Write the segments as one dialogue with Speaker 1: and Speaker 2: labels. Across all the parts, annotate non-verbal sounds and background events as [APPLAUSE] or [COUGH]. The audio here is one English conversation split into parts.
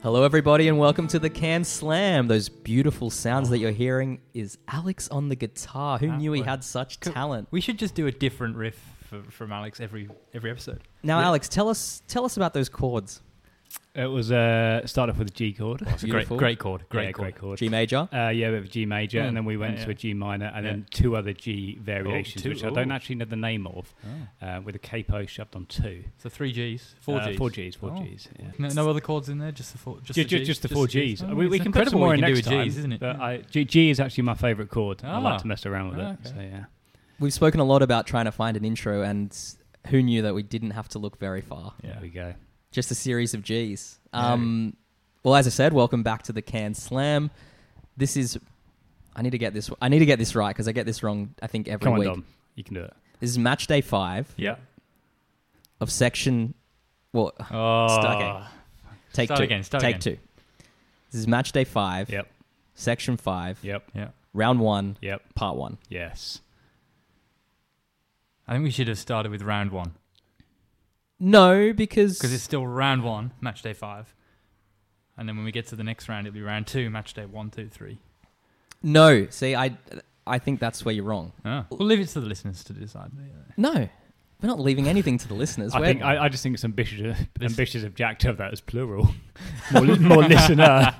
Speaker 1: Hello, everybody, and welcome to the Can Slam. Those beautiful sounds that you're hearing is Alex on the guitar. Who
Speaker 2: That
Speaker 1: knew he
Speaker 2: was
Speaker 1: had such
Speaker 2: cool.
Speaker 1: talent?
Speaker 2: We should just do a different riff for, from Alex every every episode.
Speaker 1: Now,
Speaker 2: Yeah.
Speaker 1: Alex, tell us tell us about those chords.
Speaker 3: It was uh start off with a G chord.
Speaker 2: Oh, It's a great,
Speaker 1: Beautiful.
Speaker 2: great chord, great
Speaker 3: yeah,
Speaker 2: chord.
Speaker 3: great chord.
Speaker 1: G major.
Speaker 3: uh, yeah, with a G major,
Speaker 2: Mm.
Speaker 3: and then we went
Speaker 2: Yeah,
Speaker 3: to
Speaker 2: yeah.
Speaker 3: a G minor, and
Speaker 2: Yeah. Oh,
Speaker 3: then two other G variations,
Speaker 2: two,
Speaker 3: which I don't
Speaker 2: ooh.
Speaker 3: actually know the name of, uh, with a capo shoved on two.
Speaker 2: So three Gs, four
Speaker 3: Uh,
Speaker 2: Gs,
Speaker 3: four Gs, four
Speaker 2: Oh.
Speaker 3: Gs. Yeah.
Speaker 2: No, no other chords in there, just the four, just,
Speaker 3: Ju-
Speaker 2: the
Speaker 3: ju-
Speaker 2: Gs,
Speaker 3: just the four
Speaker 2: the
Speaker 3: Gs.
Speaker 2: Oh,
Speaker 3: we,
Speaker 2: it's
Speaker 3: we can put
Speaker 2: incredible
Speaker 3: some
Speaker 2: what you
Speaker 3: more in
Speaker 2: can
Speaker 3: next
Speaker 2: do with
Speaker 3: time,
Speaker 2: Gs, isn't it?
Speaker 3: But
Speaker 2: Yeah.
Speaker 3: I, G, G is actually my favourite chord. I
Speaker 2: Ah.
Speaker 3: like to mess around with it.
Speaker 2: Ah, okay.
Speaker 3: So yeah,
Speaker 1: We've spoken a lot about trying to find an intro, and who knew that we didn't have to look very far?
Speaker 3: there we go.
Speaker 1: Just a series of G's. Um, Well, as I said, welcome back to the Can Slam. This is. I need to get this. I need to get this right because I get this wrong. I think every
Speaker 3: Come on,
Speaker 1: week.
Speaker 3: Dom, you can do it.
Speaker 1: This is match day five
Speaker 2: yeah.
Speaker 1: of section. Well,
Speaker 2: Oh,
Speaker 1: Stargate. take
Speaker 2: Start
Speaker 1: two.
Speaker 2: again, start
Speaker 1: take two.
Speaker 2: again.
Speaker 1: This is match day five.
Speaker 3: Yep,
Speaker 1: Section five.
Speaker 3: yep,
Speaker 2: yeah.
Speaker 1: Round one.
Speaker 3: yep.
Speaker 1: Part one.
Speaker 3: Yes.
Speaker 2: I think we should have started with round one
Speaker 1: No, because
Speaker 2: because it's still round one, match day five, and then when we get to the next round, it'll be round two, match day one, two, three.
Speaker 1: no. See, I, I think that's where you're wrong.
Speaker 3: Oh.
Speaker 2: Ah. We'll leave it to the listeners to decide.
Speaker 1: No, we're not leaving anything to the
Speaker 2: [LAUGHS]
Speaker 1: listeners.
Speaker 3: I
Speaker 1: We're-
Speaker 3: think I, I just think it's ambitious,
Speaker 2: This-
Speaker 3: ambitious of Jack to have that
Speaker 2: [LAUGHS]
Speaker 3: as plural. more, li- more listener.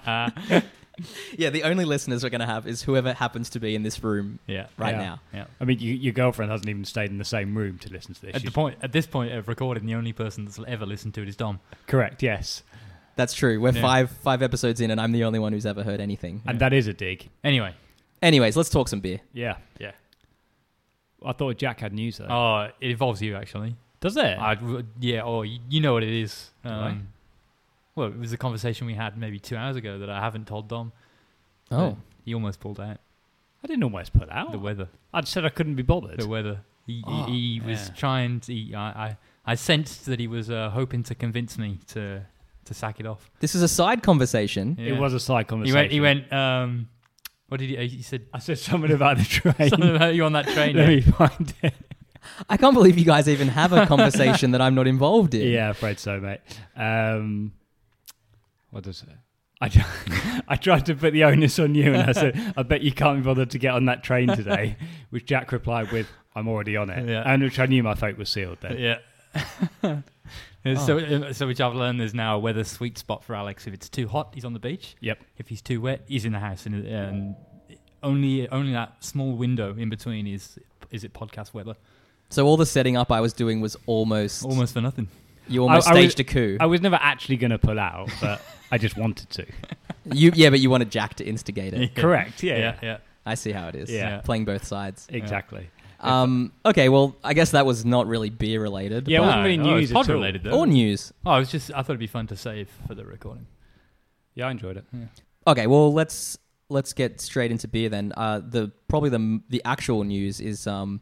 Speaker 1: yeah, the only listeners we're going to have is whoever happens to be in this room
Speaker 2: Yeah,
Speaker 1: right
Speaker 3: Yeah.
Speaker 1: now.
Speaker 2: yeah.
Speaker 3: I mean, you, your girlfriend hasn't even stayed in the same room to listen to this.
Speaker 2: At the
Speaker 3: She's-
Speaker 2: point, at this point of recording, the only person that's ever listened to it is Dom.
Speaker 3: correct, yes.
Speaker 1: That's true. We're
Speaker 2: Yeah.
Speaker 1: five five episodes in, and I'm the only one who's ever heard anything.
Speaker 3: And
Speaker 2: Yeah.
Speaker 3: that is a dig.
Speaker 2: Anyway,
Speaker 1: Anyways, let's talk some beer.
Speaker 3: Yeah.
Speaker 2: Yeah.
Speaker 3: I thought Jack had news though.
Speaker 2: oh, it involves you actually.
Speaker 3: Does it?
Speaker 2: I w yeah, oh, y- you know what it is.
Speaker 3: I?
Speaker 2: Um, well, it was a conversation we had maybe two hours ago that I haven't told Dom.
Speaker 1: Oh,
Speaker 2: He almost pulled out.
Speaker 3: I didn't almost put out.
Speaker 2: The weather.
Speaker 3: I'd said I couldn't be bothered.
Speaker 2: The weather. He,
Speaker 3: Oh,
Speaker 2: he, he was
Speaker 3: yeah.
Speaker 2: trying to. He, I, I, I sensed that he was uh, hoping to convince me to to sack it off.
Speaker 1: this is a side conversation.
Speaker 2: Yeah.
Speaker 3: It was a side
Speaker 2: He
Speaker 3: conversation.
Speaker 2: went. He went. Um, what did he? He
Speaker 3: [LAUGHS]
Speaker 2: said
Speaker 3: I said something about the train.
Speaker 2: something about you on that train.
Speaker 3: [LAUGHS] Let me find it.
Speaker 1: I can't believe you guys even have
Speaker 3: [LAUGHS]
Speaker 1: a conversation that I'm not involved in.
Speaker 3: Yeah, afraid so, mate. Um, what does it? I, tr- [LAUGHS] I tried to put the onus on you, and I [LAUGHS] said, "I bet you can't be bothered to get on that train today." [LAUGHS] Which Jack replied with, "I'm already on it,"
Speaker 2: Yeah.
Speaker 3: and which I knew my fate was sealed then.
Speaker 2: Yeah. [LAUGHS]
Speaker 3: Oh.
Speaker 2: So, uh, so which I've learned there's now a weather sweet spot for Alex. If it's too hot, he's on the beach.
Speaker 3: Yep.
Speaker 2: If he's too wet, he's in the house, and, and only only that small window in between is is it podcast weather?
Speaker 1: So all the setting up I was doing was almost,
Speaker 2: Almost for nothing.
Speaker 1: you almost
Speaker 3: I- I was-
Speaker 1: staged a coup.
Speaker 3: I was never actually going to pull out, [LAUGHS] but I just wanted to.
Speaker 1: you yeah, but you wanted Jack to instigate it.
Speaker 3: [LAUGHS] Correct. Yeah.
Speaker 2: Yeah,
Speaker 3: yeah.
Speaker 2: yeah.
Speaker 1: I see how it is.
Speaker 3: Yeah.
Speaker 1: Playing both sides.
Speaker 3: Exactly.
Speaker 1: Um, okay, well, I guess that was not really beer related.
Speaker 3: Yeah, it
Speaker 1: but-
Speaker 3: wasn't really
Speaker 2: oh,
Speaker 3: news
Speaker 2: it's pod
Speaker 3: at all.
Speaker 2: related though.
Speaker 1: or news.
Speaker 2: Oh, I was just I thought it'd be fun to save for the recording.
Speaker 3: Yeah, I enjoyed it.
Speaker 1: Okay, well, let's let's get straight into beer then. Uh, the probably the the actual news is um,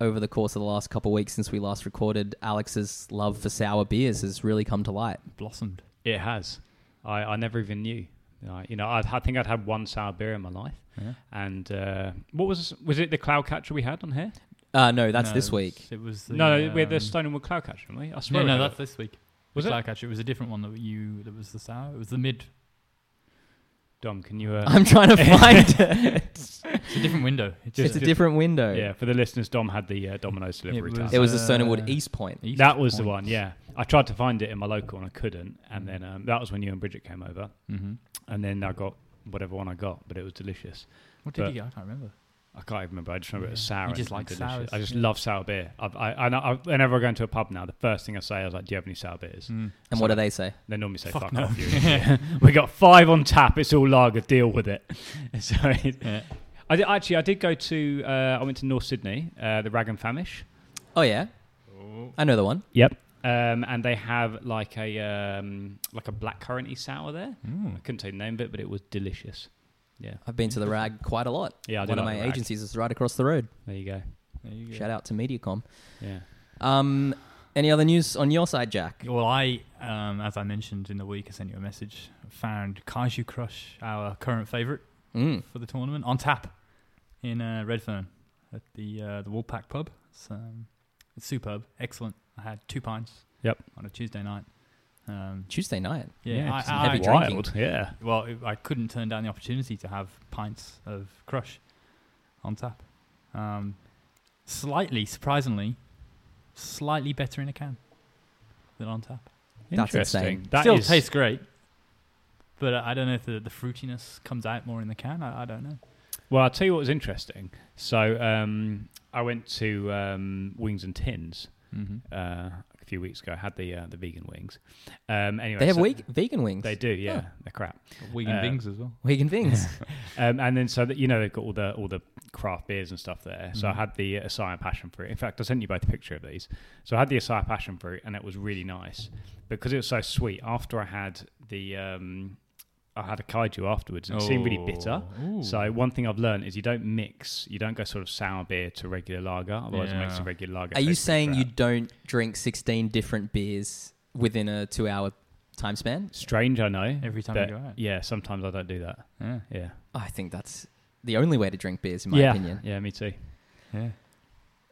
Speaker 1: over the course of the last couple of weeks since we last recorded, Alex's love for sour beers has really come to light.
Speaker 2: Blossomed.
Speaker 3: It has. I, I never even knew. I- You know, I'd, I think I'd had one sour beer in my life.
Speaker 2: Yeah.
Speaker 3: And uh, what was was it the cloud catcher we had on here?
Speaker 1: Uh, no, that's
Speaker 2: No,
Speaker 1: this week.
Speaker 2: It was the,
Speaker 3: No, no, we had the
Speaker 2: um,
Speaker 3: Stone and Wood cloud catcher, didn't we? I
Speaker 2: No,
Speaker 3: swear. we
Speaker 2: no,
Speaker 3: had
Speaker 2: that's
Speaker 3: it.
Speaker 2: this week.
Speaker 3: Was
Speaker 2: The
Speaker 3: it?
Speaker 2: Clark Catcher. It was a different one that you that was the sour. It was the mid.
Speaker 3: Dom, can you? [LAUGHS] Uh,
Speaker 1: [LAUGHS] I'm trying to find it.
Speaker 2: It's a different window. It's
Speaker 3: Just-
Speaker 1: it's a different window.
Speaker 3: yeah, for the listeners, Dom had the uh, Domino's delivery
Speaker 2: was-
Speaker 3: tab.
Speaker 1: It was the
Speaker 2: Uh,
Speaker 1: Stone and Wood East Point.
Speaker 2: East
Speaker 3: that was the
Speaker 2: Point.
Speaker 3: one. Yeah, I tried to find it in my local and I couldn't. And then um, that was when you and Bridget came over.
Speaker 2: Mhm.
Speaker 3: And then I got whatever one I got, but it was delicious.
Speaker 2: What did you
Speaker 3: But-
Speaker 2: get? I can't remember.
Speaker 3: I can't even remember. I just remember it was
Speaker 2: Yeah.
Speaker 3: sour.
Speaker 2: You
Speaker 3: and
Speaker 2: just like
Speaker 3: delicious.
Speaker 2: sours,
Speaker 3: I just
Speaker 2: yeah.
Speaker 3: love sour beer. I, I, I, know- I, whenever I go into a pub now, the first thing I say is like, "Do you have any sour beers?"
Speaker 1: And what do they say?
Speaker 3: They normally say,
Speaker 2: Mm. Fuck
Speaker 3: "Fuck,
Speaker 2: no."
Speaker 3: off,
Speaker 2: [LAUGHS]
Speaker 3: you." we got five on tap. It's all lager. Deal with it. [LAUGHS] so it-
Speaker 2: Yeah.
Speaker 3: I did, actually, I did go to. Uh, I went to North Sydney, uh, the Rag and Famish.
Speaker 1: Oh yeah, I know the one.
Speaker 3: Yep. Um, and they have like a um, like a blackcurranty sour there. I couldn't say the name of it, but it was delicious. Yeah,
Speaker 1: I've been to the Rag quite a lot.
Speaker 3: yeah. I do
Speaker 1: one of
Speaker 3: like
Speaker 1: my
Speaker 3: the Rag.
Speaker 1: agencies is right across the road.
Speaker 3: There you go.
Speaker 2: There you go.
Speaker 1: Shout out to Mediacom.
Speaker 3: Yeah.
Speaker 1: Um, any other news on your side, Jack?
Speaker 2: Well, I, um, as I mentioned in the week, I sent you a message. Found Kaiju Crush, our current favourite
Speaker 1: Mm.
Speaker 2: for the tournament, on tap in uh, Redfern at the uh, the Woolpack Pub. It's, um, it's superb, excellent. I had two pints.
Speaker 3: Yep.
Speaker 2: On a Tuesday night, Um,
Speaker 1: Tuesday night.
Speaker 2: yeah,
Speaker 3: Yeah,
Speaker 2: I-
Speaker 3: just
Speaker 2: I-
Speaker 1: heavy
Speaker 2: I-
Speaker 1: drink. drinking.
Speaker 3: Wild, yeah.
Speaker 2: well, it- I couldn't turn down the opportunity to have pints of Crush on tap. Um, slightly, surprisingly, slightly better in a can than on tap.
Speaker 1: That's
Speaker 3: Interesting.
Speaker 1: insane.
Speaker 3: That
Speaker 2: Still
Speaker 3: is-
Speaker 2: tastes great, but I I don't know if the, the fruitiness comes out more in the can. I, I don't know.
Speaker 3: Well, I'll tell you what was interesting. So um, I went to um, Wings and Tins
Speaker 2: Mm-hmm.
Speaker 3: uh, a few weeks ago. I had the uh, the vegan wings. Um, anyway,
Speaker 1: They have
Speaker 3: so-
Speaker 1: weak, vegan wings.
Speaker 3: They do, yeah. They're crap.
Speaker 2: Wigan
Speaker 3: Uh,
Speaker 2: Bings as well.
Speaker 1: vegan
Speaker 3: [LAUGHS]
Speaker 1: things.
Speaker 3: Um, and then so that you know they've got all the all the craft beers and stuff there. So I
Speaker 2: Mhm.
Speaker 1: Mm-hmm.
Speaker 3: had the acai passion fruit. In fact, I sent you both a picture of these. So I had the acai passion fruit, and it was really nice because it was so sweet. After I had the, um, I had a kaiju afterwards, and it seemed really bitter.
Speaker 2: Ooh.
Speaker 3: So one thing I've learned is you don't mix, you don't go sort of sour beer to regular lager. Otherwise, it makes
Speaker 2: Yeah.
Speaker 3: a regular lager.
Speaker 1: Are you
Speaker 3: taste
Speaker 1: saying
Speaker 3: like
Speaker 1: you
Speaker 3: crap.
Speaker 1: don't drink 16 different beers within a two hour time span?
Speaker 3: Strange, I know.
Speaker 2: every time
Speaker 3: but
Speaker 2: you go out.
Speaker 3: Yeah, sometimes I don't do that.
Speaker 2: Yeah.
Speaker 3: Yeah,
Speaker 1: I think that's the only way to drink beers, in my
Speaker 3: yeah. [LAUGHS]
Speaker 1: opinion.
Speaker 3: Yeah, me too.
Speaker 2: Yeah.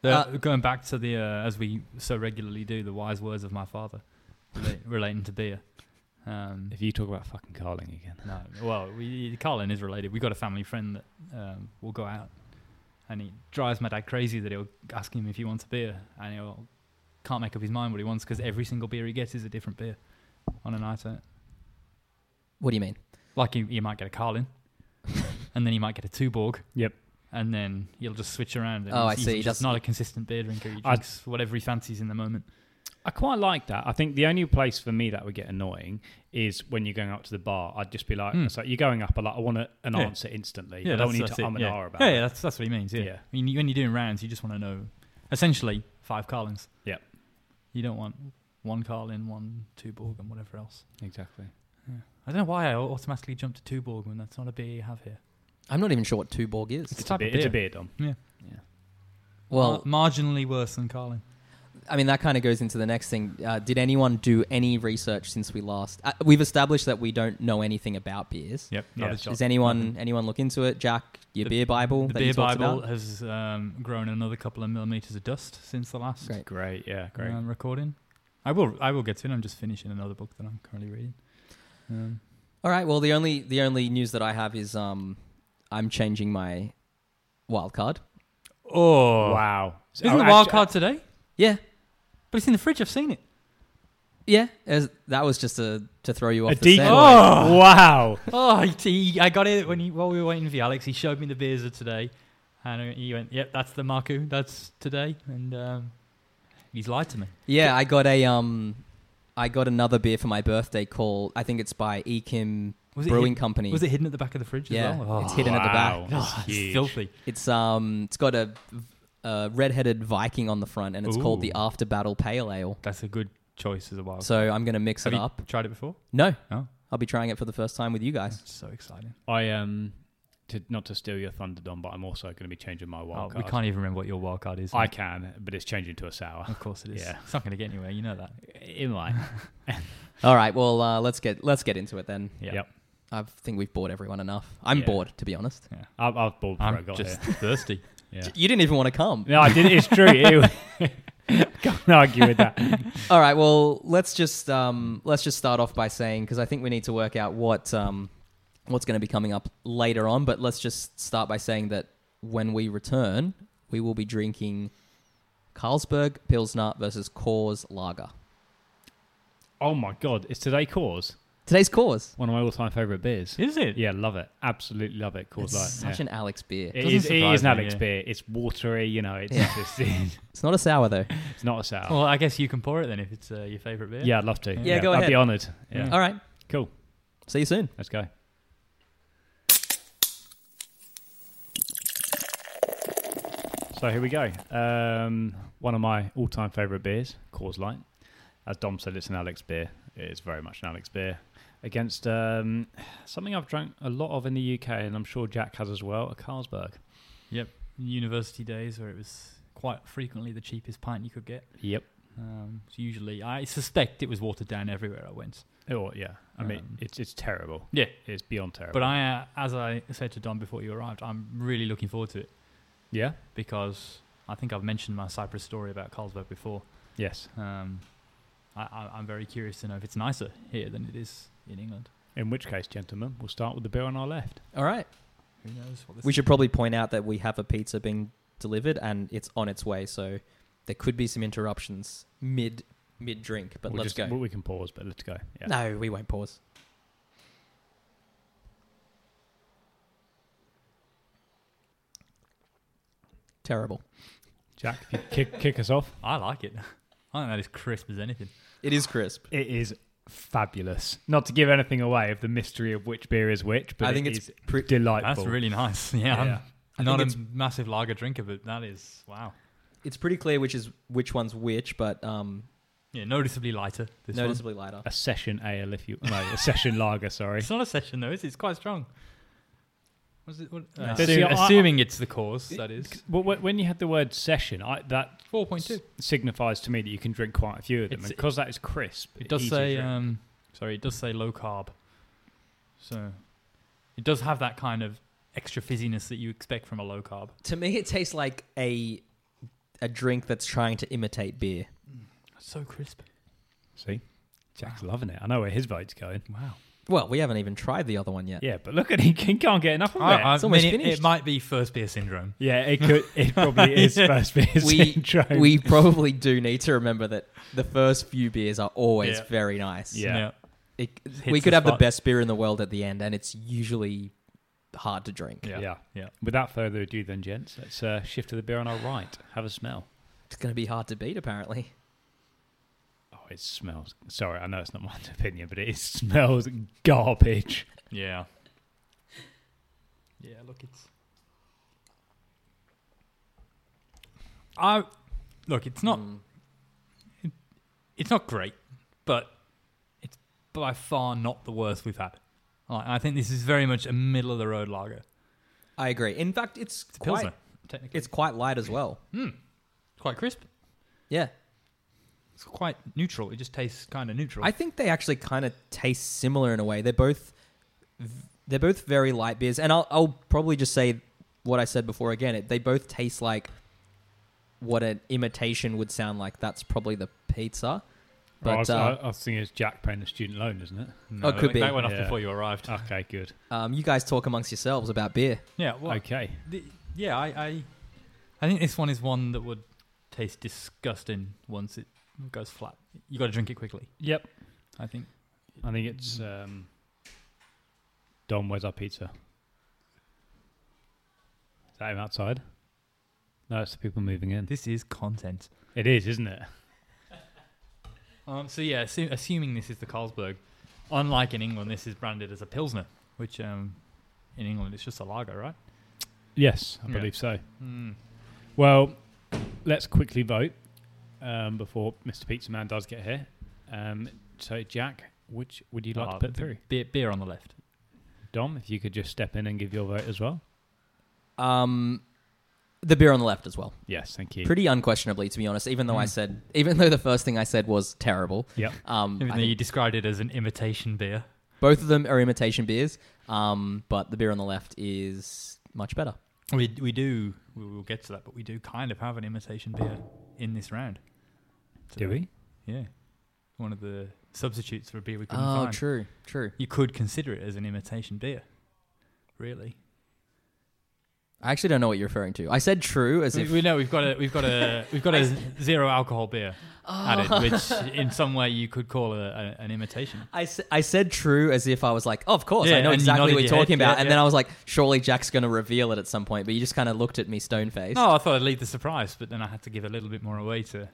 Speaker 1: Uh,
Speaker 2: The- going back to the uh, as we so regularly do the wise words of my father rela- relating to beer. Um,
Speaker 3: If you talk about fucking Carling again,
Speaker 2: no, well, we, Colin is related. We've got a family friend that um, will go out, and he drives my dad crazy that he'll ask him if he wants a beer, and he'll can't make up his mind what he wants because every single beer he gets is a different beer on a night out.
Speaker 1: What do you mean?
Speaker 2: Like he, he might get a Carlin, and then he might get a Tuborg.
Speaker 3: Yep.
Speaker 2: And then he'll just switch around. And
Speaker 1: Oh, I
Speaker 2: he's,
Speaker 1: see. He
Speaker 2: He's just
Speaker 1: doesn't-
Speaker 2: not a consistent beer drinker. He
Speaker 3: I-
Speaker 2: drinks whatever he fancies in the moment.
Speaker 3: I quite like that. I think the only place for me that would get annoying is when you're going up to the bar. I'd just be like,
Speaker 2: Hmm.
Speaker 3: it's like you're going up. I like, I want a, an
Speaker 2: Yeah.
Speaker 3: answer instantly. I don't need to um and
Speaker 2: yeah.
Speaker 3: ah about.
Speaker 2: Yeah,
Speaker 3: it.
Speaker 2: yeah, that's that's what he means. Yeah,
Speaker 3: Yeah.
Speaker 2: I mean, when you're doing rounds, you just want to know, essentially, five Carlins.
Speaker 3: Yeah.
Speaker 2: You don't want one Carlin, one Tuborg, and whatever else.
Speaker 3: exactly.
Speaker 2: I don't know why I automatically jumped to Tuborg when that's not a beer you have here.
Speaker 1: I'm not even sure what Tuborg is.
Speaker 2: It's
Speaker 3: It's,
Speaker 2: a
Speaker 3: a
Speaker 2: type of
Speaker 3: beer. It's a
Speaker 2: beer.
Speaker 3: beer, Dom.
Speaker 1: Well,
Speaker 2: Mar- marginally worse than Carlin.
Speaker 1: I mean, that kind of goes into the next thing. Uh, did anyone do any research since we last? Uh, we've established that we don't know anything about beers.
Speaker 2: Yep.
Speaker 3: not a
Speaker 1: Does anyone anyone look into it? Jack, your
Speaker 2: Mm-hmm. The-
Speaker 1: beer bible
Speaker 2: The
Speaker 1: that
Speaker 2: beer
Speaker 1: you talked
Speaker 2: Bible
Speaker 1: about.
Speaker 2: has um, grown another couple of millimeters of dust since the last
Speaker 1: Great.
Speaker 3: Great, yeah, great.
Speaker 2: um, recording. I will. I will get to it. I'm just finishing another book that I'm currently reading. Um,
Speaker 1: All right. Well, the only the only news that I have is um, I'm changing my wild card.
Speaker 2: oh,
Speaker 3: wow.
Speaker 2: isn't
Speaker 3: Oh,
Speaker 2: the wild
Speaker 3: actu-
Speaker 2: card today?
Speaker 1: Yeah,
Speaker 2: But it's in the fridge. I've seen it.
Speaker 1: yeah. as- that was just to to throw you off.
Speaker 3: A
Speaker 1: the
Speaker 3: decoy.
Speaker 1: scent.
Speaker 2: Oh.
Speaker 3: Wow.
Speaker 2: Oh, he, he- I got it when he while we were waiting for you, Alex. He showed me the beers of today, and he went, "Yep, that's the Maku. That's today." And um, he's lied to me.
Speaker 1: Yeah, I got a um, I got another beer for my birthday. Called I think it's by E Kim
Speaker 2: Was it
Speaker 1: Brewing
Speaker 2: hid-
Speaker 1: Company.
Speaker 2: Was it hidden at the back of the fridge
Speaker 1: Yeah,
Speaker 2: as well?
Speaker 1: it's hidden at the
Speaker 2: [LAUGHS]
Speaker 1: back.
Speaker 3: wow.
Speaker 2: Oh,
Speaker 3: That's
Speaker 2: it's
Speaker 3: huge.
Speaker 2: filthy.
Speaker 1: It's um, it's got a, a red-headed Viking on the front, and it's called the
Speaker 2: Ooh.
Speaker 1: After Battle Pale Ale.
Speaker 2: That's a good choice as a wild.
Speaker 1: So I'm gonna mix
Speaker 2: Have
Speaker 1: it
Speaker 2: you
Speaker 1: up.
Speaker 2: tried it before?
Speaker 1: No,
Speaker 2: Oh.
Speaker 1: I'll be trying it for the first time with you guys.
Speaker 2: That's so exciting.
Speaker 3: I um, to, not to steal your thunder, Dom, but I'm also going to be changing my
Speaker 2: Oh,
Speaker 3: wild
Speaker 2: we
Speaker 3: card.
Speaker 2: can't even remember what your wild card is.
Speaker 3: I
Speaker 2: mate.
Speaker 3: can, but it's changing to a sour.
Speaker 2: Of course it is.
Speaker 3: Yeah.
Speaker 2: It's not going to get anywhere. You know that.
Speaker 3: It might.
Speaker 1: All right, well uh, let's get let's get into it then.
Speaker 2: Yeah.
Speaker 3: Yep.
Speaker 1: I think we've bored everyone enough. I'm
Speaker 3: Yeah.
Speaker 1: bored, to be honest.
Speaker 3: [LAUGHS] I've, I've bored before i
Speaker 2: I'm
Speaker 3: got
Speaker 2: just
Speaker 3: here. [LAUGHS]
Speaker 2: thirsty.
Speaker 3: Yeah.
Speaker 1: You didn't even want to come.
Speaker 3: No, I did. It's true. It, [LAUGHS] can't argue
Speaker 2: [LAUGHS]
Speaker 3: with that.
Speaker 1: All right, well let's just um, let's just start off by saying because I think we need to work out what um, what's going to be coming up later on. But let's just start by saying that when we return, we will be drinking Carlsberg Pilsner versus Coors Lager.
Speaker 3: Oh my god! Is today cause
Speaker 1: Today's Coors.
Speaker 3: one of my all-time favorite beers?
Speaker 2: Is it?
Speaker 3: Yeah, love it. Absolutely love it. Cause
Speaker 1: It's
Speaker 3: like
Speaker 1: such an Alex beer.
Speaker 3: It
Speaker 2: Doesn't
Speaker 3: is, it
Speaker 2: surprise
Speaker 3: is an
Speaker 2: me,
Speaker 3: Alex
Speaker 2: yeah.
Speaker 3: beer. It's watery, you know. It's
Speaker 1: Yeah.
Speaker 3: just [LAUGHS] it's
Speaker 1: It's not a sour
Speaker 3: [LAUGHS]
Speaker 1: though.
Speaker 3: not a sour.
Speaker 2: Well, I guess you can pour it then if it's uh, your favorite beer.
Speaker 3: yeah. I'd love to.
Speaker 2: Yeah,
Speaker 1: go
Speaker 3: I'd
Speaker 1: ahead.
Speaker 3: be honoured. Yeah.
Speaker 2: Yeah.
Speaker 1: All right.
Speaker 3: Cool.
Speaker 1: See you soon.
Speaker 3: Let's go. So here we go. Um, one of my all-time favourite beers, Coors Light. As Dom said, it's an Alex beer. It's very much an Alex beer. Against um, something I've drank a lot of in the UK, and I'm sure Jack has as well, a Carlsberg.
Speaker 2: university days where it was quite frequently the cheapest pint you could get.
Speaker 3: Yep.
Speaker 2: Um, so usually, I suspect it was watered down everywhere I went.
Speaker 3: Oh yeah. I mean,
Speaker 2: Um,
Speaker 3: it's it's terrible.
Speaker 2: Yeah.
Speaker 3: It's beyond terrible.
Speaker 2: But I, uh, as I said to Don before you arrived, I'm really looking forward to it
Speaker 3: yeah.
Speaker 2: because I think I've mentioned my Cyprus story about Carlsberg before.
Speaker 3: Yes.
Speaker 2: Um, I, I, I'm very curious to know if it's nicer here than it is in England.
Speaker 3: In which case, gentlemen, we'll start with the beer on our left.
Speaker 1: All right.
Speaker 2: Who knows what this
Speaker 1: We should probably point out that we have a pizza being delivered and it's on its way, so there could be some interruptions mid mid drink. But
Speaker 3: We'll
Speaker 1: let's
Speaker 3: just-
Speaker 1: go.
Speaker 3: well, we can pause, but let's go. Yeah.
Speaker 1: No, we won't pause. Terrible.
Speaker 3: Jack, if you kick, kick us off.
Speaker 2: I like it. [LAUGHS] I think that is crisp as anything.
Speaker 1: It is crisp.
Speaker 3: It is fabulous. Not to give anything away of the mystery of which beer is which, but
Speaker 1: I think
Speaker 3: it
Speaker 1: it's
Speaker 3: is
Speaker 1: pre-
Speaker 3: delightful.
Speaker 2: That's really nice. [LAUGHS] Yeah, I'm
Speaker 3: Yeah.
Speaker 1: I
Speaker 2: not
Speaker 1: think
Speaker 2: a massive lager drinker, but that is wow.
Speaker 1: It's pretty clear which is which one's which, but um,
Speaker 2: Yeah, noticeably lighter. This one.
Speaker 1: noticeably lighter.
Speaker 3: a session ale, if you no, a session [LAUGHS] lager. Sorry.
Speaker 2: It's not a session though. Is it? It's quite strong. Was it? What,
Speaker 1: No.
Speaker 2: assu-
Speaker 3: But see, I-
Speaker 2: assuming it's the cause, that is
Speaker 3: Well, wh- when you had the word session, I, that
Speaker 2: four point two.
Speaker 3: s- signifies to me that you can drink quite a few of them
Speaker 2: It's-
Speaker 3: because that is crisp.
Speaker 2: It does
Speaker 3: easy to
Speaker 2: say,
Speaker 3: drink.
Speaker 2: um, sorry, it does say low carb. So it does have that kind of extra fizziness that you expect from a low carb.
Speaker 1: To me, it tastes like a a drink that's trying to imitate beer.
Speaker 2: So crisp.
Speaker 3: see, Jack's loving it. I know where his vote's going.
Speaker 2: Wow.
Speaker 1: Well, we haven't even tried the other one yet.
Speaker 3: Yeah, but look at he can- can't get enough of it.
Speaker 2: I, I
Speaker 1: It's almost
Speaker 2: mean, it- it,
Speaker 1: finished.
Speaker 2: might be first beer syndrome.
Speaker 3: yeah, it could. It probably [LAUGHS] is
Speaker 2: Yeah.
Speaker 3: first beer
Speaker 1: We
Speaker 3: [LAUGHS] syndrome.
Speaker 1: we probably do need to remember that the first few beers are always
Speaker 2: Yeah.
Speaker 1: very nice.
Speaker 3: Yeah.
Speaker 1: It,
Speaker 2: hits
Speaker 1: we could
Speaker 2: the
Speaker 1: have the
Speaker 2: spot.
Speaker 1: best beer in the world at the end, and it's usually hard to drink.
Speaker 2: Yeah.
Speaker 3: yeah.
Speaker 2: Yeah.
Speaker 3: Without further ado, then, gents, let's uh, shift to the beer on our right. Have a smell.
Speaker 1: It's going to be hard to beat, apparently.
Speaker 3: Oh, it smells. Sorry, I know it's not my [LAUGHS] opinion, but it smells garbage.
Speaker 2: Yeah. Yeah, look, it's. I look, it's not
Speaker 1: Mm.
Speaker 2: it's not great, but it's by far not the worst we've had. Like, I think this is very much a middle of the road lager.
Speaker 1: I agree. In fact, it's,
Speaker 2: It's a
Speaker 1: quite
Speaker 2: pilsner, technically.
Speaker 1: it's quite light as well.
Speaker 2: quite crisp.
Speaker 1: Yeah,
Speaker 2: It's quite neutral. It just tastes kind of neutral.
Speaker 1: I think they actually kind of taste similar in a way. They're both they're both very light beers, and I'll I'll probably just say what I said before again. It, they both taste like what an imitation would sound like. That's probably the pizza. But
Speaker 3: I, was,
Speaker 1: uh,
Speaker 3: I, I was thinking it's Jack paying a student loan, isn't it?
Speaker 2: No,
Speaker 1: Oh, could
Speaker 2: that-
Speaker 1: be.
Speaker 2: That went off
Speaker 3: Yeah.
Speaker 2: before you arrived.
Speaker 3: Okay, good.
Speaker 2: uh,
Speaker 1: um, you guys talk amongst yourselves about beer.
Speaker 2: yeah. Well,
Speaker 3: Okay.
Speaker 2: The, yeah, I, I, I think this one is one that would taste disgusting once it goes flat. You got to drink it quickly.
Speaker 3: Yep.
Speaker 2: I think.
Speaker 3: I think it's um, Don. Where's our pizza? Is that him outside? No, it's the people moving in.
Speaker 2: This is content.
Speaker 3: It is, isn't it?
Speaker 2: Um, so yeah, assu- assuming this is the Carlsberg, unlike in England, this is branded as a pilsner, which um, in England it's just a lager, right?
Speaker 3: Yes, I
Speaker 2: Yeah.
Speaker 3: believe so.
Speaker 2: Mm.
Speaker 3: Well, let's quickly vote um, before Mr. Pizza Man does get here. Um, so, Jack, which would you like to put through?
Speaker 2: Beer, beer on the left.
Speaker 3: Dom, if you could just step in and give your vote as well.
Speaker 1: Um, the beer on the left as well.
Speaker 3: Yes, thank you.
Speaker 1: Pretty unquestionably, to be honest. Even though I
Speaker 2: Mm.
Speaker 1: said, even though the first thing I said was terrible.
Speaker 3: Yep.
Speaker 1: Um,
Speaker 2: Even
Speaker 1: I
Speaker 2: though
Speaker 1: think
Speaker 2: you described it as an imitation beer.
Speaker 1: both of them are imitation beers, um, but the beer on the left is much better.
Speaker 2: We we do we will get to that, but we do kind of have an imitation beer in this round.
Speaker 3: Do we?
Speaker 2: Yeah, one of the substitutes for a beer we couldn't
Speaker 1: Oh,
Speaker 2: find.
Speaker 1: true, true.
Speaker 2: You could consider it as an imitation beer, really.
Speaker 1: I actually don't know what you're referring to. I said true as
Speaker 2: We,
Speaker 1: if
Speaker 2: we know we've got a we've
Speaker 1: [LAUGHS]
Speaker 2: got a we've got a zero alcohol beer
Speaker 1: Ah. [LAUGHS]
Speaker 2: added, which in some way you could call a, a, an imitation.
Speaker 1: I, s- I said true as if I was like, oh, of course,
Speaker 2: Yeah,
Speaker 1: I know
Speaker 2: and you
Speaker 1: exactly
Speaker 2: nodded
Speaker 1: what you're
Speaker 2: your
Speaker 1: talking
Speaker 2: head,
Speaker 1: about.
Speaker 2: yeah,
Speaker 1: and then
Speaker 2: yeah.
Speaker 1: I was like, surely Jack's going to reveal it at some point. But you just kind of looked at me stone faced.
Speaker 2: No, I thought I'd leave the surprise, but then I had to give a little bit more away to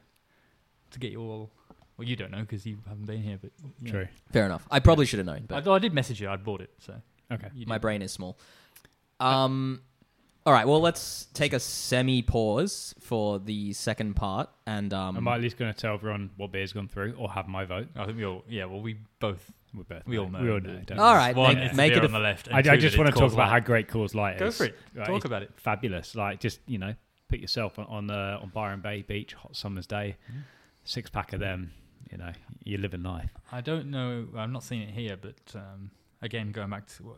Speaker 2: to get you all. Well, you don't know because you haven't been here, but yeah.
Speaker 3: True.
Speaker 1: Fair enough. I probably should have known, but
Speaker 2: Although I did message you, I'd bought it, so
Speaker 3: Okay.
Speaker 2: you
Speaker 1: my
Speaker 2: did.
Speaker 1: brain is small. Um, all right. Well, let's take a semi pause for the second part. And
Speaker 3: Am I at
Speaker 1: um,
Speaker 3: least going to tell everyone what beer's gone through or have my vote?
Speaker 2: I think we all, yeah, well, we both,
Speaker 3: We both
Speaker 2: we all know.
Speaker 3: We all
Speaker 2: that
Speaker 3: know.
Speaker 2: it's
Speaker 3: don't we?
Speaker 1: All right,
Speaker 2: one,
Speaker 1: make-
Speaker 2: it's
Speaker 1: make
Speaker 2: beer
Speaker 1: it a-
Speaker 2: on the left. and
Speaker 3: I, I
Speaker 2: two,
Speaker 3: just
Speaker 2: that
Speaker 3: want to
Speaker 2: it's
Speaker 3: talk
Speaker 2: caused
Speaker 3: about how
Speaker 2: light.
Speaker 3: great Coors Light is.
Speaker 2: Go for it.
Speaker 3: Right,
Speaker 2: Talk
Speaker 3: it's
Speaker 2: about it.
Speaker 3: Fabulous. Like just you know, put yourself on on, uh, on Byron Bay Beach, hot summer's day,
Speaker 2: Mm.
Speaker 3: six pack of them. You know, you're living life.
Speaker 2: I don't know. I'm not seeing it here, but um, again, going back to what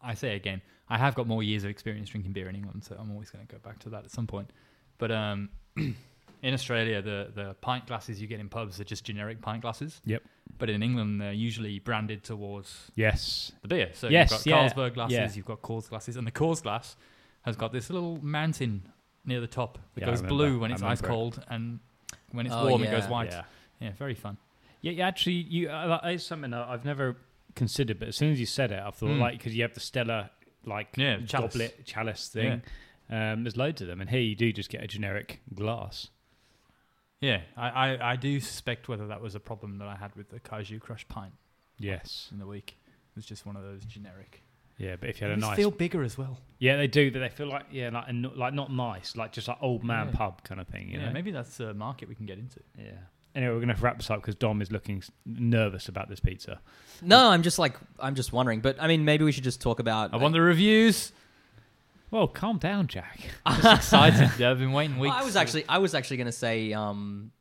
Speaker 2: I say again, I have got more years of experience drinking beer in England, so I'm always going to go back to that at some point. But um, [CLEARS THROAT] in Australia, the, the pint glasses you get in pubs are just generic pint glasses.
Speaker 3: Yep.
Speaker 2: But in England, they're usually branded towards
Speaker 3: Yes.
Speaker 2: the beer. So
Speaker 3: Yes,
Speaker 2: you've got
Speaker 3: yeah,
Speaker 2: Carlsberg glasses,
Speaker 3: yeah.
Speaker 2: you've got Coors glasses, and the Coors glass has got this little mountain near the top that
Speaker 3: Yeah, I
Speaker 2: goes
Speaker 3: remember.
Speaker 2: blue when
Speaker 3: I
Speaker 2: it's ice
Speaker 3: remember it.
Speaker 2: cold, and when it's
Speaker 1: Oh,
Speaker 2: warm,
Speaker 1: yeah.
Speaker 2: it goes white.
Speaker 3: Yeah.
Speaker 2: Yeah, very fun.
Speaker 3: Yeah, you actually, you uh, that is something that I've never considered, but as soon as you said it, I thought
Speaker 2: Mm.
Speaker 3: like because you have the Stella like
Speaker 2: Yeah, chalice.
Speaker 3: goblet chalice thing. Um, there's loads of them, and here you do just get a generic glass.
Speaker 2: Yeah, I, I, I do suspect whether that was a problem that I had with the Kaiju Crush pint
Speaker 3: Yes.
Speaker 2: in the week. It was just one of those generic.
Speaker 3: Yeah, but if you had a
Speaker 2: These
Speaker 3: nice,
Speaker 2: feel bigger as well.
Speaker 3: yeah, they do. They feel like yeah, like and like not nice, like just like old man
Speaker 2: Yeah.
Speaker 3: pub kind of thing. You
Speaker 2: yeah,
Speaker 3: know.
Speaker 2: maybe that's a market we can get into.
Speaker 3: Yeah. Anyway, we're gonna wrap this up because Dom is looking s- nervous about this pizza.
Speaker 1: No, I'm just like I'm just wondering, but I mean, maybe we should just talk about.
Speaker 2: I want the [LAUGHS] reviews.
Speaker 3: Well, calm down, Jack.
Speaker 2: Just excited. yeah, I've been waiting
Speaker 1: Well,
Speaker 2: weeks.
Speaker 1: I was actually I was actually going to say um,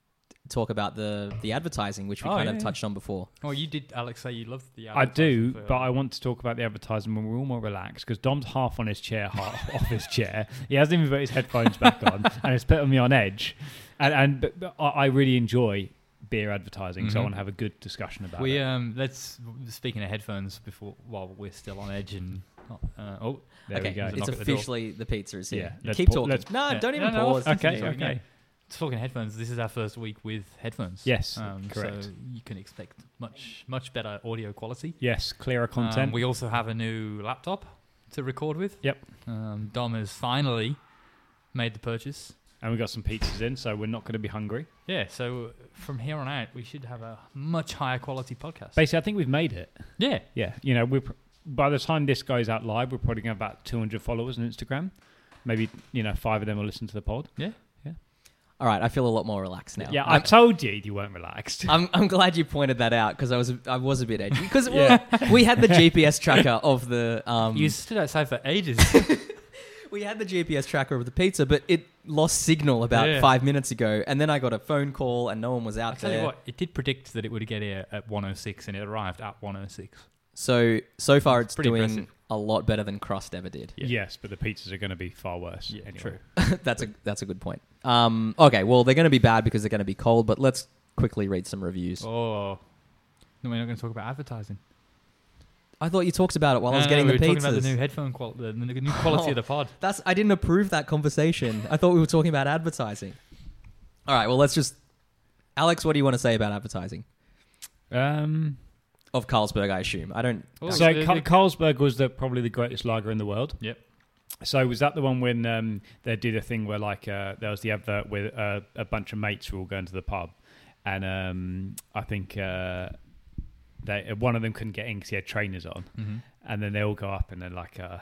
Speaker 1: talk about the the advertising, which we
Speaker 2: Oh,
Speaker 1: kind
Speaker 2: yeah,
Speaker 1: of
Speaker 2: yeah.
Speaker 1: touched on before.
Speaker 2: Oh, you did, Alex. Say you loved the.
Speaker 3: I do,
Speaker 2: advertising for-
Speaker 3: but I want to talk about the advertising when we're all more relaxed because Dom's half on his chair, half [LAUGHS] off his chair. He hasn't even put his headphones back on, and it's putting me on edge. And, and but, but I I really enjoy beer advertising, so I
Speaker 2: Mhm.
Speaker 3: want to have a good discussion about
Speaker 2: We
Speaker 3: it.
Speaker 2: um. Let's speaking of headphones before while we're still on edge and uh, oh
Speaker 3: There
Speaker 1: okay,
Speaker 3: we go.
Speaker 2: There's
Speaker 1: it's
Speaker 2: a knock at the door.
Speaker 1: officially the pizza is here.
Speaker 3: Yeah, let's
Speaker 1: Keep
Speaker 3: pa-
Speaker 1: talking.
Speaker 3: let's-
Speaker 1: no,
Speaker 2: yeah.
Speaker 1: don't even
Speaker 2: No, no,
Speaker 1: pause.
Speaker 2: off-
Speaker 3: Okay,
Speaker 1: Continue.
Speaker 3: okay.
Speaker 2: talking headphones. This is our first week with headphones.
Speaker 3: Yes,
Speaker 2: um,
Speaker 3: correct.
Speaker 2: So you can expect much much better audio quality.
Speaker 3: Yes, clearer content.
Speaker 2: Um, we also have a new laptop to record with.
Speaker 3: Yep.
Speaker 2: Um, Dom has finally made the purchase.
Speaker 3: and we got some pizzas in, so we're not going to be hungry.
Speaker 2: Yeah. So from here on out, we should have a much higher quality podcast.
Speaker 3: Basically, I think we've made it.
Speaker 2: yeah.
Speaker 3: Yeah, you know, we're pr- by the time this goes out live, we're probably going to have about 200 followers on Instagram. Maybe you know five of them will listen to the pod.
Speaker 1: All right, I feel a lot more relaxed now.
Speaker 3: Yeah, I
Speaker 1: I'm,
Speaker 3: told you you weren't relaxed.
Speaker 1: [LAUGHS] I'm, I'm glad you pointed that out because I was I was a bit edgy because
Speaker 3: Yeah.
Speaker 1: we had the GPS tracker of the um,
Speaker 2: You stood outside for ages.
Speaker 1: We had the GPS tracker of the pizza, but it lost signal about
Speaker 2: Yeah.
Speaker 1: five minutes ago, and then I got a phone call, and no one was
Speaker 3: [LAUGHS]
Speaker 1: out
Speaker 2: I'll tell
Speaker 1: there.
Speaker 2: you what, it did predict that it would get here at 106 and it arrived at 106.
Speaker 1: So so far,
Speaker 2: It's
Speaker 1: it's,
Speaker 2: pretty
Speaker 1: doing
Speaker 2: impressive.
Speaker 1: a lot better than Crust ever did.
Speaker 2: Yeah.
Speaker 3: Yes, but the pizzas are going to be far worse.
Speaker 2: Yeah,
Speaker 3: anyway.
Speaker 2: true.
Speaker 1: [LAUGHS] that's a that's a good point. Um, okay, well they're going to be bad because they're going to be cold, but let's quickly read some reviews.
Speaker 2: Oh. No, we're not going to talk about advertising.
Speaker 1: I thought you talked about it while I
Speaker 2: No,
Speaker 1: was
Speaker 2: no,
Speaker 1: getting the
Speaker 2: we were
Speaker 1: pizzas.
Speaker 2: talking about the new headphone quality, the the new
Speaker 1: [LAUGHS]
Speaker 2: quality of the pod.
Speaker 1: That's I didn't approve that conversation. I thought we were talking about advertising. All right, well let's just Alex, what do you want to say about advertising
Speaker 3: Um,
Speaker 1: of Carlsberg? I assume I don't.
Speaker 2: Oh,
Speaker 3: so
Speaker 2: the-
Speaker 3: Ka-
Speaker 2: the-
Speaker 3: Carlsberg was the, probably the greatest lager in the world.
Speaker 2: Yep.
Speaker 3: So was that the one when um, they do the thing where like uh, there was the advert with uh, a bunch of mates were all going to the pub, and um, I think uh, they uh, one of them couldn't get in because he had trainers on,
Speaker 2: Mhm.
Speaker 3: and then they all go up and they're like. Uh,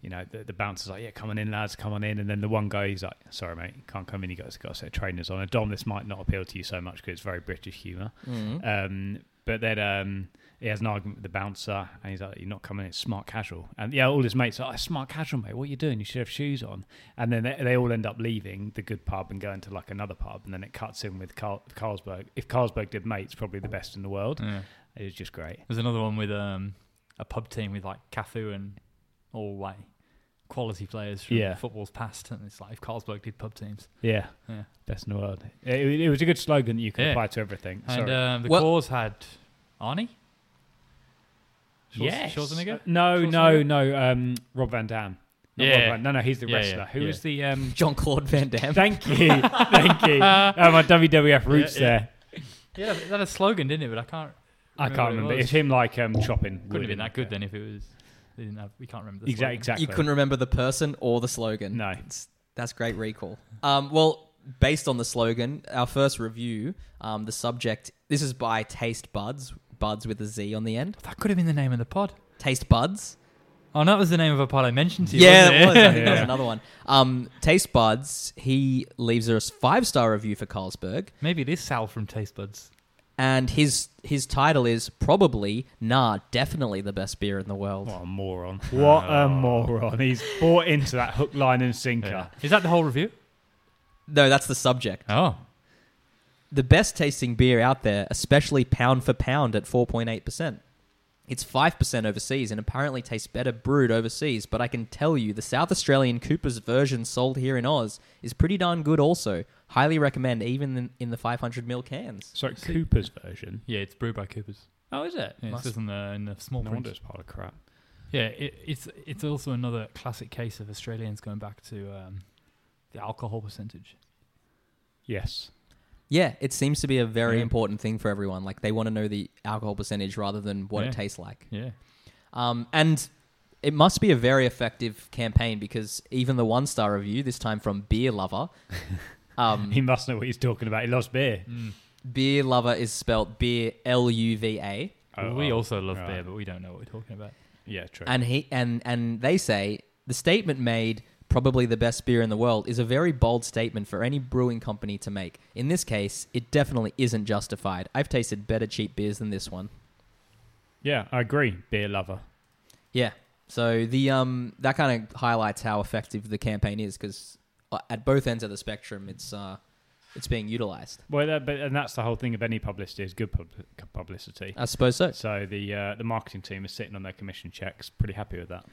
Speaker 3: you know, the, the bouncer's like, yeah, come on in, lads, come on in. And then the one guy, he's like, sorry, mate, can't come in. You got, got a set of trainers on. And Dom, this might not appeal to you so much because it's very British humour.
Speaker 1: Mhm.
Speaker 3: Um, but then um, he has an argument with the bouncer, and he's like, "You're not coming in. It's smart casual." And yeah, all his mates are, oh, "Smart casual, mate. What are you doing? You should have shoes on." And then they, they all end up leaving the good pub and going to like another pub, and then it cuts in with Carl- Carlsberg. If Carlsberg did mates, probably the best in the world.
Speaker 2: Yeah.
Speaker 3: It was just great.
Speaker 2: There's another one with um, a pub team with like Cafu and all like quality players from
Speaker 3: Yeah.
Speaker 2: football's past. And it's like if Carlsberg did pub teams.
Speaker 3: Yeah,
Speaker 2: Yeah.
Speaker 3: best in the world. It, it was a good slogan that you could
Speaker 2: Yeah.
Speaker 3: apply to everything.
Speaker 2: And
Speaker 3: Sorry.
Speaker 2: um, the
Speaker 1: Well-
Speaker 2: cause had Arnie? Schwarz-
Speaker 3: Yes. Uh,
Speaker 2: Schwarzenegger?
Speaker 3: No, no,
Speaker 2: Schwarzenegger?
Speaker 3: no. Um, Rob Van Dam. Not
Speaker 2: Yeah.
Speaker 3: Rob Van, no, no. He's the
Speaker 2: Yeah, yeah,
Speaker 3: wrestler. Who
Speaker 2: yeah.
Speaker 3: was the um,
Speaker 1: mm. John Claude Van Damme.
Speaker 3: Thank you, thank [LAUGHS] you. Oh, my WWF roots
Speaker 2: Yeah, yeah.
Speaker 3: there.
Speaker 2: Yeah, that had a slogan, didn't it? But I can't.
Speaker 3: I
Speaker 2: Remember
Speaker 3: can't
Speaker 2: what it
Speaker 3: remember.
Speaker 2: was?
Speaker 3: It's him like um, chopping.
Speaker 2: Couldn't
Speaker 3: wood
Speaker 2: have been
Speaker 3: like
Speaker 2: that good
Speaker 3: a-
Speaker 2: then if it was. They didn't have. We can't remember the
Speaker 3: Exact-
Speaker 2: slogan.
Speaker 3: Exactly.
Speaker 1: You
Speaker 3: [LAUGHS]
Speaker 1: couldn't remember the person or the slogan.
Speaker 3: No.
Speaker 1: It's- that's great recall. Um, well, based on the slogan, our first review, um, the subject. This is by Taste Buds, Buds with a Z on the end.
Speaker 2: That could have been the name of the pod.
Speaker 1: Taste Buds.
Speaker 2: Oh, no, that was the name of a pod I mentioned to you.
Speaker 1: yeah, it
Speaker 2: wasn't
Speaker 1: was.
Speaker 3: [LAUGHS]
Speaker 1: I think that was
Speaker 3: Yeah.
Speaker 1: another one. Um, Taste Buds. He leaves us five star review for Carlsberg,
Speaker 2: Maybe it is Sal from Taste Buds.
Speaker 1: and his his title is probably nah, definitely the best beer in the world.
Speaker 3: What a moron! Oh. What a moron! [LAUGHS] He's bought into that hook, line, and sinker.
Speaker 2: Is that the whole review?
Speaker 1: No, that's the subject.
Speaker 2: Oh,
Speaker 1: The best tasting beer out there, especially pound for pound at four point eight percent. It's 5% overseas and apparently tastes better brewed overseas, but I can tell you the South Australian Cooper's version sold here in Oz is pretty darn good also. Highly recommend even in, in the 500ml cans.
Speaker 3: Sorry,
Speaker 2: See.
Speaker 3: Cooper's version.
Speaker 2: Yeah, it's brewed by Coopers.
Speaker 3: Oh, is it?
Speaker 2: Yeah, it
Speaker 1: Must-
Speaker 2: says in the in the small
Speaker 3: No
Speaker 2: print.
Speaker 3: wonder it's part of crap.
Speaker 2: Yeah, it, it's it's also another classic case of Australians going back to um, the alcohol percentage.
Speaker 3: Yes.
Speaker 1: Yeah, it seems to be a very
Speaker 2: Yeah.
Speaker 1: important thing for everyone. Like they want to know the alcohol percentage rather than what
Speaker 2: Yeah.
Speaker 1: it tastes like.
Speaker 2: Yeah,
Speaker 1: Um, and it must be a very effective campaign because even the one star review, this time from Beer Lover, um,
Speaker 3: He must know what he's talking about. He loves beer.
Speaker 1: Beer Lover is spelt beer L U V A.
Speaker 3: Oh,
Speaker 2: we
Speaker 3: oh,
Speaker 2: also love
Speaker 3: right.
Speaker 2: beer, but we don't know what we're talking about.
Speaker 3: Yeah, true.
Speaker 1: And he and and they say the statement made probably the best beer in the world is a very bold statement for any brewing company to make. In this case, it definitely isn't justified. I've tasted better cheap beers than this one.
Speaker 3: yeah, I agree. Beer lover.
Speaker 1: Yeah. So the um that kind of highlights how effective the campaign is because at both ends of the spectrum, it's uh it's being utilized.
Speaker 3: Well, that, but and that's the whole thing of any publicity is good pub- publicity.
Speaker 1: I suppose so.
Speaker 3: So the uh, the marketing team is sitting on their commission checks, pretty happy with that.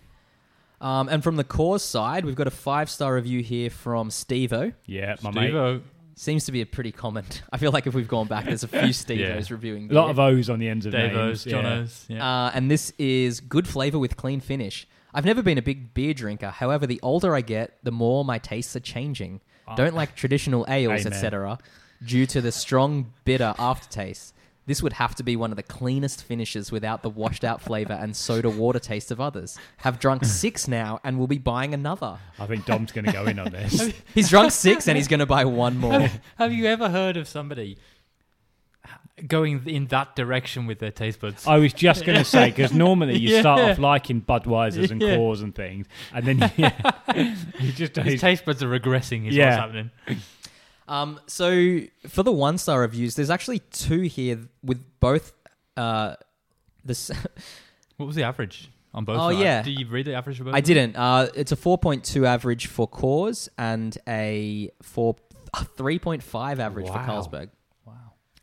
Speaker 1: Um, and from the cause side, we've got a five star review here from Stevo.
Speaker 3: Yeah, my mate.
Speaker 2: Steve-O.
Speaker 1: Seems to be a pretty common. [LAUGHS] I feel like if we've gone back, there's a few Stevos reviewing.
Speaker 3: A lot
Speaker 1: beer.
Speaker 3: of O's on the ends of
Speaker 2: Davos,
Speaker 3: names. yeah.
Speaker 2: Jonos. Yeah.
Speaker 1: Uh, and this is good flavor with clean finish. I've never been a big beer drinker. However, the older I get, the more my tastes are changing. Don't like traditional ales,
Speaker 3: Amen.
Speaker 1: etc., due to the strong bitter aftertaste. This would have to be one of the cleanest finishes without the washed out flavor and soda water taste of others. Have drunk six now and will be buying another.
Speaker 3: I think Dom's going to go in on [LAUGHS] this.
Speaker 1: He's drunk six and he's going to buy one more.
Speaker 2: Have you ever heard of somebody h- going in that direction with their taste buds?
Speaker 3: I was just going to say because normally you start
Speaker 2: Yeah.
Speaker 3: off liking Budweisers [LAUGHS] and
Speaker 2: Yeah.
Speaker 3: Coors and things, and then yeah, you [LAUGHS] just don't.
Speaker 2: His taste buds are regressing. Is
Speaker 3: Yeah.
Speaker 2: what's happening.
Speaker 1: Um, so for the one star reviews, there's actually two here with both uh, the s-
Speaker 2: What was the average on both?
Speaker 1: Oh,
Speaker 2: of them?
Speaker 1: yeah.
Speaker 2: Do you read the average? Of both
Speaker 1: I
Speaker 2: of them?
Speaker 1: didn't. Uh, it's a 4.2 average for Coors and a 4, 3.5 average
Speaker 2: Wow.
Speaker 1: for Carlsberg.
Speaker 2: Wow.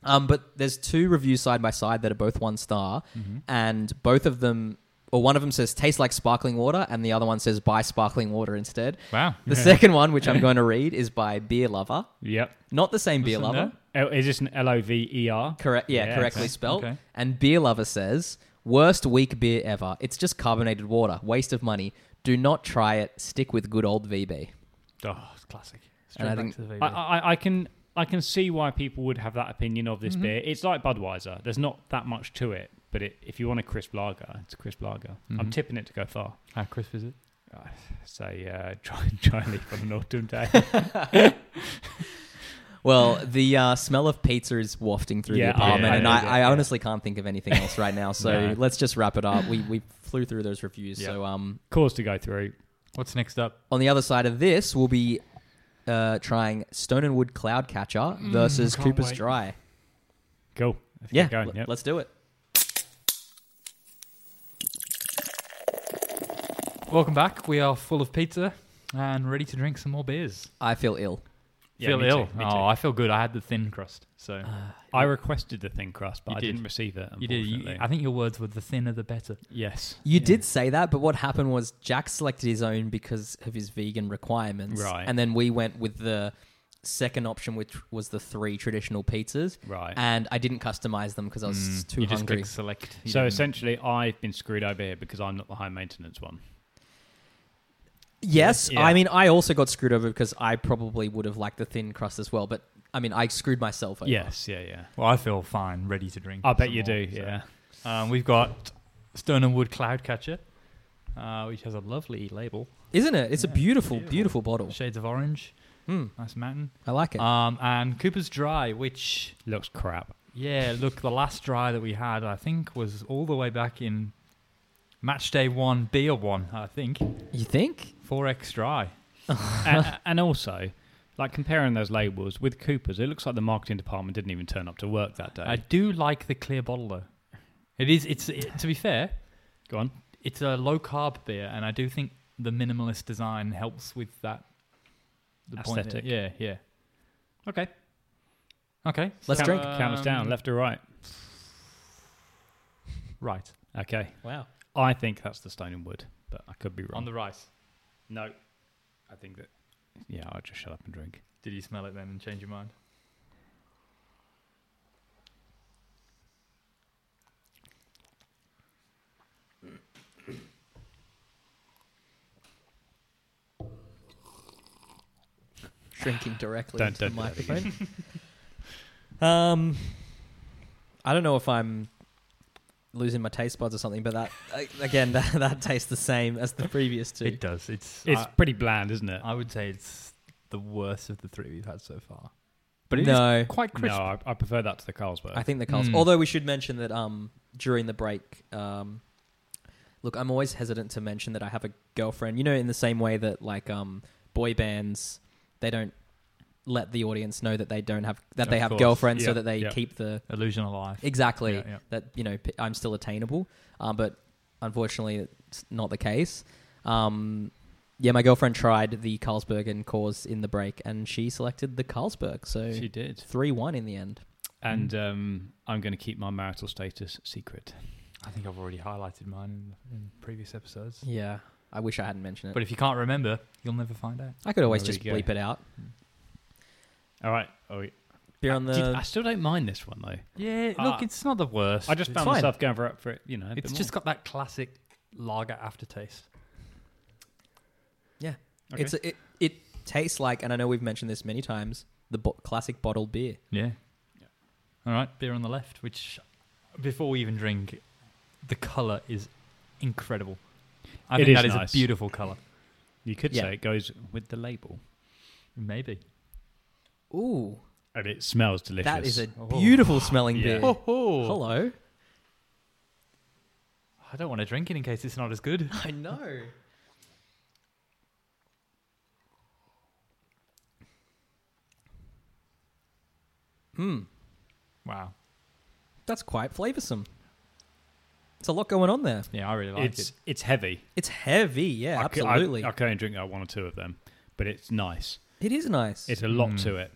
Speaker 1: Um, but there's two reviews side by side that are both one star,
Speaker 2: Mm-hmm.
Speaker 1: and both of them, or one of them says tastes like sparkling water, and the other one says buy sparkling water instead.
Speaker 2: Wow.
Speaker 1: The second one, which I'm going to read, is by Beer Lover.
Speaker 3: Yep.
Speaker 1: Not the same Beer
Speaker 2: Listen,
Speaker 1: Lover.
Speaker 2: no?
Speaker 3: Oh, Is this an L O V E R?
Speaker 1: Correct. Yeah,
Speaker 3: Yeah,
Speaker 1: correctly
Speaker 3: okay.
Speaker 1: spelled.
Speaker 2: Okay.
Speaker 1: And beer lover says, worst weak beer ever. It's just carbonated water. Waste of money. Do not try it. Stick with good old VB.
Speaker 2: Oh, it's classic.
Speaker 1: And I
Speaker 2: Straight back
Speaker 1: think-
Speaker 2: to the
Speaker 3: I,
Speaker 2: VB.
Speaker 3: I, I can I can see why people would have that opinion of this beer. It's like Budweiser. There's not that much to it, but it, if you want a crisp lager, it's a crisp lager. I'm
Speaker 2: Mhm.
Speaker 3: tipping it to go far.
Speaker 2: How crisp is it?
Speaker 3: Say uh, [LAUGHS] try try and leave on an autumn day. [LAUGHS]
Speaker 1: Well, the uh, smell of pizza is wafting through
Speaker 3: Yeah,
Speaker 1: the apartment,
Speaker 3: I-
Speaker 1: and
Speaker 3: I-
Speaker 1: I, I
Speaker 3: yeah.
Speaker 1: honestly can't think of anything else right now. So
Speaker 3: [LAUGHS] No.
Speaker 1: let's just wrap it up. We we flew through those reviews.
Speaker 2: Yeah.
Speaker 1: So um,
Speaker 3: Cause to go through.
Speaker 2: What's next up?
Speaker 1: on the other side of this, we'll be uh, trying Stone and Wood Cloud Catcher
Speaker 3: Mm,
Speaker 1: versus
Speaker 2: can't
Speaker 1: Cooper's
Speaker 2: wait.
Speaker 1: Dry.
Speaker 3: Cool. Let's
Speaker 1: Yeah,
Speaker 3: get going.
Speaker 1: l-
Speaker 3: Yep.
Speaker 1: let's do it.
Speaker 2: Welcome back. We are full of pizza and ready to drink some more beers.
Speaker 1: I feel ill.
Speaker 3: Yeah,
Speaker 2: feel
Speaker 3: me
Speaker 2: ill.
Speaker 3: too, me too.
Speaker 2: Oh, I feel good. I had the thin crust, so
Speaker 3: I requested the thin crust, but
Speaker 2: You
Speaker 3: I
Speaker 2: did.
Speaker 3: did. not receive it.
Speaker 2: you did. You,
Speaker 3: unfortunately.
Speaker 2: I think your words were the thinner the better.
Speaker 3: yes.
Speaker 1: You did say that, but what happened was Jack selected his own because of his vegan requirements.
Speaker 3: Right.
Speaker 1: And then we went with the second option, which was the three traditional pizzas.
Speaker 3: Right.
Speaker 1: And I didn't customize them because I was
Speaker 2: Mm,
Speaker 1: too
Speaker 2: you just
Speaker 1: hungry.
Speaker 2: click select. You
Speaker 3: So
Speaker 2: didn't-
Speaker 3: essentially, I've been screwed over here because I'm not the high maintenance one.
Speaker 1: yes.
Speaker 3: Yeah.
Speaker 1: I mean, I also got screwed over because I probably would have liked the thin crust as well. But I mean, I screwed myself over.
Speaker 3: Yes. Yeah. Yeah.
Speaker 2: well, I feel fine, ready to drink.
Speaker 3: I bet
Speaker 2: some
Speaker 3: you
Speaker 2: more,
Speaker 3: do.
Speaker 2: so.
Speaker 3: Yeah.
Speaker 2: Um, we've got Stone and Wood Cloud Catcher, uh, which has a lovely label,
Speaker 1: Isn't it? It's a
Speaker 2: Yeah,
Speaker 1: beautiful, beautiful,
Speaker 2: beautiful.
Speaker 1: bottle.
Speaker 2: shades of orange,
Speaker 1: Hmm,
Speaker 2: nice mountain.
Speaker 1: I like it.
Speaker 2: Um, and Cooper's Dry, which
Speaker 3: Looks crap.
Speaker 2: [LAUGHS] Yeah, look, the last dry that we had, I think, was all the way back in match day one, beer one, I think.
Speaker 1: you think?
Speaker 2: 4X dry.
Speaker 3: and, and also, like comparing those labels with Cooper's, it looks like the marketing department didn't even turn up to work that day.
Speaker 2: I do like the clear bottle, though. It is, it's, it, to be fair,
Speaker 3: Go on.
Speaker 2: it's a low carb beer, and I do think the minimalist design helps with that. The point that-
Speaker 3: Aesthetic.
Speaker 2: yeah, yeah.
Speaker 3: Okay.
Speaker 2: Okay.
Speaker 1: Let's
Speaker 2: so,
Speaker 1: drink.
Speaker 3: Count us down,
Speaker 2: um,
Speaker 3: left or right.
Speaker 2: Right.
Speaker 3: Okay.
Speaker 2: Wow.
Speaker 3: I think that's the stone and wood, but I could be wrong.
Speaker 2: On the rice.
Speaker 3: no. I think that. Yeah, I'll just shut up and drink.
Speaker 2: Did you smell it then and change your mind?
Speaker 1: Shrinking directly
Speaker 3: Don't-
Speaker 1: into the
Speaker 3: don't do that
Speaker 1: microphone. [LAUGHS] um, I don't know if I'm losing my taste buds or something, but that a- again, [LAUGHS] that, that tastes the same as the previous two.
Speaker 2: It does. It's.
Speaker 3: It's
Speaker 2: I,
Speaker 3: pretty bland, isn't it?
Speaker 2: I would say it's the worst of the three we've had so far. But it's
Speaker 1: no,
Speaker 2: quite
Speaker 3: no,
Speaker 2: crisp.
Speaker 3: I, I prefer that to the Carlsberg.
Speaker 1: I think the Carlsberg.
Speaker 2: Mm.
Speaker 1: Although we should mention that um, during the break, um, look, I'm always hesitant to mention that I have a girlfriend. You know, in the same way that like um, boy bands, they don't let the audience know that they don't have that they
Speaker 2: Of
Speaker 1: have
Speaker 2: course.
Speaker 1: girlfriends, so
Speaker 3: Yeah,
Speaker 1: that they
Speaker 3: yeah.
Speaker 1: keep the
Speaker 2: Illusion alive.
Speaker 1: exactly
Speaker 2: Yeah, yeah.
Speaker 1: that you know p- I'm still attainable. Um, but unfortunately, it's not the case. Um, yeah, my girlfriend tried the Carlsberg and cause in the break, and she selected the Carlsberg. So
Speaker 3: she did.
Speaker 1: three one in the end.
Speaker 3: And um, I'm going to keep my marital status secret.
Speaker 2: I think I've already highlighted mine in, in previous episodes.
Speaker 1: Yeah, I wish I hadn't mentioned it.
Speaker 2: But if you can't remember, you'll never find out.
Speaker 1: I could always
Speaker 3: There
Speaker 1: just
Speaker 3: we go.
Speaker 1: bleep it out. Uh,
Speaker 3: All right. Oh, yeah.
Speaker 1: Beer on
Speaker 3: I, did- I
Speaker 1: the.
Speaker 3: still don't mind this one though.
Speaker 2: Yeah,
Speaker 3: Ah.
Speaker 2: look, it's not the worst.
Speaker 3: I just
Speaker 2: It's
Speaker 3: found
Speaker 2: fine.
Speaker 3: myself going for, for it. You know, a
Speaker 2: It's
Speaker 3: bit
Speaker 2: just got that classic lager aftertaste.
Speaker 3: [LAUGHS] okay.
Speaker 1: It's a, it, it tastes like, and I know we've mentioned this many times, the bo- classic bottled beer.
Speaker 2: Yeah. All right, beer on the left, which before we even drink, the color is incredible. I
Speaker 3: It
Speaker 2: think
Speaker 3: is
Speaker 2: that is a
Speaker 3: nice.
Speaker 2: beautiful color.
Speaker 3: more. You could
Speaker 1: Yeah.
Speaker 3: say it goes with the label,
Speaker 2: Maybe.
Speaker 1: Ooh,
Speaker 3: and it smells delicious.
Speaker 1: that is a
Speaker 2: Oh.
Speaker 1: beautiful smelling
Speaker 3: Yeah.
Speaker 1: beer.
Speaker 3: Oh,
Speaker 1: Hello.
Speaker 2: I don't want to drink it in case it's not as good.
Speaker 1: [LAUGHS] I know. Hmm,
Speaker 2: Wow.
Speaker 1: that's quite flavoursome. It's a lot going on there.
Speaker 2: Yeah, I really like
Speaker 3: it's
Speaker 2: it.
Speaker 3: it's heavy.
Speaker 1: It's heavy, yeah,
Speaker 3: I c- I-
Speaker 1: absolutely.
Speaker 3: I, can only drink like one or two of them, but it's nice.
Speaker 1: it is nice.
Speaker 3: It's a lot
Speaker 2: Mm.
Speaker 3: to it.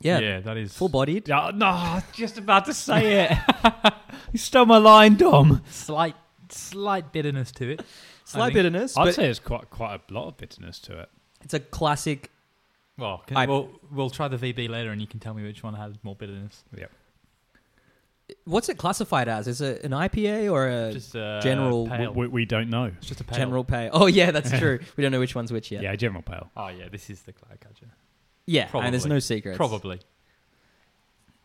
Speaker 1: yeah,
Speaker 2: that is
Speaker 1: full bodied.
Speaker 3: Oh, no, I was just about to say it. [LAUGHS] you stole my line, Dom.
Speaker 2: slight slight bitterness to it. I
Speaker 1: Slight
Speaker 2: think-
Speaker 1: bitterness,
Speaker 3: I'd
Speaker 1: but
Speaker 3: say it's quite quite a lot of bitterness to it.
Speaker 1: it's a classic
Speaker 2: Well, can,
Speaker 1: I-
Speaker 2: we'll we'll try the VB later, and you can tell me which one had more bitterness.
Speaker 1: What's it classified as? Is it an IPA or a
Speaker 2: Just uh,
Speaker 1: general-
Speaker 2: pale.
Speaker 3: We, we don't know.
Speaker 2: it's just a pale.
Speaker 1: general pale? Oh yeah, that's true. We don't know which one's which yet.
Speaker 3: Yeah, general pale.
Speaker 2: Oh yeah, this is the Cloudcatcher.
Speaker 1: yeah, and there's
Speaker 2: Probably.
Speaker 1: no secrets.
Speaker 2: Probably.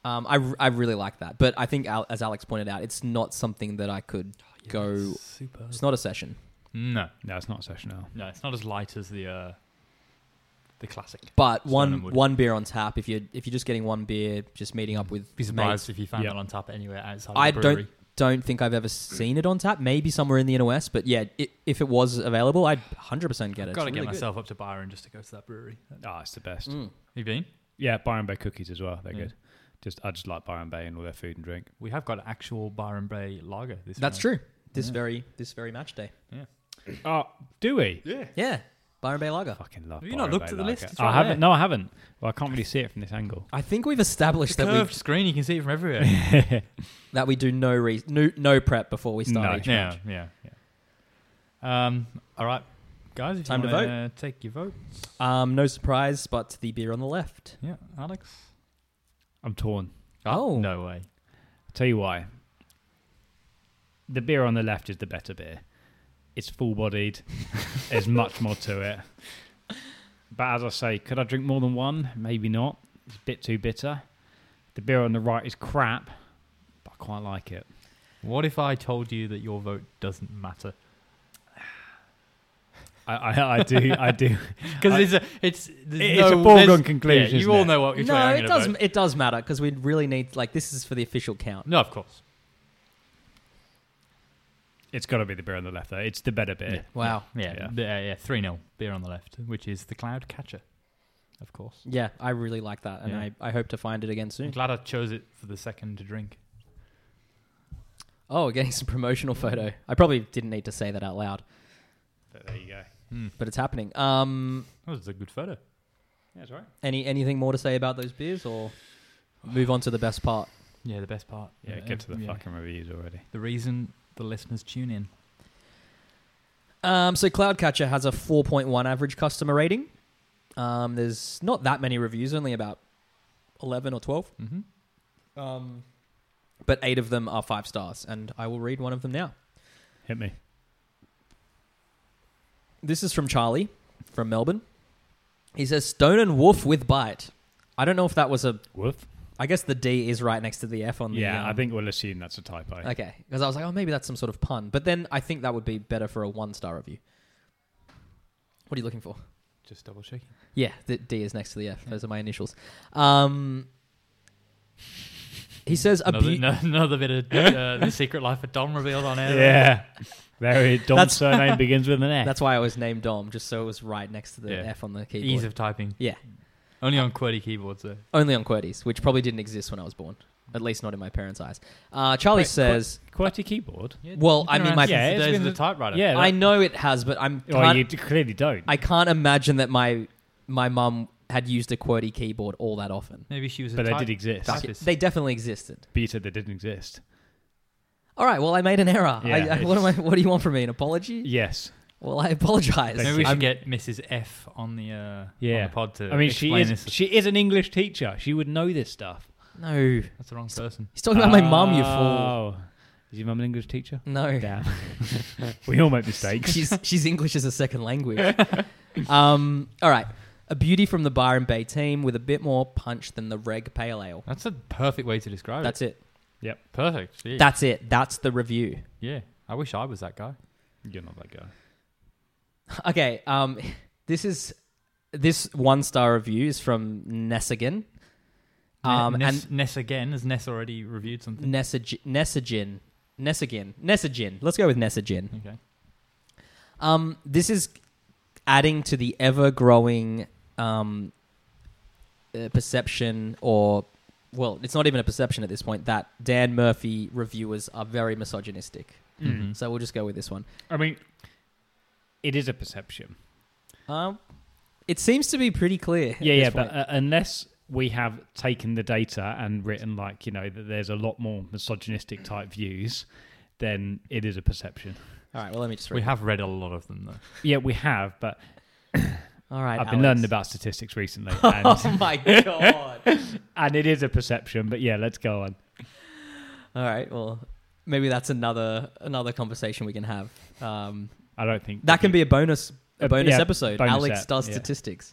Speaker 1: Um, I, r- I really like that, but I think Al- as Alex pointed out, it's not something that I could.
Speaker 2: Yeah,
Speaker 1: Go-
Speaker 2: it's Super.
Speaker 1: It's not a session,
Speaker 2: No,
Speaker 3: No, it's not a session ale.
Speaker 2: no, it's not as light as the uh, the classic.
Speaker 1: but
Speaker 2: Stone
Speaker 1: one
Speaker 2: and wood.
Speaker 1: one beer on tap. If you if you're just getting one beer, just meeting up with
Speaker 2: Be surprised
Speaker 1: mates.
Speaker 2: if you found
Speaker 3: Yeah.
Speaker 2: that on tap anywhere outside.
Speaker 1: I
Speaker 2: of the
Speaker 1: don't-
Speaker 2: brewery.
Speaker 1: Don't think I've ever seen it on tap. Maybe somewhere in the NOS, but yeah, i if it was available, I'd 100 percent get it.
Speaker 2: Got to
Speaker 1: It's
Speaker 2: get
Speaker 1: really good.
Speaker 2: myself up to Byron just to go to that brewery.
Speaker 3: Ah, it's the best.
Speaker 1: Mm.
Speaker 2: You been?
Speaker 3: Yeah, Byron Bay cookies as well. They're
Speaker 2: Yeah.
Speaker 3: good. Just I just like Byron Bay and all their food and drink. [COUGHS]
Speaker 2: We have got an actual Byron Bay lager. This
Speaker 1: That's true. This
Speaker 2: Yeah.
Speaker 1: very this very match day.
Speaker 3: Oh, do we?
Speaker 2: Yeah.
Speaker 1: Yeah, Byron Bay Lager.
Speaker 3: Fucking love.
Speaker 2: Have you not
Speaker 3: Byron
Speaker 2: looked
Speaker 3: Bay
Speaker 2: at the
Speaker 3: lager.
Speaker 2: list? It's
Speaker 3: I
Speaker 2: right
Speaker 3: haven't.
Speaker 2: there.
Speaker 3: No, I haven't. Well, I can't really see it from this angle. [LAUGHS]
Speaker 1: I think we've established
Speaker 2: It's
Speaker 1: that we
Speaker 2: curved screen. You can see it
Speaker 1: [LAUGHS]
Speaker 2: from everywhere.
Speaker 1: that we do no re- no, no prep before we start
Speaker 3: No.
Speaker 1: each
Speaker 2: yeah,
Speaker 1: match.
Speaker 2: yeah, yeah. Um. All right, guys. If
Speaker 1: Time
Speaker 2: you
Speaker 1: to
Speaker 2: want to take your vote.
Speaker 1: Um, no surprise, but the beer on the left.
Speaker 2: Yeah, Alex.
Speaker 3: I'm torn.
Speaker 1: Oh.
Speaker 2: no way.
Speaker 3: I'll tell you why. The beer on the left is the better beer. It's full [LAUGHS] bodied. There's much more to it. But as I say, could I drink more than one? Maybe not. It's a bit too bitter. The beer on the right is crap, but I quite like it.
Speaker 2: What if I told you that your vote doesn't matter?
Speaker 3: I, I, I do. I do. [LAUGHS] I-
Speaker 2: Because it's a it's
Speaker 3: It-
Speaker 2: there's
Speaker 3: it's
Speaker 2: no-
Speaker 3: a foregone
Speaker 2: there's-
Speaker 3: conclusion,
Speaker 2: Yeah, you
Speaker 3: isn't
Speaker 2: all
Speaker 3: it?
Speaker 2: know what. Which way
Speaker 1: No,
Speaker 2: I'm
Speaker 1: it
Speaker 2: gonna
Speaker 1: does
Speaker 2: vote.
Speaker 1: it does matter because we really need like this is for the official count.
Speaker 2: No, of course.
Speaker 3: It's got to be the beer on the left, though. It's the better beer.
Speaker 1: Wow.
Speaker 2: Yeah,
Speaker 3: Yeah.
Speaker 2: yeah, yeah. Three 0 beer on the left, which is the Cloud Catcher, of course.
Speaker 1: Yeah, I really like that, and
Speaker 2: Yeah.
Speaker 1: I, I hope to find it again
Speaker 2: I'm
Speaker 1: soon.
Speaker 2: glad I chose it for the second to drink.
Speaker 1: Oh, we're getting [LAUGHS] some promotional photo. I probably didn't need to say that out loud,
Speaker 3: But there you go.
Speaker 1: but it's happening. Um,
Speaker 2: That was a good photo.
Speaker 3: That's right.
Speaker 1: any anything more to say about those beers, or move on to the best part?
Speaker 2: Yeah, the best part.
Speaker 3: Yeah, get to the fucking reviews already.
Speaker 2: The reason the listeners tune in?
Speaker 1: Um, so Cloudcatcher has a 4.1 average customer rating. Um, there's not that many reviews, only about 11 or 12.
Speaker 2: Mm-hmm.
Speaker 1: Um, but eight of them are five stars, and I will read one of them now.
Speaker 3: Hit me.
Speaker 1: This is from Charlie from Melbourne. He says, Stone and Wolf with Bite. I don't know if that was a.
Speaker 3: Woof.
Speaker 1: I guess the D is right next to the F on the.
Speaker 3: Yeah,
Speaker 1: um,
Speaker 3: I think we'll assume that's a typo.
Speaker 1: Okay, because I was like, oh, maybe that's some sort of pun. But then I think that would be better for a one star review. What are you looking for?
Speaker 2: Just double checking.
Speaker 1: Yeah, the D is next to the F. Those are my initials. Um, he says,
Speaker 2: Another,
Speaker 1: abu-
Speaker 2: no- [LAUGHS] another bit of uh, the secret life of Dom revealed on air.
Speaker 3: Yeah. Very. Dom's
Speaker 1: That's- [LAUGHS]
Speaker 3: surname begins with an F.
Speaker 1: that's why I was named Dom, just so it was right next to the
Speaker 2: Yeah.
Speaker 1: F on the keyboard.
Speaker 2: Ease of typing.
Speaker 1: Yeah.
Speaker 2: Only on QWERTY keyboards though.
Speaker 1: Only on QWERTYs, which probably didn't exist when I was born, at least not in my parents' eyes. Uh, Charlie
Speaker 3: Wait,
Speaker 1: says,
Speaker 3: QWERTY keyboard.
Speaker 1: Well, I mean, my-
Speaker 2: yeah,
Speaker 3: Yeah,
Speaker 2: it's
Speaker 3: it's
Speaker 2: days of
Speaker 3: been
Speaker 2: the
Speaker 3: the-
Speaker 2: typewriter.
Speaker 3: Yeah.
Speaker 1: I know it has, but I'm
Speaker 3: Well,
Speaker 1: can't,
Speaker 3: Oh, you d- clearly don't.
Speaker 1: I can't imagine that my my mum had used a QWERTY keyboard all that often.
Speaker 2: maybe she was. A
Speaker 3: but they
Speaker 2: type-
Speaker 3: did exist.
Speaker 2: That's-
Speaker 1: Fuck it,
Speaker 2: Typist.
Speaker 1: They definitely existed.
Speaker 3: But you said they didn't exist.
Speaker 1: All right, well, I made an error.
Speaker 3: Yeah,
Speaker 1: I, I, [LAUGHS] what, am I,
Speaker 3: it's-
Speaker 1: what do you want from me? An apology?
Speaker 3: Yes.
Speaker 1: Well, I apologize.
Speaker 2: Maybe we should
Speaker 1: I'm-
Speaker 2: get Mrs. F on the uh, on
Speaker 3: Yeah.
Speaker 2: the pod to.
Speaker 3: I mean, she
Speaker 2: explain
Speaker 3: is
Speaker 2: This.
Speaker 3: she is an English teacher. She would know this stuff.
Speaker 1: No.
Speaker 2: That's the wrong person.
Speaker 1: He's talking about my mum, you fool.
Speaker 3: Oh. Is your mum an
Speaker 1: [LAUGHS]
Speaker 3: English teacher?
Speaker 1: No.
Speaker 3: Damn. [LAUGHS] we all
Speaker 1: [LAUGHS]
Speaker 3: make mistakes.
Speaker 1: She's she's English as a second
Speaker 2: [LAUGHS]
Speaker 1: language. um, all right. A beauty from the bar and bay team with a bit more punch than the reg pale ale.
Speaker 2: That's a perfect way to describe
Speaker 1: That's it.
Speaker 2: it. Perfect. Yeah.
Speaker 1: That's it. That's the review.
Speaker 2: yeah. I wish I was that guy.
Speaker 3: You're not that guy.
Speaker 1: Okay. Um, this is this one star review is from Nessigan. Um,
Speaker 2: Ness, Ness again. Has Ness already reviewed something?
Speaker 1: and Nessig- Nessagin. Nessagin. Nessagin. Let's go with Nessagin.
Speaker 2: Okay.
Speaker 1: Um, this is adding to the ever growing um, uh, perception, or well, it's not even a perception at this point that Dan Murphy reviewers are very misogynistic.
Speaker 3: Mm-hmm.
Speaker 2: Mhm.
Speaker 1: So we'll just go with this one.
Speaker 3: I mean, it is a perception.
Speaker 1: Um, it seems to be pretty clear. at
Speaker 3: Yeah,
Speaker 1: this
Speaker 3: yeah,
Speaker 1: point.
Speaker 3: but uh, unless we have taken the data and written like you know that there's a lot more misogynistic type views, then it is a perception.
Speaker 1: all right. Well, let me just read.
Speaker 2: We have read a lot of them though.
Speaker 3: Yeah, we have,
Speaker 1: [LAUGHS]
Speaker 3: but
Speaker 1: all right.
Speaker 3: I've been learning
Speaker 1: Alex.
Speaker 3: about
Speaker 1: [LAUGHS]
Speaker 3: statistics recently, and,
Speaker 1: Oh my god!
Speaker 3: and it is a perception. But yeah, let's go on.
Speaker 1: all right. Well, maybe that's another another conversation we can have. Um,
Speaker 3: I don't think
Speaker 1: that can be a bonus a
Speaker 3: Uh,
Speaker 1: bonus
Speaker 3: yeah,
Speaker 1: episode.
Speaker 3: bonus
Speaker 1: Alex
Speaker 3: ep,
Speaker 1: does
Speaker 3: [LAUGHS] yeah.
Speaker 1: statistics.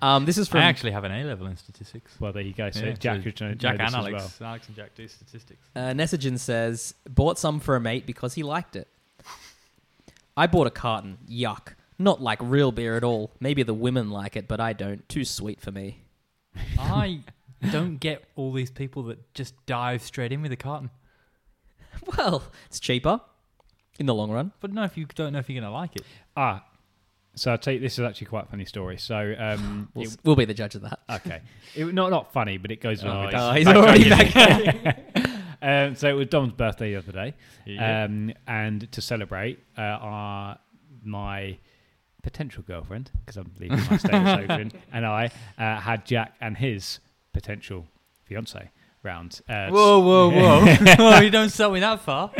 Speaker 1: um, this is from
Speaker 2: I actually have an A level in statistics.
Speaker 3: Well, there you go. So
Speaker 2: Yeah,
Speaker 3: Jack,
Speaker 2: so
Speaker 3: would know-
Speaker 2: Jack
Speaker 3: know this
Speaker 2: and
Speaker 3: as
Speaker 2: Alex.
Speaker 3: well.
Speaker 2: Alex and Jack do statistics.
Speaker 1: Uh, Nessagen says, bought some for a mate because he liked it. I bought a carton. Yuck. Not like real beer at all. Maybe the women like it, but I don't. Too sweet for me. [LAUGHS]
Speaker 2: I don't get all these people that just dive straight in with a carton.
Speaker 1: Well, it's cheaper in the long run.
Speaker 2: But no, if you don't know if you're going to like it.
Speaker 3: Ah, so I tell you, this is actually quite a funny story. So um,
Speaker 1: We'll,
Speaker 3: it-
Speaker 1: we'll be the judge of that.
Speaker 3: Okay. It, not not funny, but it goes along
Speaker 2: Oh,
Speaker 3: with
Speaker 1: he's-
Speaker 3: that.
Speaker 1: Oh, he's already
Speaker 3: [LAUGHS] um, so it was Dom's birthday the other day,
Speaker 2: Yeah.
Speaker 3: um, and to celebrate, uh, our my potential girlfriend, because I'm leaving my status
Speaker 2: [LAUGHS]
Speaker 3: open, and I uh, had Jack and his potential fiance round. Uh,
Speaker 2: Whoa, whoa, [LAUGHS] whoa. well, you don't sell me that far.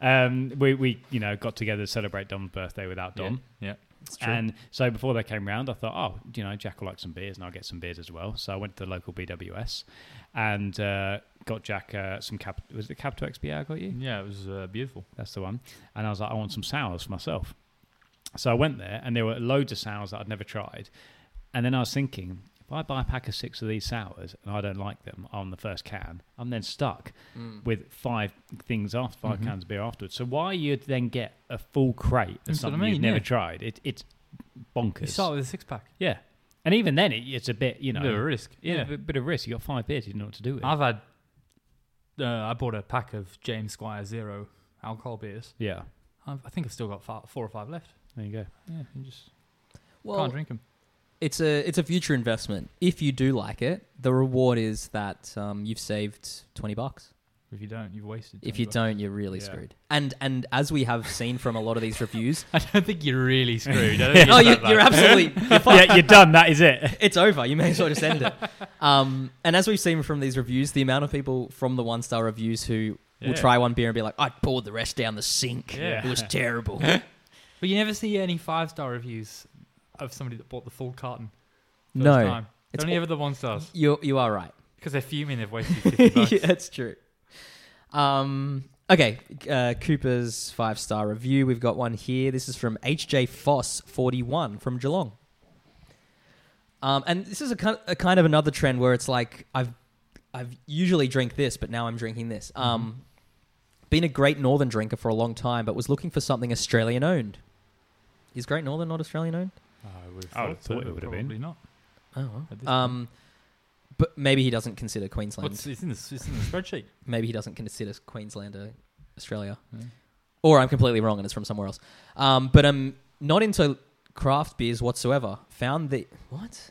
Speaker 3: Um, we we you know got together to celebrate Dom's birthday without Dom.
Speaker 2: Yeah.
Speaker 1: It's
Speaker 3: And so before they came round, I thought, oh, you know, Jack will like some beers and I'll get some beers as well. So I went to the local BWS and uh, got Jack uh, some cab. Was it cab to XBA I got you?
Speaker 2: Yeah, it was uh, beautiful.
Speaker 3: That's the one. And I was like, I want some sours for myself. So I went there and there were loads of sours that I'd never tried. And then I was thinking, if I buy a pack of six of these sours and I don't like them on the first can, I'm then stuck
Speaker 1: Mm.
Speaker 3: with five things after 5
Speaker 2: Mhm.
Speaker 3: cans of beer afterwards. So why you'd then get a full crate of
Speaker 2: That's what I
Speaker 3: something
Speaker 2: mean,
Speaker 3: you've never
Speaker 2: yeah.
Speaker 3: tried? It, it's
Speaker 2: You
Speaker 3: bonkers.
Speaker 2: start with a six pack.
Speaker 3: Yeah. And even then, it, it's a bit, you know,
Speaker 2: Bit of a risk. Ah.
Speaker 3: yeah, a bit of risk. You got five beers, you didn't know what to do with.
Speaker 2: I've had. Uh, I bought a pack of James Squire Zero alcohol beers.
Speaker 3: yeah,
Speaker 2: I've, I think I've still got fi- four or five left.
Speaker 3: there you go.
Speaker 2: Yeah, you just
Speaker 1: Well,
Speaker 2: can't drink them.
Speaker 1: it's a it's a future investment. If you do like it, the reward is that um, you've saved twenty bucks.
Speaker 2: If you don't, you've wasted.
Speaker 1: If you
Speaker 2: 20
Speaker 1: don't, you're really
Speaker 3: Yeah.
Speaker 1: screwed. And and as we have seen from a lot of these
Speaker 2: [LAUGHS]
Speaker 1: reviews,
Speaker 2: bucks. I don't think you're really screwed. I don't think
Speaker 1: oh,
Speaker 2: it's
Speaker 1: you,
Speaker 2: that bad.
Speaker 1: you're absolutely
Speaker 2: [LAUGHS]
Speaker 1: you're
Speaker 3: yeah, you're done. That is it.
Speaker 1: [LAUGHS] it's over. You may as well just end it. Um, and as we've seen from these reviews, the amount of people from the one star reviews who We'll
Speaker 2: Yeah.
Speaker 1: try one beer and be like, I poured the rest down the sink.
Speaker 2: Yeah.
Speaker 1: It
Speaker 2: [LAUGHS]
Speaker 1: was terrible.
Speaker 2: But you never see any five star reviews of somebody that bought the full carton. First
Speaker 1: No,
Speaker 2: time. It's
Speaker 1: it's
Speaker 2: only
Speaker 1: all-
Speaker 2: ever the one stars
Speaker 1: [LAUGHS] you you are right.
Speaker 2: because they're fuming. They've
Speaker 1: [LAUGHS]
Speaker 2: wasted fifty bucks. Oh,
Speaker 1: yeah, that's true. Um, okay, uh, Cooper's five star review. We've got one here. This is from HJ Foss forty one from Geelong. Um, and this is a kind, a kind of another trend where it's like I've I've usually drink this, but now I'm drinking this.
Speaker 2: Mm-hmm.
Speaker 1: Um, been a Great Northern drinker for a long time, but was looking for something Australian owned. Is Great Northern not Australian owned?
Speaker 2: [LAUGHS] I would have
Speaker 3: I would've
Speaker 2: thought so,
Speaker 3: thought it
Speaker 2: but
Speaker 3: would've
Speaker 2: probably
Speaker 3: been.
Speaker 2: not.
Speaker 1: Oh,
Speaker 2: At this
Speaker 1: well. um, but maybe he doesn't consider Queensland.
Speaker 2: What's, it's, in the, it's in the spreadsheet.
Speaker 1: maybe he doesn't consider Queensland uh, Australia,
Speaker 2: Yeah.
Speaker 1: or I'm completely wrong and it's from somewhere else. Um, but I'm not into craft beers whatsoever. Found the what?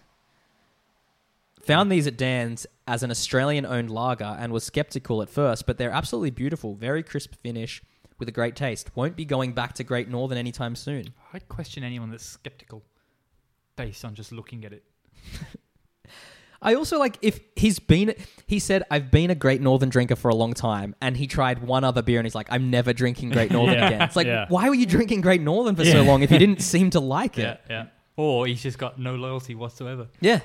Speaker 1: Found these at Dan's as an Australian-owned lager and was skeptical at first, but they're absolutely beautiful, very crisp finish with a great taste. Won't be going back to Great Northern anytime soon.
Speaker 2: I'd question anyone that's skeptical based on just looking at it.
Speaker 1: I also like if he's been he said I've been a Great Northern drinker for a long time and he tried one other beer and he's like I'm never drinking Great Northern
Speaker 3: [LAUGHS] Yeah,
Speaker 1: again. It's like
Speaker 3: yeah.
Speaker 1: why were you drinking Great Northern for
Speaker 3: Yeah.
Speaker 1: so long if you didn't seem to
Speaker 3: [LAUGHS]
Speaker 1: like it?
Speaker 2: yeah. Or he's just got no loyalty whatsoever.
Speaker 1: Yeah.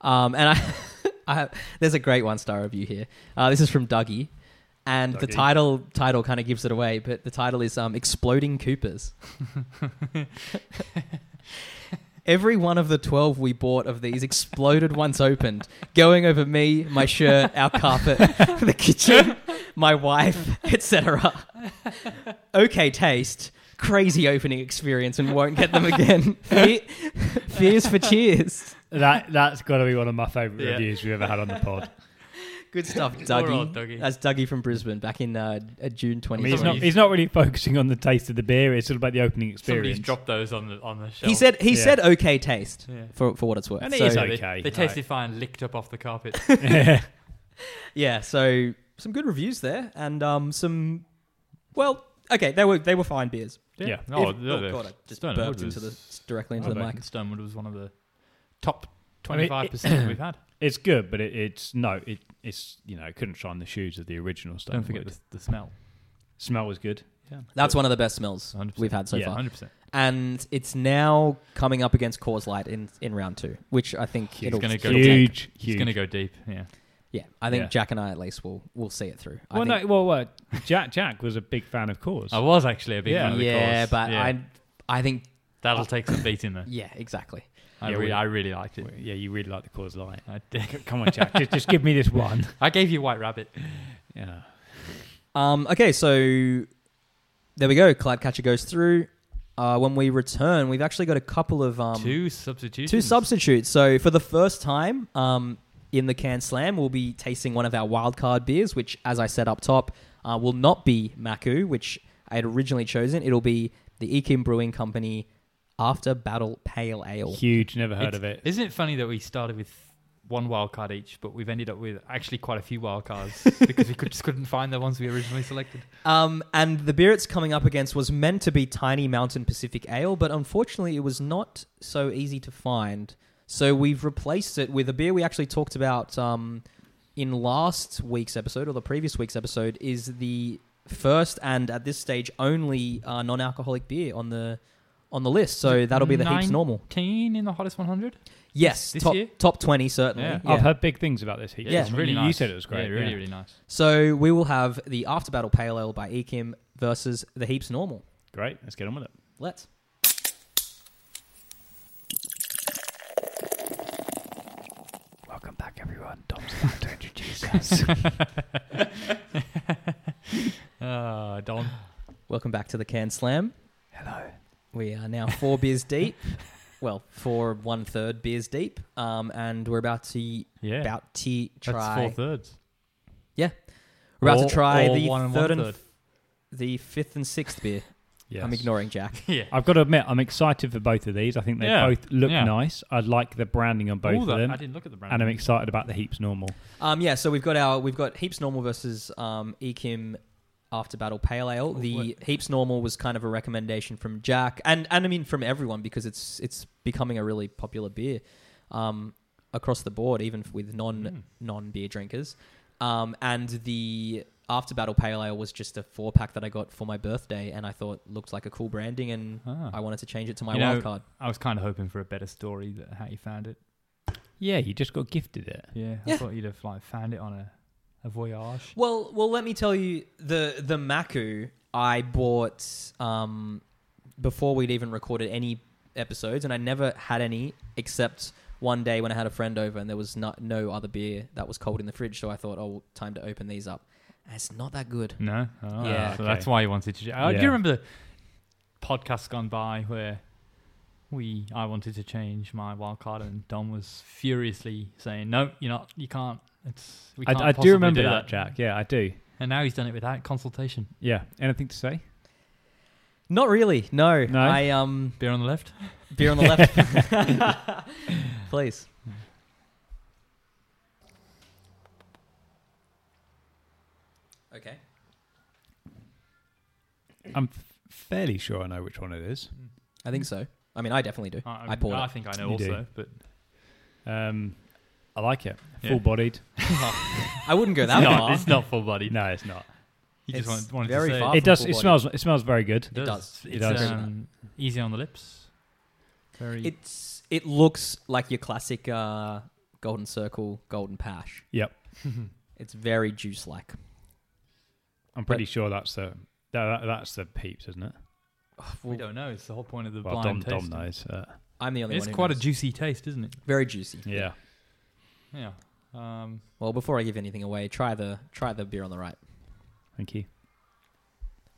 Speaker 1: Um, and I, [LAUGHS] I have, there's a great one star review here. Uh, this is from Dougie, and the
Speaker 3: Dougie.
Speaker 1: title title kind of gives it away, but the title is um, "Exploding Coopers." Every one of the twelve we bought of these exploded once opened, going over me, my shirt, our carpet, [LAUGHS] the kitchen, my wife, etc. Okay, taste. Crazy opening experience and won't get them again. Fear, fears for cheers.
Speaker 3: That that's got to be one of my favourite
Speaker 2: Yeah.
Speaker 3: reviews we've ever had on the pod. [LAUGHS]
Speaker 1: Good stuff,
Speaker 2: Poor
Speaker 1: Dougie.
Speaker 2: old Dougie.
Speaker 1: That's Dougie from Brisbane back in uh, uh, June
Speaker 3: I
Speaker 1: 2020.
Speaker 3: mean, he's
Speaker 2: Somebody-
Speaker 3: not he's not really focusing on the taste of the beer. It's all about the opening
Speaker 2: Somebody's
Speaker 3: experience.
Speaker 2: dropped those on the on the shelf.
Speaker 1: he said he
Speaker 3: Yeah.
Speaker 1: said okay taste
Speaker 2: Yeah.
Speaker 1: for for what it's worth.
Speaker 3: And it
Speaker 1: So,
Speaker 3: is
Speaker 2: they,
Speaker 3: Okay,
Speaker 2: they
Speaker 3: right.
Speaker 2: tasted fine, licked up off the carpet.
Speaker 3: yeah,
Speaker 1: yeah, so some good reviews there, and um, some well, okay, they were they were fine beers.
Speaker 3: Yeah.
Speaker 2: Oh,
Speaker 1: If-
Speaker 2: the-
Speaker 1: oh,
Speaker 2: the
Speaker 1: God, I just
Speaker 2: Stonewood
Speaker 1: burped into the
Speaker 2: was-
Speaker 1: s- directly into the
Speaker 3: Oh,
Speaker 1: mic.
Speaker 2: Stonewood was one of the top
Speaker 3: I mean, it-
Speaker 2: 25% we've had.
Speaker 3: [LAUGHS] it's good, but it, it's no, it it's you know it couldn't shine the shoes of the original stuff.
Speaker 2: Don't forget the, the smell.
Speaker 3: smell was good.
Speaker 2: Yeah.
Speaker 1: That's one of the best smells
Speaker 2: 100%.
Speaker 1: we've had so
Speaker 3: Yeah.
Speaker 1: far,
Speaker 2: 100%.
Speaker 1: and it's now coming up against Coors Light in in round two, which I think
Speaker 2: He's
Speaker 1: it'll
Speaker 2: gonna go
Speaker 1: it'll
Speaker 2: down.
Speaker 1: take-
Speaker 3: Huge,
Speaker 2: He's
Speaker 3: huge.
Speaker 2: going to go deep. Yeah.
Speaker 1: Yeah, I think
Speaker 3: Yeah.
Speaker 1: Jack and I at least will will see it through. I
Speaker 3: well,
Speaker 1: think-
Speaker 3: no, well, well, Jack Jack was a big fan of course.
Speaker 2: I was actually a big
Speaker 3: Yeah.
Speaker 2: fan of the
Speaker 1: yeah,
Speaker 2: course.
Speaker 1: but
Speaker 2: Yeah.
Speaker 1: I I think
Speaker 2: That'll take some beating,
Speaker 3: [LAUGHS]
Speaker 2: though.
Speaker 1: yeah, exactly.
Speaker 2: I,
Speaker 3: Yeah,
Speaker 2: really,
Speaker 3: we-
Speaker 2: I really liked it.
Speaker 3: yeah, you really like the cause light.
Speaker 2: I [LAUGHS] did.
Speaker 3: Come on, Jack, just, just give me this one.
Speaker 2: I gave you White Rabbit.
Speaker 3: Yeah.
Speaker 1: Um, okay, so there we go. Cloudcatcher goes through. Uh, when we return, we've actually got a couple of um,
Speaker 2: two substitutions.
Speaker 1: two substitutes. So for the first time um, in the Can Slam, we'll be tasting one of our wildcard beers, which, as I said up top, uh, will not be Maku, which I had originally chosen. It'll be the Ekin Brewing Company After Battle Pale Ale.
Speaker 3: Huge, never heard
Speaker 2: It's-
Speaker 3: of it.
Speaker 2: Isn't it funny that we started with one wild card each, but we've ended up with actually quite a few
Speaker 1: [LAUGHS]
Speaker 2: wild cards because we could, just couldn't find the ones we originally selected.
Speaker 1: Um, and the beer it's coming up against was meant to be Tiny Mountain Pacific Ale, but unfortunately, it was not so easy to find. So we've replaced it with a beer we actually talked about um, in last week's episode or the previous week's episode. Is the first and at this stage only uh, non-alcoholic beer on the on the list. So that'll be the heaps
Speaker 2: Nine-
Speaker 1: normal.
Speaker 2: Teen in the hottest 100.
Speaker 1: Yes,
Speaker 2: this
Speaker 1: top
Speaker 2: year?
Speaker 1: top twenty certainly.
Speaker 2: Yeah.
Speaker 3: I've heard big things about this. Heat.
Speaker 1: Yeah.
Speaker 2: it's really
Speaker 3: you,
Speaker 2: nice.
Speaker 3: You said it was great.
Speaker 2: Yeah, really, really nice.
Speaker 1: So we will have the After Battle Pale Ale by Ekim versus the Heaps Normal.
Speaker 3: Great. Let's get on with it.
Speaker 1: Let's.
Speaker 3: Welcome back, everyone. Dom's about to introduce us. [LAUGHS]
Speaker 2: Uh, Don.
Speaker 1: Welcome back to the Can Slam.
Speaker 3: Hello.
Speaker 1: We are now four
Speaker 2: [LAUGHS]
Speaker 1: beers deep. Well, four one third beers deep, um, and we're about to
Speaker 2: Yeah.
Speaker 1: about to
Speaker 2: That's
Speaker 1: try.
Speaker 2: four thirds.
Speaker 1: we're about
Speaker 2: Or-
Speaker 1: to try
Speaker 2: or
Speaker 1: the
Speaker 2: one and
Speaker 1: third and
Speaker 2: one-third.
Speaker 1: f- the fifth and sixth beer.
Speaker 3: Yes.
Speaker 1: I'm ignoring Jack.
Speaker 2: Yeah.
Speaker 3: I've got to admit, I'm excited for both of these. I think they
Speaker 2: Yeah.
Speaker 3: both look
Speaker 2: Yeah.
Speaker 3: nice. I like the branding on both
Speaker 2: All
Speaker 3: of
Speaker 2: that-
Speaker 3: them,
Speaker 2: I didn't look at the brand.
Speaker 3: and I'm excited about the heaps normal.
Speaker 1: Um, yeah, so we've got our we've got Heaps Normal versus um, Ekim After Battle Pale
Speaker 2: Oh,
Speaker 1: Ale. The Heaps Normal was kind of a recommendation from Jack, and and I mean from everyone because it's it's becoming a really popular beer um,
Speaker 2: Hmm.
Speaker 1: across the board, even with non non beer drinkers. Um, and the after battle pale ale was just a four pack that I got for my birthday, and I thought looked like a cool branding, and
Speaker 2: Ah.
Speaker 1: I wanted to change it to my
Speaker 2: You know-
Speaker 1: wild card.
Speaker 2: I was kind of hoping for a better story that how you found it.
Speaker 3: Yeah, you just got gifted it.
Speaker 2: Yeah, I
Speaker 1: Yeah.
Speaker 2: thought you'd have like found it on a, a voyage.
Speaker 1: Well, well, let me tell you the the Maku I bought um, before we'd even recorded any episodes, and I never had any except one day when I had a friend over, and there was not no other beer that was cold in the fridge, so I thought, oh, time to open these up. And it's not that good.
Speaker 2: No, oh,
Speaker 1: Yeah.
Speaker 2: So that's
Speaker 3: Okay.
Speaker 2: why you wanted to. I Do
Speaker 3: Yeah.
Speaker 2: you remember the podcast gone by where we I wanted to change my wild card and Don was furiously saying, "No, you're not. You can't. It's we
Speaker 3: I,
Speaker 2: can't
Speaker 3: I
Speaker 2: possibly
Speaker 3: do remember
Speaker 2: do
Speaker 3: that, Jack. Yeah, I do.
Speaker 2: And now he's done it without consultation.
Speaker 3: Yeah. Anything to say?
Speaker 1: Not really. No,
Speaker 3: No?
Speaker 1: I um
Speaker 2: Beer on the left.
Speaker 1: beer on the left, [LAUGHS] please. Okay.
Speaker 3: I'm f- fairly sure I know which one it is.
Speaker 1: I think so. I mean, I definitely
Speaker 2: Oh,
Speaker 1: do. I poured
Speaker 2: I
Speaker 1: it.
Speaker 2: think I know
Speaker 3: You
Speaker 2: also,
Speaker 3: do.
Speaker 2: [LAUGHS] but
Speaker 3: Um, I like it.
Speaker 2: Yeah.
Speaker 3: Full bodied.
Speaker 1: I wouldn't go that
Speaker 2: no,
Speaker 1: far.
Speaker 2: [LAUGHS] it's not full body.
Speaker 3: No, it's not.
Speaker 2: You just
Speaker 1: It's
Speaker 2: want- wanted
Speaker 1: very
Speaker 2: to say
Speaker 1: far
Speaker 3: it
Speaker 1: from
Speaker 3: does.
Speaker 1: full
Speaker 3: It
Speaker 1: bodied.
Speaker 3: smells. It smells very good.
Speaker 2: It does.
Speaker 1: does. It
Speaker 2: It's
Speaker 3: does.
Speaker 2: Um, easy on the lips. Very.
Speaker 1: It's it looks like your classic uh, golden circle, golden pash.
Speaker 3: Yep.
Speaker 1: [LAUGHS] It's very juice like.
Speaker 3: I'm pretty sure that's the that, that- that's the peeps, isn't it?
Speaker 2: we don't know. It's the whole point of the
Speaker 3: Well, Dom,
Speaker 2: blind
Speaker 3: Dom
Speaker 2: taste.
Speaker 3: knows. Uh,
Speaker 1: I'm the only
Speaker 2: It's
Speaker 1: one. who
Speaker 2: quite a
Speaker 1: knows.
Speaker 2: juicy taste, isn't it?
Speaker 1: very juicy.
Speaker 3: yeah.
Speaker 2: Yeah. Um,
Speaker 1: Well, before I give anything away, try the try the beer on the right.
Speaker 3: Thank you.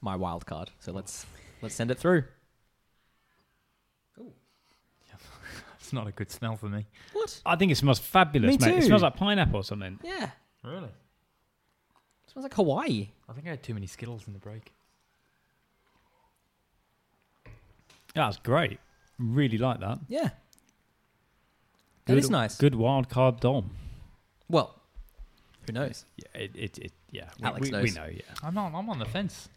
Speaker 1: My wild card. So let's let's send it through.
Speaker 2: it's not a good smell for me.
Speaker 1: What?
Speaker 3: I think it smells
Speaker 1: Me
Speaker 3: fabulous, mate. It
Speaker 1: too.
Speaker 3: smells like pineapple or something.
Speaker 1: Yeah.
Speaker 2: Really?
Speaker 1: smells like Hawaii.
Speaker 2: I think I had too many Skittles in the break.
Speaker 3: That's great. Really like that.
Speaker 1: Yeah.
Speaker 3: Good,
Speaker 1: That is nice.
Speaker 3: Good wild card, Dom.
Speaker 1: Well, who knows?
Speaker 3: Yeah. It. It. it yeah.
Speaker 1: we- Alex we- we
Speaker 3: we
Speaker 1: knows.
Speaker 3: know. Yeah.
Speaker 2: I'm not, I'm on the fence.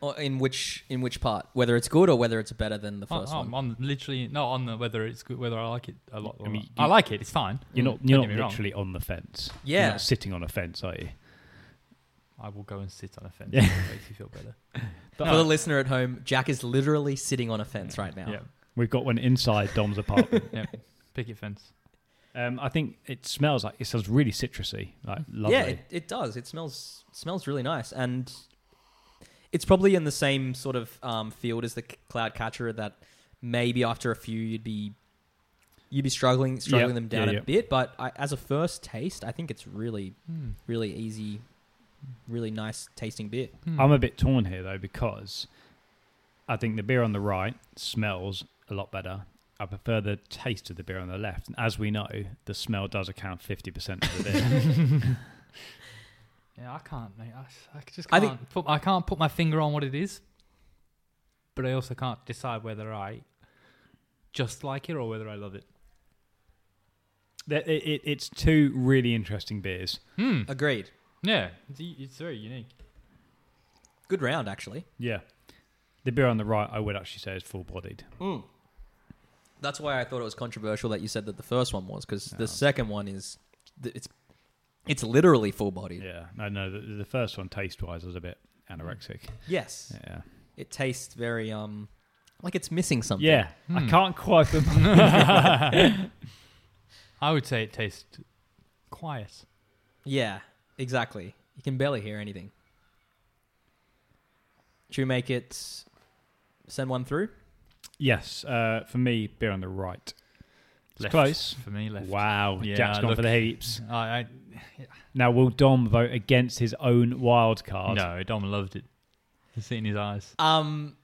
Speaker 1: Or in which in which part? Whether it's good or whether it's better than the
Speaker 2: I-
Speaker 1: first one.
Speaker 2: I'm on literally no on the whether it's good, whether I like it a lot. Or
Speaker 3: I mean,
Speaker 2: not.
Speaker 3: you-
Speaker 2: I like it. It's fine.
Speaker 3: You're not.
Speaker 2: Don't
Speaker 3: You're
Speaker 2: get
Speaker 3: not
Speaker 2: me wrong.
Speaker 3: literally on the fence.
Speaker 1: Yeah.
Speaker 3: You're not sitting on a fence, are you?
Speaker 2: I will go and sit on a fence.
Speaker 3: Yeah.
Speaker 2: if it makes you feel better.
Speaker 3: But
Speaker 1: For the listener at home, Jack is literally sitting on a fence right now.
Speaker 2: Yeah.
Speaker 3: We've got one inside
Speaker 1: [LAUGHS]
Speaker 3: Dom's apartment.
Speaker 2: Yeah. Picket fence.
Speaker 3: um, I think it smells like it smells really citrusy, like lovely.
Speaker 1: Yeah, it, it does. It smells smells really nice, and it's probably in the same sort of um, field as the c- cloud catcher. That maybe after a few you'd be you'd be struggling struggling
Speaker 3: Yep.
Speaker 1: them down
Speaker 3: Yeah,
Speaker 1: a
Speaker 3: yep.
Speaker 1: bit, but I, as a first taste, I think it's really
Speaker 2: Hmm.
Speaker 1: really easy, really nice tasting beer.
Speaker 2: Hmm.
Speaker 3: I'm a bit torn here though because I think the beer on the right smells a lot better. I prefer the taste of the beer on the left, and as we know, the smell does account fifty percent of the [LAUGHS] beer.
Speaker 2: Yeah, I can't, mate. I, s- I c- just
Speaker 1: I
Speaker 2: can't.
Speaker 1: think-
Speaker 2: put, I can't put my finger on what it is, but I also can't decide whether I just like it or whether I love it.
Speaker 3: That- it- it- it's two really interesting beers.
Speaker 2: Hmm.
Speaker 1: Agreed.
Speaker 2: Yeah, it's, u- it's very unique.
Speaker 1: Good round, actually.
Speaker 3: Yeah, the beer on the right, I would actually say, is full-bodied.
Speaker 1: That's why I thought it was controversial that you said that the first one was because
Speaker 3: No.
Speaker 1: the second one is th- it's it's literally full bodied.
Speaker 3: Yeah, no, no, the, the first one taste-wise is a bit anorexic.
Speaker 1: Yes.
Speaker 3: Yeah,
Speaker 1: It tastes very um like it's missing something.
Speaker 3: yeah,
Speaker 2: Hmm.
Speaker 3: I can't quite. put my-
Speaker 2: I would say it tastes quiet.
Speaker 1: Yeah, exactly. You can barely hear anything. Should we make it send one through?
Speaker 3: [LAUGHS] yes, uh, for me, beer on the right. It's close.
Speaker 2: for me. Left.
Speaker 3: Wow,
Speaker 2: Yeah,
Speaker 3: Jack's gone
Speaker 2: look-
Speaker 3: for the heaps.
Speaker 2: I,
Speaker 3: Now, will Dom vote against his own wild
Speaker 2: I
Speaker 3: card?
Speaker 2: no, Dom loved it. You see it in his eyes.
Speaker 1: Um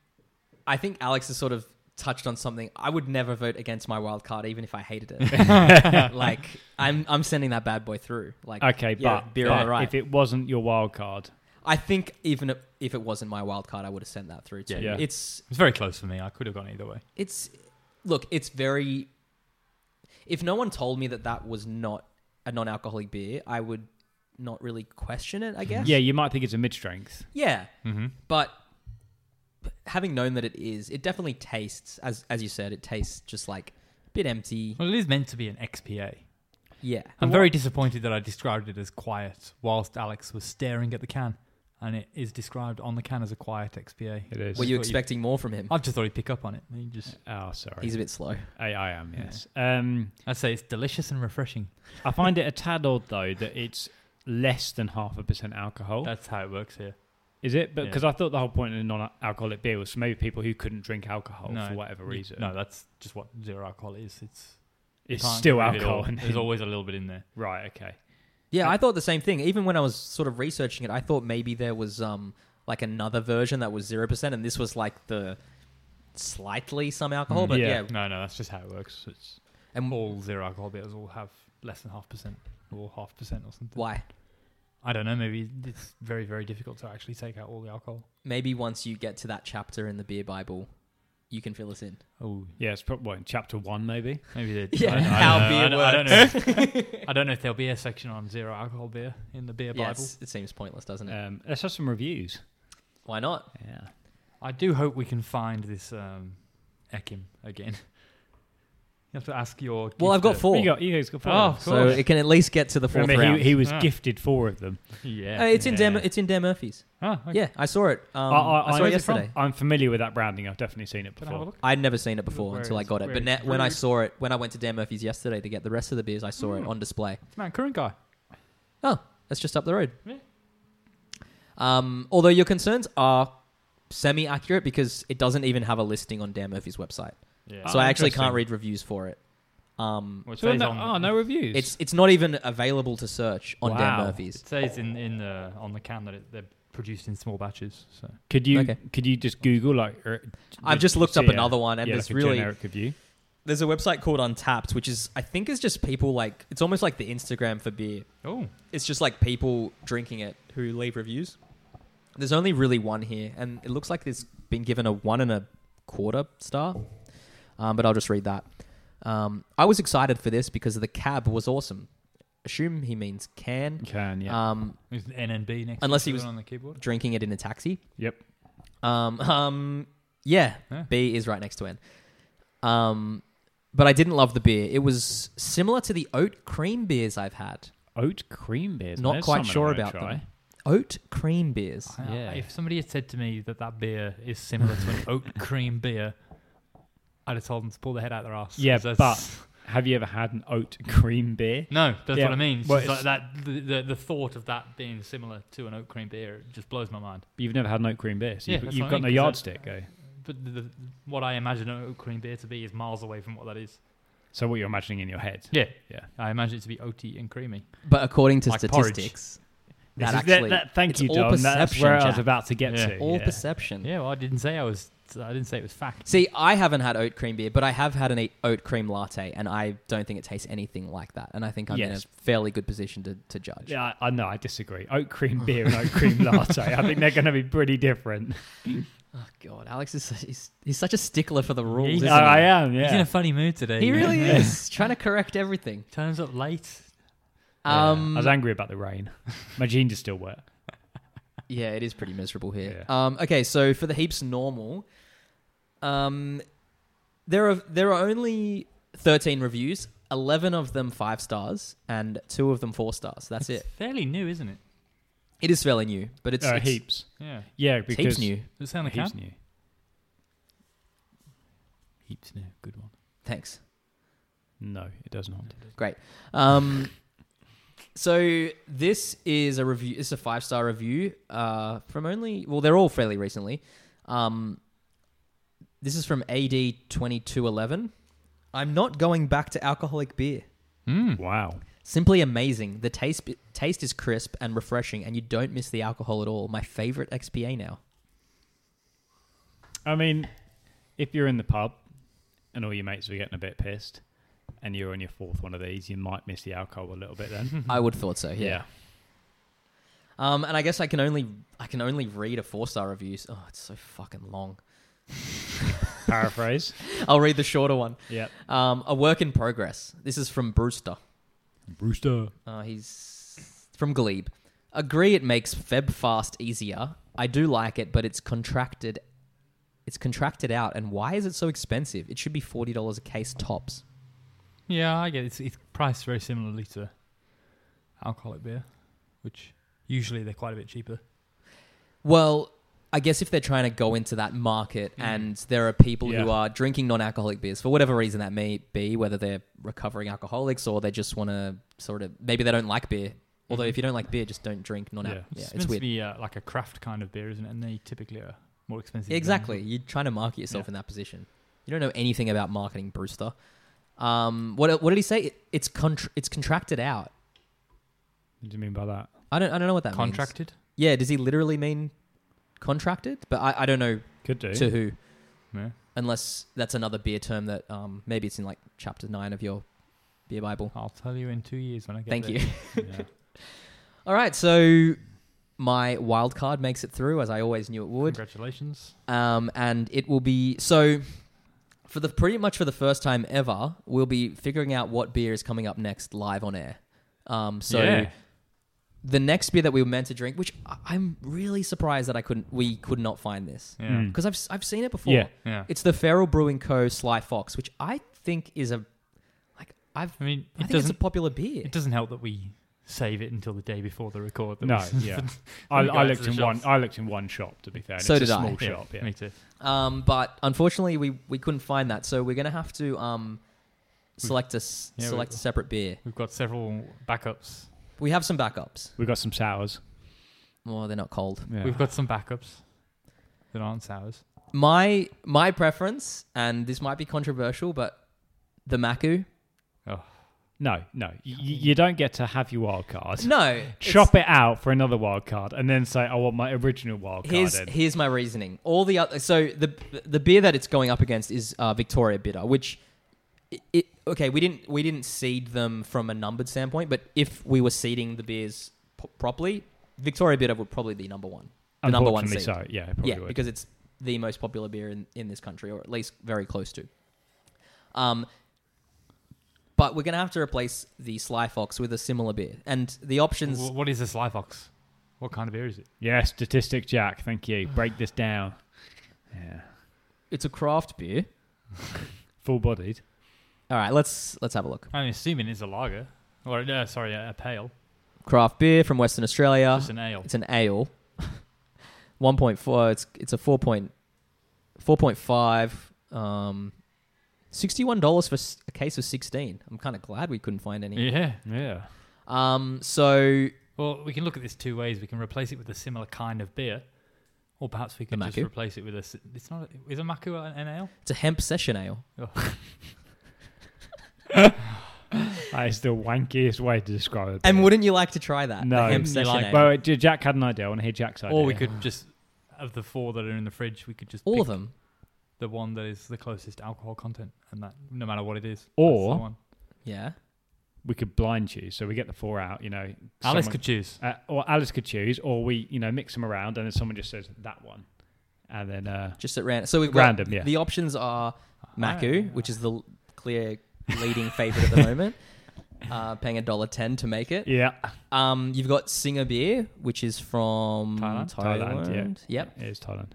Speaker 1: I think Alex has sort of touched on something. I would never vote against my wild card even if I hated it.
Speaker 3: [LAUGHS]
Speaker 1: like I'm I'm sending that bad boy through. Like
Speaker 3: Okay,
Speaker 1: yeah,
Speaker 3: but
Speaker 1: beer
Speaker 3: but
Speaker 1: on the right.
Speaker 3: if it wasn't your wild card,
Speaker 1: I think even if- if it wasn't my wild card I would have sent that through too.
Speaker 2: Yeah,
Speaker 3: yeah.
Speaker 1: It's
Speaker 2: It's very close for me. I could have gone either way.
Speaker 1: it's look it's very if no one told me that that was not a non-alcoholic beer i would not really question it i guess
Speaker 3: Mm-hmm. yeah, you might think it's a mid strength.
Speaker 1: yeah
Speaker 2: Mm-hmm.
Speaker 1: but having known that it is it definitely tastes as as you said it tastes just like a bit empty
Speaker 2: Well, it is meant to be an XPA.
Speaker 1: yeah
Speaker 2: I'm very disappointed that I described it as quiet whilst Alex was staring at the can. and it is described on the can as a quiet XPA.
Speaker 3: It is.
Speaker 1: Were
Speaker 2: Well,
Speaker 1: you
Speaker 2: I thought you-
Speaker 1: expecting more from him?
Speaker 2: I just thought he'd pick up on it. He just,
Speaker 3: Oh, sorry.
Speaker 1: He's a bit slow.
Speaker 3: I, I am,
Speaker 2: Yeah.
Speaker 3: yes. Um,
Speaker 2: I'd say it's delicious and refreshing.
Speaker 3: I find it a tad odd, though, that it's less than half a percent alcohol.
Speaker 2: That's how it works here.
Speaker 3: Is it? But
Speaker 2: Yeah.
Speaker 3: because I thought the whole point of a non-alcoholic beer was for maybe people who couldn't drink alcohol
Speaker 2: No,
Speaker 3: for whatever
Speaker 2: You-
Speaker 3: reason.
Speaker 2: No, that's just what zero alcohol is. It's you
Speaker 3: it's
Speaker 2: can't
Speaker 3: still
Speaker 2: get rid of it
Speaker 3: alcohol.
Speaker 2: all.
Speaker 3: in
Speaker 2: There's
Speaker 3: it.
Speaker 2: always a little bit in there.
Speaker 3: [LAUGHS] right. Okay.
Speaker 1: Yeah, I thought the same thing. Even when I was sort of researching it, I thought maybe there was um like another version that was zero percent, and this was like the slightly some alcohol.
Speaker 3: Mm.
Speaker 1: Oh, But
Speaker 3: Yeah.
Speaker 1: yeah,
Speaker 2: No, no, that's just how it works. It's
Speaker 1: and
Speaker 2: all zero alcohol beers all have less than half percent or half percent or something.
Speaker 1: why?
Speaker 2: I don't know. Maybe it's very, very difficult to actually take out all the alcohol.
Speaker 1: Maybe once you get to that chapter in the beer Bible, you can fill us in.
Speaker 2: Oh,
Speaker 3: Yeah, it's probably in chapter one, maybe.
Speaker 2: maybe they.
Speaker 1: [LAUGHS] Yeah,
Speaker 2: I don't know,
Speaker 1: how
Speaker 2: I don't
Speaker 1: beer
Speaker 2: know, I don't know.
Speaker 1: [LAUGHS] works.
Speaker 2: I don't know. I don't know if there'll be a section on zero alcohol beer in the beer
Speaker 1: Yeah,
Speaker 2: bible.
Speaker 1: it's- it seems pointless, doesn't it?
Speaker 2: Mm.
Speaker 3: Um, let's have some reviews.
Speaker 1: Why not?
Speaker 3: Yeah.
Speaker 2: I do hope we can find this um, Ekim again. [LAUGHS] You have to ask your.
Speaker 1: Well, I've got
Speaker 2: gifter.
Speaker 1: four.
Speaker 3: You got, you guys got four.
Speaker 2: Oh,
Speaker 3: of
Speaker 2: of
Speaker 3: them.
Speaker 1: So
Speaker 2: course.
Speaker 1: it can at least get to the fourth
Speaker 3: Remember,
Speaker 1: round.
Speaker 3: he, he was
Speaker 2: Ah.
Speaker 3: gifted four of them.
Speaker 2: Yeah.
Speaker 1: Uh, it's in Dan.
Speaker 3: Yeah.
Speaker 1: It's in Dan Murphy's.
Speaker 2: Ah, okay.
Speaker 1: Yeah, I saw it. Um, I, saw
Speaker 3: where's
Speaker 1: it
Speaker 3: it from?
Speaker 1: yesterday.
Speaker 3: I'm familiar with that branding. I've definitely seen it
Speaker 2: Can I have a
Speaker 3: before.
Speaker 2: look?
Speaker 1: I'd never seen it before
Speaker 2: Where
Speaker 1: until I
Speaker 2: is-
Speaker 1: got it.
Speaker 2: where
Speaker 1: But
Speaker 2: is
Speaker 1: na-
Speaker 2: it?
Speaker 1: when I
Speaker 2: Brewed.
Speaker 1: saw it, when I went to Dan Murphy's yesterday to get the rest of the beers, I saw it
Speaker 2: Hmm.
Speaker 1: on display.
Speaker 2: Man, current guy.
Speaker 1: Oh, that's just up the road.
Speaker 2: Yeah.
Speaker 1: Um, although your concerns are semi-accurate because it doesn't even have a listing on Dan Murphy's website,
Speaker 2: Yeah.
Speaker 1: so
Speaker 3: Ah,
Speaker 1: I actually
Speaker 3: interesting.
Speaker 1: can't read reviews for it. Um,
Speaker 2: Well, it
Speaker 3: So
Speaker 2: says
Speaker 3: no,
Speaker 2: on the-
Speaker 3: oh, no reviews.
Speaker 1: it's it's not even available to search on Dan
Speaker 3: Wow.
Speaker 1: Murphy's.
Speaker 2: It says in, in the on the can that it, they're produced in small batches. So
Speaker 3: could you
Speaker 1: okay.
Speaker 3: could you just Google like? Or,
Speaker 1: I've just looked up
Speaker 3: yeah.
Speaker 1: another one, and
Speaker 3: yeah,
Speaker 1: it's
Speaker 3: like a
Speaker 1: really
Speaker 3: generic review.
Speaker 1: there's a website called Untapped, which is I think is just people like it's almost like the Instagram for beer.
Speaker 2: oh,
Speaker 1: It's just like people drinking it who leave reviews. There's only really one here, and it looks like it's been given a one and a quarter star. Um, but I'll just read that. Um, I was excited for this because the cab was awesome. Assume he means can.
Speaker 3: Can yeah.
Speaker 1: Um,
Speaker 2: there's an NNB next.
Speaker 1: Unless
Speaker 2: to
Speaker 1: he
Speaker 2: it
Speaker 1: was-
Speaker 2: on the keyboard.
Speaker 1: drinking it in a taxi.
Speaker 3: yep.
Speaker 1: Um, um, yeah,
Speaker 2: Yeah.
Speaker 1: B is right next to N. Um, but I didn't love the beer. It was similar to the oat cream beers I've had.
Speaker 3: Oat cream beers.
Speaker 1: Not
Speaker 3: There's
Speaker 1: quite
Speaker 3: something I
Speaker 1: sure
Speaker 3: wanna
Speaker 1: about
Speaker 3: try.
Speaker 1: them. Oat cream beers.
Speaker 2: I-
Speaker 3: Yeah.
Speaker 2: If somebody had said to me that that beer is similar to an oat [LAUGHS] cream beer, I'd have told them to pull their head out their ass. 'cause
Speaker 3: Yeah,
Speaker 2: that's-
Speaker 3: but- Have you ever had an oat [LAUGHS] cream beer?
Speaker 2: no, that's
Speaker 3: Yeah,
Speaker 2: what I mean. It's
Speaker 3: well,
Speaker 2: just like that the, the the thought of that being similar to an oat cream beer just blows my mind.
Speaker 3: You've never had an oat cream beer, so
Speaker 2: Yeah,
Speaker 3: you've,
Speaker 2: that's
Speaker 3: you've
Speaker 2: what I
Speaker 3: got
Speaker 2: mean,
Speaker 3: no
Speaker 2: 'cause
Speaker 3: yardstick. eh?
Speaker 2: But the, the, what I imagine an oat cream beer to be is miles away from what that is.
Speaker 3: So what you're imagining in your head?
Speaker 2: Yeah,
Speaker 3: Yeah.
Speaker 2: I imagine it to be oaty and creamy.
Speaker 1: But according to
Speaker 2: Like porridge.
Speaker 1: statistics,
Speaker 3: This
Speaker 1: that
Speaker 3: is-
Speaker 1: actually
Speaker 3: thank
Speaker 1: it's
Speaker 3: you,
Speaker 1: all
Speaker 3: John. That's
Speaker 1: perception,
Speaker 3: where I was
Speaker 1: Jack.
Speaker 3: about to get
Speaker 2: Yeah.
Speaker 3: to.
Speaker 1: all
Speaker 3: yeah.
Speaker 1: perception.
Speaker 2: Yeah, well, I didn't say I was. I didn't say it was fact.
Speaker 1: See, I haven't had oat cream beer, but I have had an e- oat cream latte, and I don't think it tastes anything like that. And I think I'm
Speaker 3: Yes.
Speaker 1: in a fairly good position to, to judge.
Speaker 3: Yeah, I, I know. I disagree. Oat cream [LAUGHS] beer and oat
Speaker 2: [LAUGHS]
Speaker 3: cream latte. I think they're going to be pretty different.
Speaker 1: Oh God, Alex is he's, he's such a stickler for the rules.
Speaker 2: He's-
Speaker 1: isn't
Speaker 3: I,
Speaker 1: he?
Speaker 3: I am. Yeah.
Speaker 2: He's in a funny mood today.
Speaker 1: He
Speaker 2: you know?
Speaker 1: really
Speaker 2: Yeah.
Speaker 1: is trying to correct everything.
Speaker 2: [LAUGHS] Turns up late.
Speaker 3: Yeah.
Speaker 1: Um,
Speaker 3: I was angry about
Speaker 2: [LAUGHS]
Speaker 3: the rain. My jeans are still wet.
Speaker 1: Yeah, it is pretty miserable here. Um, okay, so for the heaps normal, um, there are there are only thirteen reviews. Eleven of them five stars, and two of them four stars. That's it.
Speaker 2: Fairly new, isn't it?
Speaker 1: It is fairly new, but it's,
Speaker 3: Uh,
Speaker 1: it's
Speaker 3: heaps.
Speaker 2: Yeah.
Speaker 3: Yeah,
Speaker 1: it's
Speaker 3: because
Speaker 1: heaps new.
Speaker 2: Does it sound like
Speaker 3: Heaps
Speaker 2: that?
Speaker 3: new.
Speaker 2: Heaps new. Good one.
Speaker 1: Thanks.
Speaker 3: No, it does
Speaker 1: [LAUGHS]
Speaker 3: not.
Speaker 1: Um, so this is a review. It's a five star review uh, from only. Well, they're all fairly recently. Um, this is from AD twenty two eleven. I'm not going back to alcoholic beer. Hmm.
Speaker 2: Mm.
Speaker 3: Wow.
Speaker 1: Simply amazing. The taste taste is crisp and refreshing, and you don't miss the alcohol at all. My favorite XPA now.
Speaker 3: I mean, if you're in the pub and all your mates are getting a bit pissed, and you're on your fourth one of these, you might miss the alcohol a little bit then.
Speaker 1: I would have thought so. [LAUGHS] Yeah. Um, and I guess I can only I can only read a four star review. Oh, it's so fucking long. [LAUGHS]
Speaker 3: Paraphrase.
Speaker 1: I'll read the shorter one.
Speaker 3: yeah.
Speaker 1: Um, a work in progress. This is from Brewster.
Speaker 3: Brewster.
Speaker 1: Uh, he's from Glebe. Agree it makes Feb fast easier. I do like it, but it's contracted. It's contracted out, and why is it so expensive? It should be forty dollars a case tops.
Speaker 2: Yeah, I get it. It's, it's priced very similarly to alcoholic beer, which usually they're quite a bit cheaper.
Speaker 1: Well, I guess if they're trying to go into that market
Speaker 2: Mm.
Speaker 1: and there are people
Speaker 3: Yeah.
Speaker 1: who are drinking non alcoholic beers for whatever reason that may be, whether they're recovering alcoholics or they just want to sort of maybe they don't like beer. Although if you don't like beer, just don't drink non alcoholic. Yeah.
Speaker 2: it's, meant
Speaker 1: it's
Speaker 2: to
Speaker 1: weird.
Speaker 2: be uh, like a craft kind of beer, isn't it? And they typically are more expensive. than-
Speaker 1: Exactly. You're trying to market yourself
Speaker 2: Yeah.
Speaker 1: in that position. You don't know anything about marketing Brewster. Um, what what did he say? It, it's contr it's contracted out.
Speaker 3: What do you mean by that?
Speaker 1: I don't I don't know what that means.
Speaker 2: Contracted.
Speaker 1: Yeah, does he literally mean contracted? But I, I don't know
Speaker 3: Could do.
Speaker 1: to who,
Speaker 2: Yeah.
Speaker 1: unless that's another beer term that um, maybe it's in like chapter nine of your beer Bible.
Speaker 2: I'll tell you in two years when I get.
Speaker 1: Thank
Speaker 2: there.
Speaker 1: you. [LAUGHS]
Speaker 2: Yeah.
Speaker 1: All right, so my wild card makes it through as I always knew it would,
Speaker 2: Congratulations.
Speaker 1: um, and it will be so. For the pretty much for the first time ever, we'll be figuring out what beer is coming up next live on air. Um, so
Speaker 2: yeah.
Speaker 1: the next beer that we were meant to drink, which I- I'm really surprised that I couldn't, we could not find this.
Speaker 2: Yeah.
Speaker 3: Mm.
Speaker 1: because I've s- I've seen it before.
Speaker 3: Yeah.
Speaker 2: Yeah.
Speaker 1: It's the Feral Brewing Co. Sly Fox, which I think is a like I've
Speaker 2: I mean,
Speaker 1: I
Speaker 2: it
Speaker 1: think it's a
Speaker 2: doesn't.
Speaker 1: popular beer.
Speaker 2: It doesn't help that we save it until the day before the record. That
Speaker 3: No,
Speaker 2: [LAUGHS] we-
Speaker 3: yeah. I,
Speaker 2: Go
Speaker 3: I
Speaker 2: to
Speaker 3: looked
Speaker 2: the
Speaker 3: in
Speaker 2: shops.
Speaker 3: one. I looked in one shop. To be fair, and
Speaker 1: So
Speaker 3: it's
Speaker 1: did
Speaker 3: a
Speaker 1: I.
Speaker 3: small
Speaker 2: Yeah,
Speaker 3: shop. Yeah.
Speaker 2: Me too.
Speaker 1: Um, but unfortunately, we we couldn't find that, so we're gonna have to um select a s-
Speaker 2: Yeah, we-
Speaker 1: select a separate beer.
Speaker 2: We've got several backups.
Speaker 1: We have some backups.
Speaker 3: We got some sours.
Speaker 1: Well, they're not cold.
Speaker 3: Yeah.
Speaker 2: We've got some backups that aren't sours.
Speaker 1: My my preference, and this might be controversial, but the Maku.
Speaker 3: no, no. You, you don't get to have your wild card.
Speaker 1: No, it's-
Speaker 3: Chop it out for another wild card, and then say, "I want my original wild card."
Speaker 1: Here's
Speaker 3: in.
Speaker 1: here's my reasoning. All the other so the the beer that it's going up against is uh, Victoria Bitter, which it, it okay we didn't we didn't seed them from a numbered standpoint, but if we were seeding the beers p- properly, Victoria Bitter would probably be number one. The number one
Speaker 3: Unfortunately
Speaker 1: seed.
Speaker 3: so. Yeah, it probably
Speaker 1: yeah,
Speaker 3: would.
Speaker 1: because it's the most popular beer in, in this country, or at least very close to. Um, but we're gonna have to replace the Sly Fox with a similar beer, and the options.
Speaker 2: Wh- What is this live box? What kind of beer is it?
Speaker 3: yeah, statistic, Jack. Thank you. Break this down. Yeah,
Speaker 1: It's a craft beer.
Speaker 3: full-bodied.
Speaker 1: All right, let's let's have a look.
Speaker 2: I'm assuming it's a lager. Or, no, sorry, a, a pale.
Speaker 1: craft beer from Western Australia.
Speaker 2: Just an ale.
Speaker 1: it's an [LAUGHS] ale. 1.4 it's it's a 4. point- 4.5 um $61 for s- a case of 16. I'm kind of glad we couldn't find any.
Speaker 2: Yeah.
Speaker 3: Yeah.
Speaker 1: Um so
Speaker 2: Well, we can look at this two ways. We can replace it with a similar kind of beer, or perhaps we can just
Speaker 1: Maku?
Speaker 2: replace it with a. s- It's not. A, is a Maku an, an ale?
Speaker 1: it's a hemp session ale.
Speaker 3: That is the wankiest way to describe it.
Speaker 1: And wouldn't you like to try that?
Speaker 3: No.
Speaker 1: the hemp
Speaker 3: You
Speaker 1: session
Speaker 2: like-
Speaker 1: ale.
Speaker 3: Well, wait, Jack had an idea. I want to hear Jack's idea.
Speaker 2: or we could just of the four that are in the fridge, we could just
Speaker 1: all
Speaker 2: pick
Speaker 1: of them.
Speaker 2: the one that is the closest alcohol content, and that no matter what it is, that's
Speaker 3: Or-
Speaker 2: the one.
Speaker 1: Yeah.
Speaker 3: we could blind choose. So we get the four out. You know,
Speaker 2: Alice
Speaker 3: someone-
Speaker 2: could choose.
Speaker 3: uh, or Alice could choose, or we you know mix them around, and then someone just says that one, and then uh,
Speaker 1: Just at random. So we've got
Speaker 3: random. Yeah,
Speaker 1: the options are Maku,
Speaker 2: Ah.
Speaker 1: which is the l- clear leading favorite
Speaker 3: [LAUGHS]
Speaker 1: at the moment. Uh, paying a dollar ten to make it.
Speaker 3: yeah,
Speaker 1: Um, you've got Singer Beer, which is from
Speaker 2: Thailand?
Speaker 1: Thailand.
Speaker 3: Thailand,
Speaker 1: Yep.
Speaker 3: it is Thailand.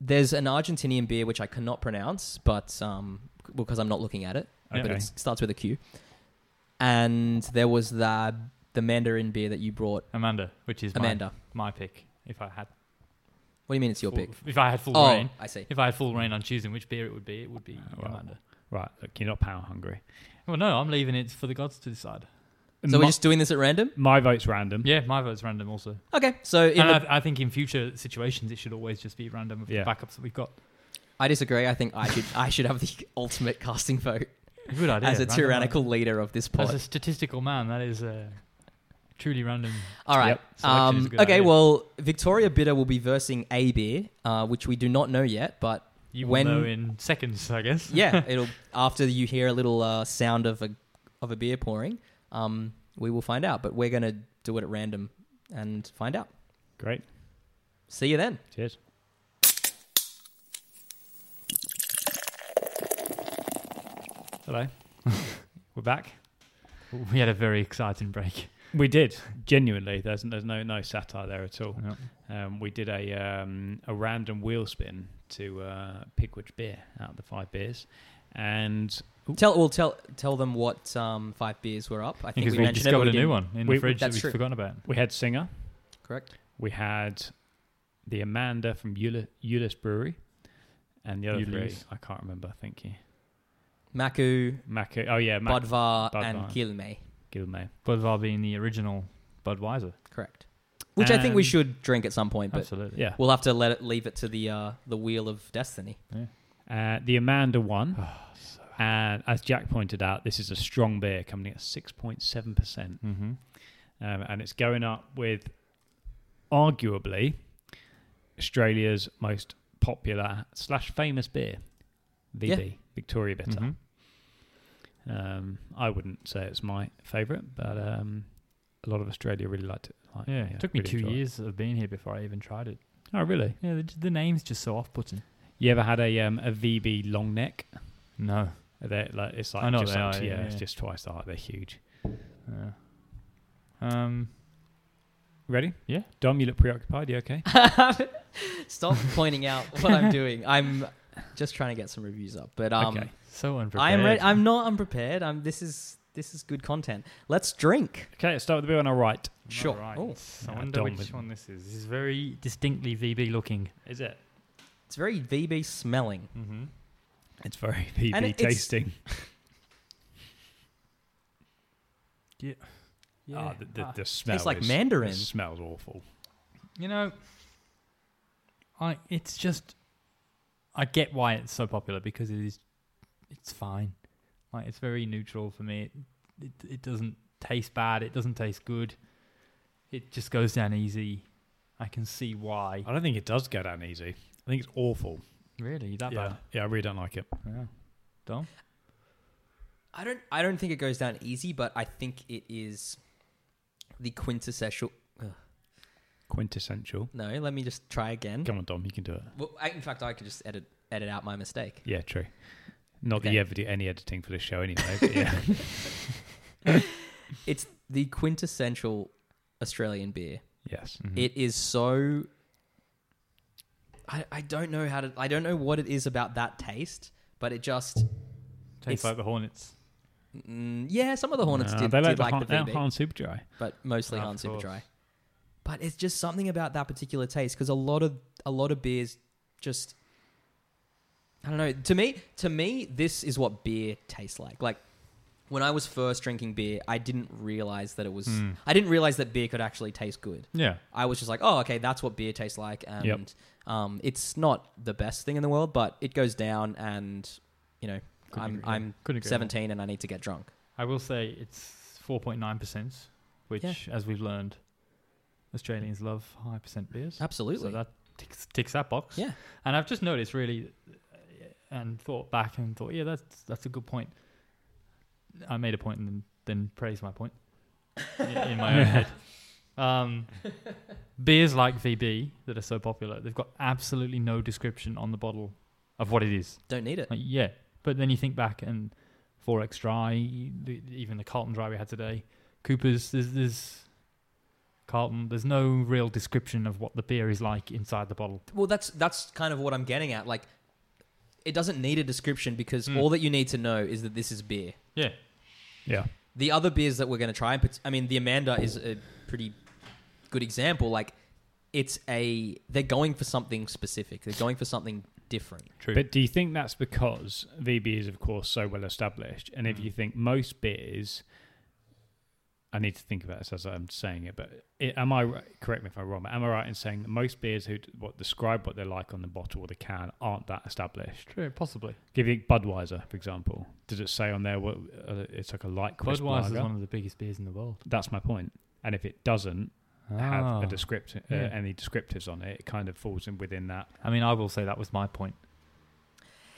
Speaker 1: There's an Argentinian beer which I cannot pronounce, but um, because I'm not looking at it,
Speaker 2: Yeah.
Speaker 1: but
Speaker 3: Okay,
Speaker 1: it starts with a Q. And there was the the Mandarin beer that you brought,
Speaker 2: Amanda, which is
Speaker 1: Amanda.
Speaker 2: My, my pick. If I had
Speaker 1: What do you mean it's your
Speaker 2: full,
Speaker 1: pick?
Speaker 2: if I had full
Speaker 1: Oh,
Speaker 2: reign,
Speaker 1: I see.
Speaker 2: if I had full reign on choosing which beer it would be, it would be
Speaker 3: well.
Speaker 2: Amanda.
Speaker 3: right. Look, you're not power hungry.
Speaker 2: Well, no, I'm leaving it for the gods to decide.
Speaker 1: So
Speaker 3: my,
Speaker 1: we're just doing this at random.
Speaker 3: my vote's
Speaker 1: Um,
Speaker 3: random.
Speaker 2: Yeah, my vote's random also.
Speaker 1: Okay. So in
Speaker 2: and
Speaker 1: the,
Speaker 2: I, I think in future situations, it should always just be random with
Speaker 3: Yeah.
Speaker 2: the backups that we've got.
Speaker 1: I disagree. I think I should I should have the [LAUGHS] ultimate casting vote
Speaker 2: Good idea.
Speaker 1: as a
Speaker 2: random.
Speaker 1: tyrannical leader of this pod.
Speaker 2: as a statistical man, that is uh, truly random.
Speaker 1: All right.
Speaker 3: Yep.
Speaker 2: Selection is a
Speaker 1: Um,
Speaker 2: good
Speaker 1: okay.
Speaker 2: idea.
Speaker 1: Well, Victoria Bitter will be versing a beer, uh, which we do not know yet, but
Speaker 2: You
Speaker 1: When-
Speaker 2: will know in seconds, I guess. [LAUGHS]
Speaker 1: yeah, it'll after you hear a little uh, sound of a of a beer pouring, um, we will find out. But we're gonna do it at random and find out.
Speaker 3: Great.
Speaker 1: See you then.
Speaker 3: Cheers.
Speaker 2: Hello.
Speaker 3: We're back.
Speaker 2: We had a very exciting break.
Speaker 3: We did genuinely. There's there's no no satire there at all.
Speaker 2: No.
Speaker 3: Um, we did a um, a random wheel spin to uh, pick which beer out of the five beers, and
Speaker 1: Tell well tell tell them what um, five beers were up. I think
Speaker 2: Because
Speaker 1: we
Speaker 2: we,
Speaker 1: mentioned it, but
Speaker 2: discovered
Speaker 1: we
Speaker 2: a new
Speaker 1: didn't-
Speaker 2: one in
Speaker 3: We-
Speaker 2: the fridge that
Speaker 1: that's
Speaker 2: we'd
Speaker 1: true.
Speaker 2: forgotten about.
Speaker 3: we had Singer.
Speaker 1: Correct.
Speaker 3: We had the Amanda from Eula- Euless Brewery, and the other three
Speaker 2: Euless.
Speaker 3: I can't remember. Thank you.
Speaker 1: Maku,
Speaker 3: Mac. Oh yeah, Mac
Speaker 1: Budvar,
Speaker 3: Budvar.
Speaker 1: and Kilme.
Speaker 3: Gilmay.
Speaker 2: Budvar being the original Budweiser.
Speaker 1: Correct. Which I think we
Speaker 3: And-
Speaker 1: should drink at some point, but
Speaker 2: Absolutely.
Speaker 3: Yeah.
Speaker 1: we'll have to let it leave it to the uh, the wheel of destiny.
Speaker 3: Uh, the Amanda one. and as Jack pointed out, this is a strong beer coming in at 6.7%. Um,
Speaker 2: Mm-hmm.
Speaker 3: and it's going up with arguably Australia's most popular slash famous beer, VB, Victoria Bitter.
Speaker 2: Mm-hmm.
Speaker 3: Um, I wouldn't say it's my favourite, but um, a lot of Australia really liked it. Like,
Speaker 2: Yeah, it took me
Speaker 3: really
Speaker 2: two
Speaker 3: enjoy it.
Speaker 2: years of being here before I even tried it.
Speaker 3: Oh, really?
Speaker 2: Yeah, the, the name's just so off-putting.
Speaker 3: You ever had a um, a VB long neck?
Speaker 2: No,
Speaker 3: They're, like, it's
Speaker 2: I
Speaker 3: like
Speaker 2: know
Speaker 3: just
Speaker 2: they
Speaker 3: like,
Speaker 2: are,
Speaker 3: yeah,
Speaker 2: yeah,
Speaker 3: it's
Speaker 2: yeah.
Speaker 3: just twice the height. They're huge.
Speaker 2: Yeah. Um,
Speaker 3: Ready?
Speaker 2: Yeah.
Speaker 3: Dom, you look preoccupied. You [LAUGHS] okay?
Speaker 1: [LAUGHS] Stop pointing out what I'm doing. I'm just trying to get some reviews up, but um,
Speaker 3: Okay.
Speaker 2: so unprepared.
Speaker 1: I am ready. I'm not unprepared. I'm. This is this is good content. Let's drink.
Speaker 3: Okay, let's start with the beer on our right.
Speaker 1: Sure.
Speaker 2: Alright.
Speaker 1: Oh.
Speaker 2: I
Speaker 3: Yeah,
Speaker 2: wonder
Speaker 3: done
Speaker 2: which
Speaker 3: with-
Speaker 2: one this is. This is very distinctly VB looking.
Speaker 3: Is it?
Speaker 1: It's very VB smelling.
Speaker 2: Mm-hmm.
Speaker 3: It's very [LAUGHS] PB
Speaker 1: And it- it's-
Speaker 3: tasting. Ah, the, the, the smell
Speaker 1: Tastes like
Speaker 3: is-
Speaker 1: mandarin.
Speaker 3: It smells awful.
Speaker 2: you know, I it's just I get why it's so popular because it is it's fine. Like it's very neutral for me. It it, it doesn't taste bad. It doesn't taste good. It just goes down easy. I can see why.
Speaker 3: I don't think it does go down easy. I think it's awful.
Speaker 2: Really, that
Speaker 3: yeah, yeah, I really don't like it.
Speaker 2: bad? Yeah. Dom.
Speaker 1: I don't. I don't think it goes down easy, but I think it is the quintessential.
Speaker 3: Quintessential.
Speaker 1: No, let me just try again.
Speaker 3: Come on, Dom, you can do it.
Speaker 1: Well, I, in fact, I could just edit edit out my mistake.
Speaker 3: Yeah, true. Not that
Speaker 1: Okay.
Speaker 3: you ever do any editing for this show anyway. But
Speaker 1: [LAUGHS]
Speaker 3: yeah. [LAUGHS]
Speaker 1: It's the quintessential Australian beer.
Speaker 3: yes. Mm-hmm.
Speaker 1: It is so. I, I don't know how to. I don't know what it is about that taste, but it just.
Speaker 2: tastes
Speaker 1: it's-
Speaker 2: like the Hornets.
Speaker 1: Mm, yeah, some of the Hornets
Speaker 3: Nah,
Speaker 1: did,
Speaker 3: they like
Speaker 1: did
Speaker 3: the,
Speaker 1: like
Speaker 3: Han,
Speaker 1: the VB,
Speaker 3: Han Super Dry.
Speaker 1: but mostly
Speaker 2: Of
Speaker 1: Han Super
Speaker 2: course.
Speaker 1: Dry. But it's just something about that particular taste because a lot of a lot of beers just. I don't know. To me, to me, this is what beer tastes like. Like when I was first drinking beer, I didn't realize that it was.
Speaker 3: Hmm.
Speaker 2: Mm.
Speaker 1: I didn't realize that beer could actually taste good.
Speaker 2: Yeah.
Speaker 1: I was just like, oh, okay, that's what beer tastes like, and
Speaker 3: Yep.
Speaker 1: um, it's not the best thing in the world, but it goes down, and you know,
Speaker 2: Couldn't
Speaker 1: I'm
Speaker 2: agree more.
Speaker 1: I'm
Speaker 2: Couldn't agree more.
Speaker 1: 17 and I need to get drunk.
Speaker 2: I will say it's 4.9%, which, as we've learned, Australians love high percent beers.
Speaker 1: Absolutely.
Speaker 2: So that ticks, ticks that box.
Speaker 1: Yeah.
Speaker 2: And I've just noticed really uh, and thought back and thought, yeah, that's that's a good point. I made a point and then, then praised my point in, in
Speaker 1: [LAUGHS]
Speaker 2: my own head. Um, beers like VB that are so popular, they've got absolutely no description on the bottle of what it is.
Speaker 1: Don't need it.
Speaker 2: Like, yeah, but then you think back and Forex Dry, the, even the Carlton Dry we had today, Cooper's, there's, there's Carlton. There's no real description of what the beer is like inside the bottle.
Speaker 1: Well, that's that's kind of what I'm getting at. Like, it doesn't need a description because
Speaker 2: Mm.
Speaker 1: all that you need to know is that this is beer.
Speaker 2: Yeah,
Speaker 3: Yeah.
Speaker 1: The other beers that we're going to try, in partic- I mean, the Amanda is a pretty good example. Like, it's a they're going for something specific. They're going for something different.
Speaker 2: true.
Speaker 3: But do you think that's because VB is, of course, so well established? And if
Speaker 2: Mm.
Speaker 3: you think most beers, I need to think about this as I'm saying it, but i am I ri- correct me if I'm wrong? But am I right in saying that most beers who d- what describe what they're like on the bottle or the can aren't that established?
Speaker 2: true, possibly.
Speaker 3: Give you Budweiser, for example. Does it say on there what uh, it's like a light crisp
Speaker 2: Budweiser is
Speaker 3: lager?
Speaker 2: one of the biggest beers in the world. Ah.
Speaker 3: That's my point. And if it doesn't have a descript- uh,
Speaker 2: Yeah.
Speaker 3: any descriptives on it, it kind of falls in within that.
Speaker 2: I mean, I will say that was my point.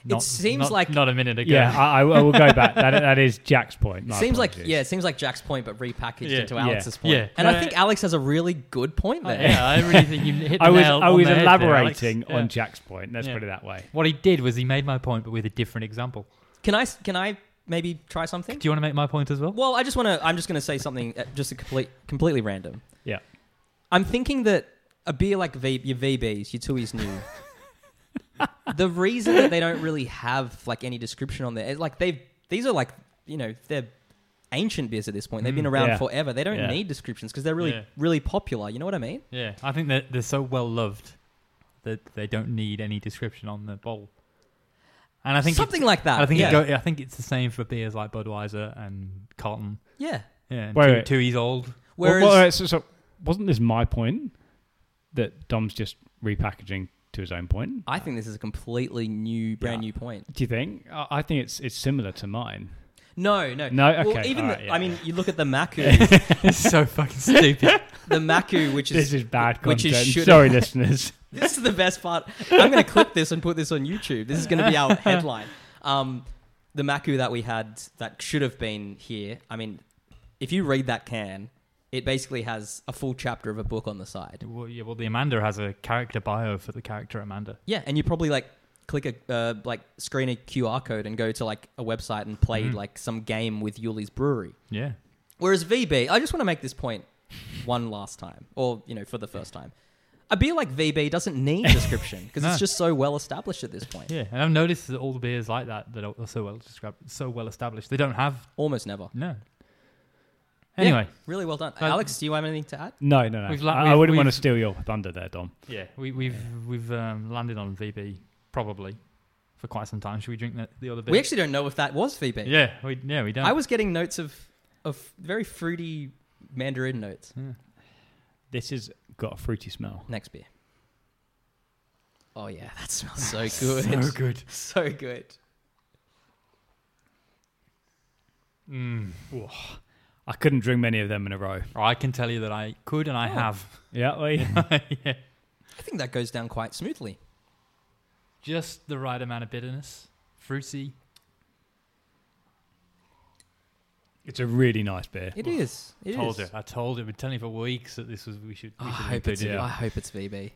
Speaker 1: it seems
Speaker 2: not-
Speaker 1: like
Speaker 2: not a minute
Speaker 1: [LAUGHS]
Speaker 2: ago.
Speaker 3: Yeah, I, I will go back. That, that is Jack's
Speaker 1: It
Speaker 3: point. My
Speaker 1: seems like
Speaker 3: apologies.
Speaker 1: yeah, it seems like Jack's point, but repackaged
Speaker 2: Yeah,
Speaker 1: into
Speaker 3: yeah,
Speaker 1: Alex's point.
Speaker 2: yeah.
Speaker 1: And
Speaker 2: No,
Speaker 1: I think Alex has a really good point
Speaker 2: I,
Speaker 1: there.
Speaker 2: yeah, I really think you hit the
Speaker 3: I was
Speaker 2: nail
Speaker 3: I
Speaker 2: on
Speaker 3: was
Speaker 2: the head there, Alex.
Speaker 3: elaborating
Speaker 2: Yeah.
Speaker 3: on Jack's point. Let's
Speaker 2: Yeah.
Speaker 3: put it that way.
Speaker 2: What he did was he made my point, but with a different example.
Speaker 1: Can I can I maybe try something?
Speaker 2: Do you want to make my point as well?
Speaker 1: well, I just want to. I'm just going to say something uh, just a complete completely random.
Speaker 3: Yeah.
Speaker 1: I'm thinking that a beer like v, your VBs, your Tui's new.
Speaker 2: [LAUGHS]
Speaker 1: the reason that they don't really have like any description on there, it- like they've these are like you know they're ancient beers at this point. They've been
Speaker 2: Mm,
Speaker 1: around
Speaker 3: yeah.
Speaker 1: forever. They don't
Speaker 3: Yeah.
Speaker 1: need descriptions because they're really
Speaker 2: Yeah.
Speaker 1: really popular. You know what I mean?
Speaker 2: Yeah, I think that they're so well loved that they don't need any description on the bottle. And I think it-
Speaker 1: something like that.
Speaker 2: I think
Speaker 1: yeah.
Speaker 2: it go, I think it's the same for beers like Budweiser and Carlton.
Speaker 1: yeah.
Speaker 2: Yeah, and
Speaker 3: Wait,
Speaker 2: two,
Speaker 3: wait.
Speaker 2: two years old.
Speaker 3: Well,
Speaker 1: Whereas
Speaker 3: well, alright, so, so wasn't this my point that Dom's just repackaging to his own point?
Speaker 1: I think this is a completely new, brand
Speaker 3: Yeah.
Speaker 1: new point.
Speaker 3: Do you think? I I think it's it's similar to mine.
Speaker 1: No, no,
Speaker 3: No,
Speaker 1: Well,
Speaker 3: okay,
Speaker 1: even
Speaker 3: alright,
Speaker 1: the,
Speaker 3: yeah,
Speaker 1: I mean,
Speaker 3: yeah.
Speaker 1: you look at the
Speaker 3: [LAUGHS]
Speaker 1: Maku,
Speaker 2: it's so fucking stupid.
Speaker 1: the Maku, which
Speaker 3: This
Speaker 1: is
Speaker 3: is bad
Speaker 1: which is
Speaker 3: content.
Speaker 1: should-
Speaker 3: Sorry, listeners.
Speaker 1: [LAUGHS]
Speaker 3: [LAUGHS]
Speaker 1: this is the best part. I'm going to clip this and put this on YouTube. This is going to be
Speaker 3: [LAUGHS]
Speaker 1: our headline. Um, the Maku that we had that should have been here. I mean, if you read that can, it basically has a full chapter of a book on the side.
Speaker 2: well, yeah, well, the Amanda has a character bio for the character Amanda.
Speaker 1: Yeah, and you probably like click a uh, like screen a QR code and go to like a website and play
Speaker 3: Mm-hmm.
Speaker 2: Mhm.
Speaker 1: like some game with Yuli's Brewery.
Speaker 2: Yeah,
Speaker 1: Whereas VB, I just want to make this point one last time, or you know, for the first time. A beer like VB doesn't
Speaker 2: [LAUGHS]
Speaker 1: need description because
Speaker 2: No.
Speaker 1: it's just so well established at this point.
Speaker 2: yeah. And I've noticed that all the beers like that that are so well described, so well established, they don't have
Speaker 1: Almost never.
Speaker 2: no. Anyway,
Speaker 1: Really well done,
Speaker 2: Uh,
Speaker 1: Alex. Do you have anything to add?
Speaker 3: No, no, no.
Speaker 2: We've la-
Speaker 3: I, I
Speaker 2: we've-
Speaker 3: wouldn't want to
Speaker 2: we've-
Speaker 3: steal your thunder there, Dom.
Speaker 2: yeah, we, we've we've um, landed on VB probably for quite some time. Should we drink the, the other beer?
Speaker 1: We actually don't know if that was VB.
Speaker 2: yeah, we yeah we don't.
Speaker 1: I was getting notes of of very fruity Mandarin notes.
Speaker 2: Yeah.
Speaker 3: This has got a fruity smell.
Speaker 1: Next beer. Oh yeah, [LAUGHS] that smells so good.
Speaker 2: [LAUGHS] so good.
Speaker 1: [LAUGHS] So good.
Speaker 2: Mm. Oh,
Speaker 3: I couldn't drink many of them in a row.
Speaker 2: I can tell you that I could and I
Speaker 1: Oh.
Speaker 2: have. [LAUGHS]
Speaker 3: Yeah,
Speaker 1: [LAUGHS]
Speaker 3: well, yeah.
Speaker 2: yeah.
Speaker 1: I think that goes down quite smoothly.
Speaker 2: Just the right amount of bitterness, fruity.
Speaker 3: it's a really nice beer.
Speaker 1: It is. It is.
Speaker 2: told you. I told you. I've been telling you for weeks that this was we should.
Speaker 1: Oh,
Speaker 2: We
Speaker 1: I
Speaker 2: should
Speaker 1: hope it's.
Speaker 2: include
Speaker 3: yeah.
Speaker 1: I hope it's VB.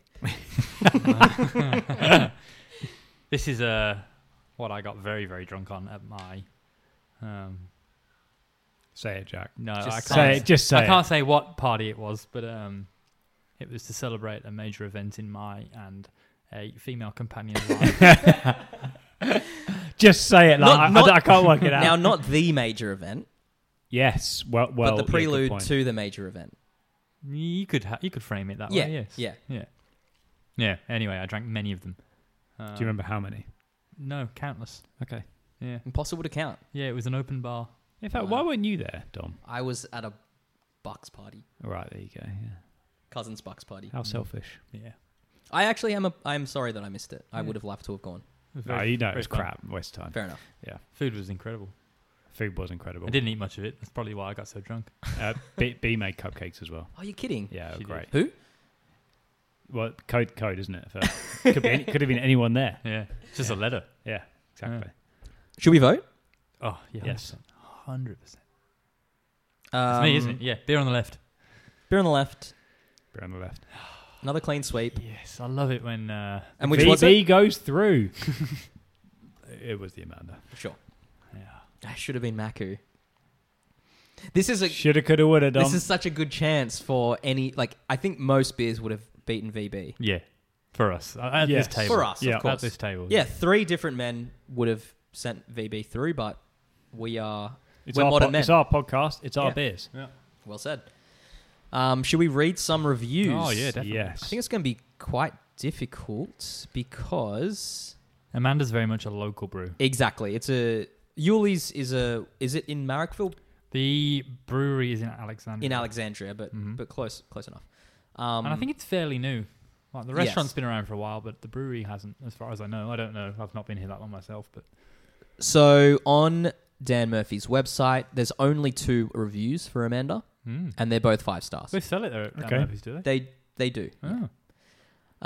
Speaker 2: [LAUGHS] it. this is uh, what I got very very drunk on at my. Um,
Speaker 3: Say it, Jack.
Speaker 2: no,
Speaker 1: Just
Speaker 2: I can't.
Speaker 3: Say it. Just say
Speaker 2: I can't
Speaker 3: it.
Speaker 2: say what party it was, but um, it was to celebrate a major event in my and a female companion's life.
Speaker 1: [LAUGHS]
Speaker 3: Just say it. Like,
Speaker 1: Not-
Speaker 3: I- I
Speaker 1: not-
Speaker 3: don't- I,
Speaker 1: [LAUGHS]
Speaker 3: can't work it out.
Speaker 1: Now, not the major event,
Speaker 3: yes. Well, well.
Speaker 1: but
Speaker 3: yeah,
Speaker 1: the
Speaker 3: good
Speaker 1: prelude
Speaker 3: point.
Speaker 1: to the major event.
Speaker 2: You could ha- you could frame
Speaker 3: Oh,
Speaker 2: it that
Speaker 1: yeah,
Speaker 2: way. Yes.
Speaker 1: yeah.
Speaker 2: Yeah. Yeah. Anyway, I drank many of them. Um,
Speaker 3: Do you remember how many?
Speaker 2: No, countless.
Speaker 3: Okay.
Speaker 2: Yeah.
Speaker 1: Impossible to count.
Speaker 2: Yeah, it was an open bar.
Speaker 3: In fact, why weren't you there, Dom?
Speaker 1: I was at a Bucks party,
Speaker 3: All right, there you go. Yeah.
Speaker 1: cousin's Bucks party.
Speaker 3: How selfish.
Speaker 2: Yeah.
Speaker 1: I actually am. A, I'm sorry that I missed it. I
Speaker 2: Yeah.
Speaker 1: would have loved to have gone.
Speaker 3: No, Oh, you know, it
Speaker 2: very
Speaker 3: was
Speaker 2: fun.
Speaker 3: crap. Waste of time.
Speaker 1: Fair enough.
Speaker 2: Food was incredible.
Speaker 3: Food was incredible.
Speaker 2: I didn't eat much of it. That's probably why I got so drunk.
Speaker 3: Uh, B, B made cupcakes as well.
Speaker 1: Are you kidding?
Speaker 3: Yeah,
Speaker 2: She did.
Speaker 3: great.
Speaker 1: Who?
Speaker 3: Well, code, code, isn't
Speaker 1: [LAUGHS]
Speaker 3: it? For, could, be any, could have been anyone there.
Speaker 2: Yeah. Just a letter.
Speaker 3: Yeah, exactly.
Speaker 1: Should we vote?
Speaker 2: Oh, yeah.
Speaker 3: Yes.
Speaker 2: 100%. It's
Speaker 1: Um,
Speaker 2: me, isn't it? Yeah. Beer on the left.
Speaker 1: Beer on the left.
Speaker 3: We're on the left.
Speaker 1: Another clean sweep.
Speaker 2: Yes. I love it when. Uh,
Speaker 1: And which
Speaker 3: B,
Speaker 1: was it?
Speaker 3: B goes through. it was the Amanda.
Speaker 1: Sure.
Speaker 2: yeah.
Speaker 1: I should have been Maku. This is a.
Speaker 3: Shoulda, coulda, woulda, Dom.
Speaker 1: This is such a good chance for any. Like I think most beers would have beaten VB.
Speaker 2: Yeah. For us. At at
Speaker 3: Yes.
Speaker 2: this table.
Speaker 1: For us,
Speaker 3: Yeah,
Speaker 1: of
Speaker 3: at
Speaker 1: course.
Speaker 2: At this table.
Speaker 1: Yeah, three different men would have sent VB through, but we are
Speaker 3: it's,
Speaker 1: we're
Speaker 3: our
Speaker 1: modern
Speaker 3: po-
Speaker 1: men.
Speaker 3: it's our podcast. It's our
Speaker 1: Yeah.
Speaker 3: beers.
Speaker 1: well said. Um, should we read some reviews?
Speaker 2: Oh, yeah. Definitely.
Speaker 3: Yes.
Speaker 1: I think it's going to be quite difficult because
Speaker 2: Amanda's very much a local brew.
Speaker 1: exactly it's a Yuli's is a is it in Marrickville
Speaker 2: The brewery is in Alexandria.
Speaker 1: in Alexandria, but
Speaker 2: Mhm.
Speaker 1: but close close enough. Um,
Speaker 2: Mm-hmm. and I think it's fairly new. Like the
Speaker 1: Yes.
Speaker 2: restaurant's been around for a while, but the brewery hasn't, as far as I know. I don't know. I've not been here that long myself, but
Speaker 1: so. On Dan Murphy's website, there's only two reviews for Amanda,
Speaker 2: mm.
Speaker 1: and they're both five stars.
Speaker 2: they sell it there at
Speaker 3: Okay. Ah,
Speaker 2: okay. Murphy's, do they?
Speaker 1: They they do.
Speaker 2: Oh.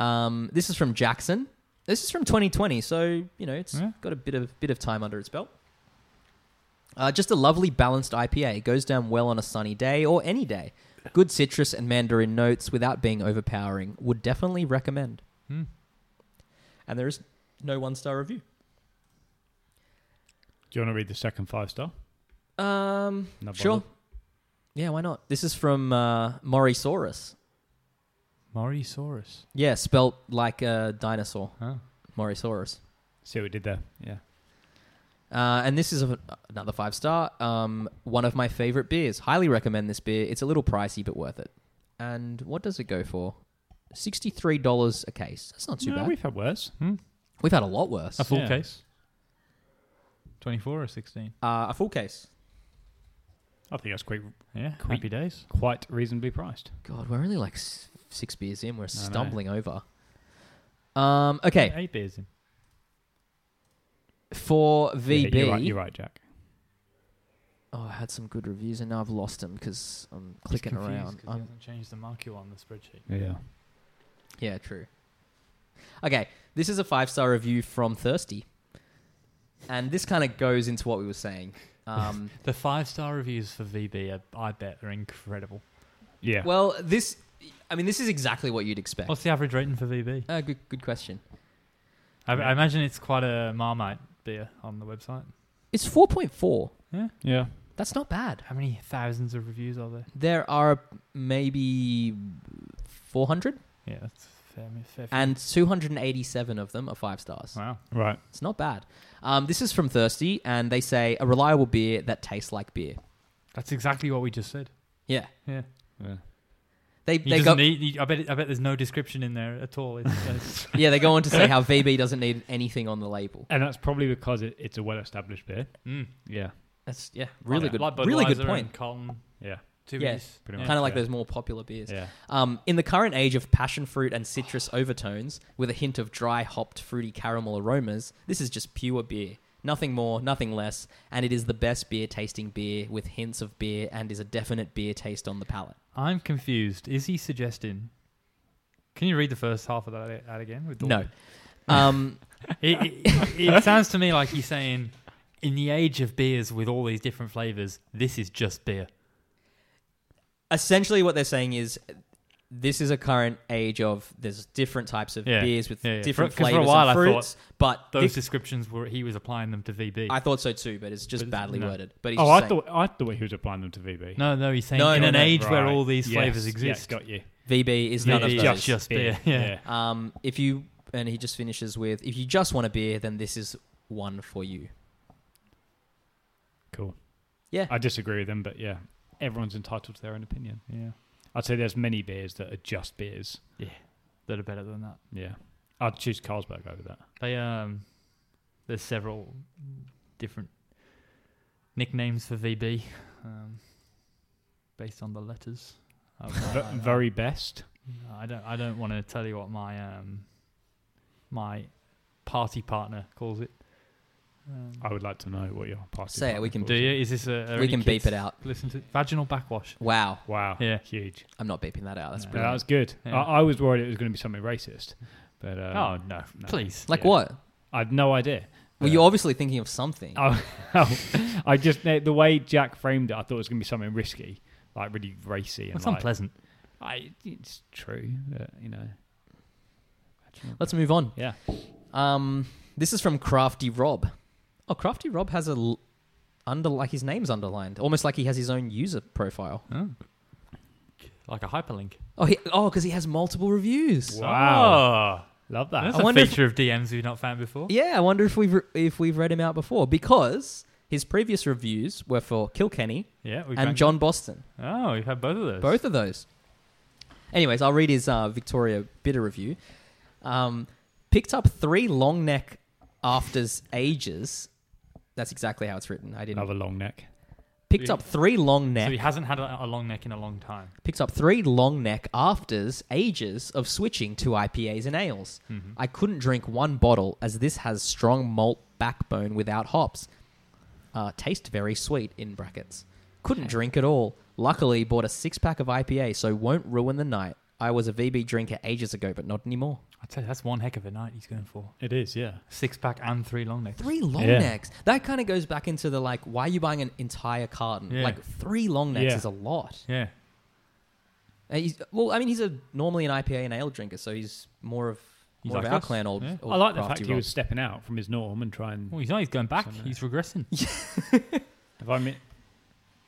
Speaker 1: Um, this is from Jackson. This is from 2020, so you know it's
Speaker 2: Yeah.
Speaker 1: got a bit of bit of time under its belt. Uh, just a lovely balanced IPA. Goes down well on a sunny day or any day. Good citrus and mandarin notes without being overpowering. Would definitely recommend.
Speaker 2: Hmm.
Speaker 1: And there is no one star review.
Speaker 3: Do you want to read the second five star?
Speaker 1: Um,
Speaker 3: No
Speaker 1: sure.
Speaker 3: bother.
Speaker 1: Yeah, why not? This is from uh, Morisaurus.
Speaker 2: Morisaurus.
Speaker 1: Yeah, spelt like a dinosaur.
Speaker 2: Oh.
Speaker 1: Morisaurus.
Speaker 3: See what we did there. Yeah.
Speaker 1: Uh, and this is a, another five star. Um, one of my favorite beers. Highly recommend this beer. It's a little pricey, but worth it. And what does it go for? sixty-three dollars a case. That's not too
Speaker 3: No,
Speaker 1: bad. We've,
Speaker 3: We've had worse.
Speaker 1: had a lot worse.
Speaker 2: A full
Speaker 3: Yeah.
Speaker 2: case. Twenty-four or sixteen?
Speaker 1: Uh, a full case.
Speaker 3: I think that's quite
Speaker 2: Yeah, [LAUGHS]
Speaker 3: Quick.
Speaker 2: happy days.
Speaker 3: quite reasonably priced.
Speaker 1: God, we're only like s- six beers in. We're
Speaker 2: know.
Speaker 1: stumbling over. Um, okay,
Speaker 2: Eight beers in.
Speaker 1: for VB,
Speaker 3: Yeah, you're right. You're right, Jack.
Speaker 1: oh, I had some good reviews, and now I've lost them because I'm clicking around.
Speaker 2: I
Speaker 1: I'm-
Speaker 2: haven't changed the marker on the spreadsheet.
Speaker 3: Yeah.
Speaker 1: yeah, true. Okay, this is a five star review from Thirsty, and this kind of goes into what we were
Speaker 2: [LAUGHS]
Speaker 1: saying. Um,
Speaker 2: The five-star reviews for VB, are, I bet, are incredible.
Speaker 3: Yeah.
Speaker 1: Well, this, I mean, this is exactly what you'd expect.
Speaker 2: What's the average rating for VB?
Speaker 1: Uh, good, good question.
Speaker 2: I, I imagine it's quite a Marmite beer on the website.
Speaker 1: It's four point four.
Speaker 3: yeah.
Speaker 1: That's not bad.
Speaker 2: How many thousands of reviews are there?
Speaker 1: There are maybe four hundred,
Speaker 2: Yeah, that's fair. fair few.
Speaker 1: and two hundred and eighty-seven of them are five stars.
Speaker 2: wow,
Speaker 3: Right.
Speaker 1: It's not bad. Um, this is from Thirsty, and they say a reliable beer that tastes like beer.
Speaker 2: that's exactly what we just said.
Speaker 1: Yeah,
Speaker 2: Yeah,
Speaker 3: Yeah.
Speaker 1: they
Speaker 2: he
Speaker 1: they
Speaker 2: doesn't
Speaker 1: go.
Speaker 2: need. he- I bet. It, I bet there's no description in there at all. It's, [LAUGHS] it's,
Speaker 1: [LAUGHS] yeah, they go on to say how VB doesn't need anything on the label.
Speaker 3: And that's probably because it, it's a well-established beer.
Speaker 2: mm,
Speaker 3: Yeah.
Speaker 1: That's yeah, really
Speaker 2: like-
Speaker 1: good,
Speaker 2: like
Speaker 1: really
Speaker 2: Budweiser
Speaker 1: good
Speaker 2: and
Speaker 1: point.
Speaker 2: Colin,
Speaker 3: Yeah.
Speaker 2: Tubies.
Speaker 1: Yes,
Speaker 3: pretty
Speaker 1: Kind of like
Speaker 3: yeah.
Speaker 1: those more popular beers.
Speaker 3: Yeah.
Speaker 1: Um, in the current age of passion fruit and citrus overtones, with a hint of dry hopped fruity caramel aromas, this is just pure beer. Nothing more, nothing less, and it is the best beer tasting beer with hints of beer and is a definite beer taste on the palate.
Speaker 2: I'm confused. Is he suggesting? Can you read the first half of that out again? With the-
Speaker 1: No. Um,
Speaker 2: [LAUGHS] It, it, it sounds to me like he's saying, in the age of beers with all these different flavors, this is just beer.
Speaker 1: essentially, what they're saying is this is a current age of there's different types of
Speaker 2: Yeah.
Speaker 1: beers with
Speaker 2: Yeah, yeah.
Speaker 1: different
Speaker 2: For- 'cause for a
Speaker 1: flavors
Speaker 2: while I
Speaker 1: and
Speaker 2: thought
Speaker 1: fruits, but
Speaker 2: Those
Speaker 1: this,
Speaker 2: descriptions were he was applying them to VB.
Speaker 1: I thought so too, but it's just
Speaker 2: But it's-
Speaker 1: badly
Speaker 2: no.
Speaker 1: worded. But he's
Speaker 3: Oh,
Speaker 1: just
Speaker 3: I
Speaker 1: saying
Speaker 3: thought I thought he was applying them to VB.
Speaker 2: no, no, he's saying
Speaker 1: No,
Speaker 2: in
Speaker 1: no,
Speaker 2: an
Speaker 1: no.
Speaker 2: age where
Speaker 3: Right.
Speaker 2: all these
Speaker 3: Yes,
Speaker 2: flavors exist.
Speaker 3: Yeah, got you.
Speaker 1: VB is none
Speaker 2: Yeah,
Speaker 1: of
Speaker 2: it's
Speaker 1: those.
Speaker 2: just- just beer, yeah. Um, if you and he just finishes with, if you just want a beer, then this is one for you.
Speaker 3: Cool.
Speaker 1: Yeah.
Speaker 3: I disagree with them, but yeah, everyone's entitled to their own opinion.
Speaker 2: yeah,
Speaker 3: I'd say there's many beers that are just beers.
Speaker 2: that are better than that.
Speaker 3: Yeah. I'd choose Carlsberg over that.
Speaker 2: They um, there's several different nicknames for VB, um, based on the letters. I- I- I-
Speaker 3: V- very best.
Speaker 2: Uh, I don't. I don't want to tell you what my um, my party partner calls it. Um,
Speaker 3: I would like to know what your party.
Speaker 1: Say it,
Speaker 3: partner
Speaker 1: we can
Speaker 3: calls
Speaker 2: do you? Is this a? are
Speaker 1: we
Speaker 2: any
Speaker 1: can beep
Speaker 2: kids
Speaker 1: it out.
Speaker 2: Listen to vaginal backwash.
Speaker 1: Wow,
Speaker 3: Wow.
Speaker 2: Yeah.
Speaker 3: Huge.
Speaker 1: I'm not beeping that out. That's
Speaker 2: No,
Speaker 3: Yeah, that
Speaker 1: brilliant.
Speaker 3: was good.
Speaker 2: Yeah.
Speaker 3: I, I was worried it was going to be something racist, but uh,
Speaker 2: oh no,
Speaker 3: no.
Speaker 2: please.
Speaker 1: like
Speaker 3: yeah.
Speaker 1: what?
Speaker 3: I had no idea.
Speaker 1: Well,
Speaker 3: Yeah. Ah.
Speaker 1: you're obviously thinking of something.
Speaker 3: I, [LAUGHS] I just the way Jack framed it, I thought it was going to be something risky, like really racy and
Speaker 2: That's
Speaker 3: like,
Speaker 2: unpleasant.
Speaker 3: I, it's true, that, you know.
Speaker 1: Let's move on.
Speaker 3: Yeah.
Speaker 1: Um, this is from Crafty Rob. Oh, Crafty Rob has a l- under like his name's underlined, almost like he has his own user profile.
Speaker 2: Oh. Like a hyperlink.
Speaker 1: Oh, he, oh, because he has multiple reviews.
Speaker 3: Wow.
Speaker 2: Oh,
Speaker 3: Love
Speaker 2: that's
Speaker 3: that.
Speaker 1: I
Speaker 2: a
Speaker 1: wonder if- E
Speaker 2: feature of DMs we've not found before.
Speaker 1: Yeah, I wonder if we've re- if we've read him out before because his previous reviews were for Kilkenny
Speaker 2: Yeah, we've
Speaker 1: and
Speaker 2: drank-
Speaker 1: John Boston.
Speaker 2: Oh, we've had both of those.
Speaker 1: Both of those. Anyways, I'll read his uh, Victoria bitter review. Um, picked up three long neck afters ages. That's exactly how it's written. I didn't.
Speaker 3: Another long neck.
Speaker 1: Picked up three long
Speaker 2: So he
Speaker 1: neck.
Speaker 2: hasn't had a, a long neck in a long time.
Speaker 1: Picked up three long neck afters ages of switching to IPAs and ales.
Speaker 3: Mm-hmm.
Speaker 1: I couldn't drink one bottle as this has strong malt backbone without hops. Uh, taste very sweet in brackets. Couldn't drink at all. Luckily, bought a six pack of IPA, so won't ruin the night. I was a VB drinker ages ago, but not anymore.
Speaker 2: I'd say that's one heck of a night he's going for.
Speaker 3: It is, yeah.
Speaker 2: Six pack and three long necks.
Speaker 1: Three long
Speaker 3: Yeah.
Speaker 1: necks. That kind of goes back into the like, why are you buying an entire carton?
Speaker 2: Yeah.
Speaker 1: Like three long necks
Speaker 3: Yeah.
Speaker 1: is a lot.
Speaker 2: Yeah.
Speaker 1: Uh, He's, well, I mean, he's a normally an IPA and ale drinker, so he's more of
Speaker 2: He's
Speaker 1: more of
Speaker 2: like
Speaker 1: our
Speaker 2: us.
Speaker 1: clan. Or,
Speaker 2: Yeah.
Speaker 1: or
Speaker 3: I like the fact
Speaker 1: crafty
Speaker 3: he
Speaker 1: Rob.
Speaker 3: was stepping out from his norm and trying.
Speaker 2: Well, he's not. He's going back.
Speaker 3: Something
Speaker 2: He's regressing.
Speaker 1: [LAUGHS]
Speaker 3: If I mean,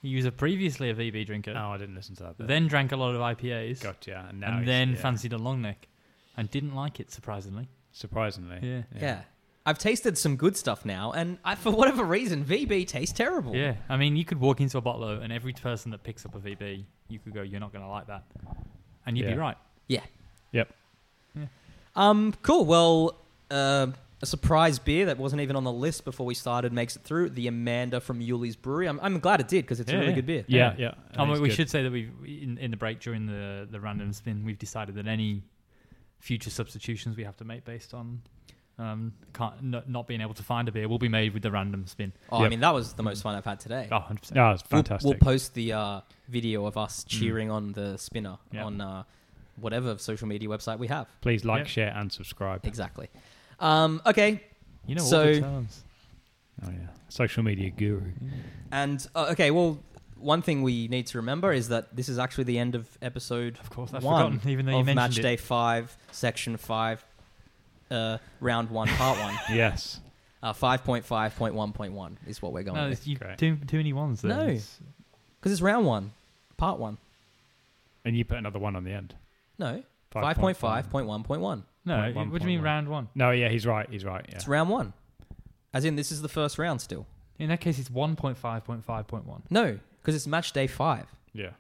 Speaker 2: He was a previously a VB drinker,
Speaker 3: no, I didn't listen to that. Bit.
Speaker 2: then drank a lot of IPAs,
Speaker 3: Oh. gotcha, and, now
Speaker 2: and
Speaker 3: he's-
Speaker 2: then
Speaker 3: yeah.
Speaker 2: fancied a long neck, and didn't like it surprisingly.
Speaker 3: surprisingly,
Speaker 2: Yeah.
Speaker 1: Yeah. I've tasted some good stuff now, and I, for whatever reason, VB tastes terrible.
Speaker 2: Yeah, I mean, you could walk into a bottle and every person that picks up a VB, you could go, "You're not going to like that," and you'd
Speaker 3: Yeah.
Speaker 2: be right.
Speaker 1: Yeah.
Speaker 3: Yep.
Speaker 2: Yeah.
Speaker 1: Um, cool. Well, uh, a surprise beer that wasn't even on the list before we started makes it through. The Amanda from Yuli's Brewery. I'm, I'm glad it did because it's
Speaker 2: Yeah,
Speaker 1: a really
Speaker 2: yeah.
Speaker 1: good beer.
Speaker 3: Yeah, yeah.
Speaker 2: I mean,
Speaker 3: it's
Speaker 2: oh, we
Speaker 3: good.
Speaker 2: should say that we've in, in the break during the the random spin, we've decided that any future substitutions we have to make based on um, can't, not, not being able to find a beer will be made with the random spin.
Speaker 1: Oh, I
Speaker 3: Yep.
Speaker 1: mean, that was the most fun I've had today.
Speaker 2: Oh, 100%.
Speaker 3: No, it's
Speaker 1: We'll-
Speaker 3: fantastic.
Speaker 1: We'll, post the uh, video of us cheering
Speaker 2: Mm.
Speaker 1: on the spinner
Speaker 2: Yeah.
Speaker 1: on uh, whatever social media website we have.
Speaker 3: Please like,
Speaker 2: Yeah.
Speaker 3: share, and subscribe.
Speaker 1: Exactly. Um, okay.
Speaker 2: You know all
Speaker 1: So-
Speaker 2: the terms.
Speaker 3: Oh yeah, social media guru.
Speaker 1: And uh, okay, well, one thing we need to remember is that this is actually the end of episode
Speaker 2: Of course, I've
Speaker 1: one
Speaker 2: forgotten, even though you
Speaker 1: of
Speaker 2: mentioned
Speaker 1: Match
Speaker 2: it.
Speaker 1: Day Five, Section Five, uh, Round One, Part
Speaker 2: [LAUGHS]
Speaker 1: One.
Speaker 3: Yes.
Speaker 1: Uh, Five point five point one point one is what we're going
Speaker 2: No,
Speaker 1: with.
Speaker 2: it's- you,
Speaker 3: Great.
Speaker 2: too, too many ones. There.
Speaker 1: No.
Speaker 2: It's-
Speaker 1: because it's round one, part one.
Speaker 3: And you put another one on the end.
Speaker 1: No,
Speaker 3: Five
Speaker 1: five point five point one point one.
Speaker 2: no.
Speaker 3: Point one,
Speaker 2: what do
Speaker 3: point
Speaker 2: you mean
Speaker 3: one.
Speaker 2: round one?
Speaker 3: No, yeah, he's right. He's right. Yeah.
Speaker 1: It's round one, as in this is the first round still.
Speaker 2: In that case, it's one point five point five point one.
Speaker 1: No, because it's match day five.
Speaker 3: Yeah.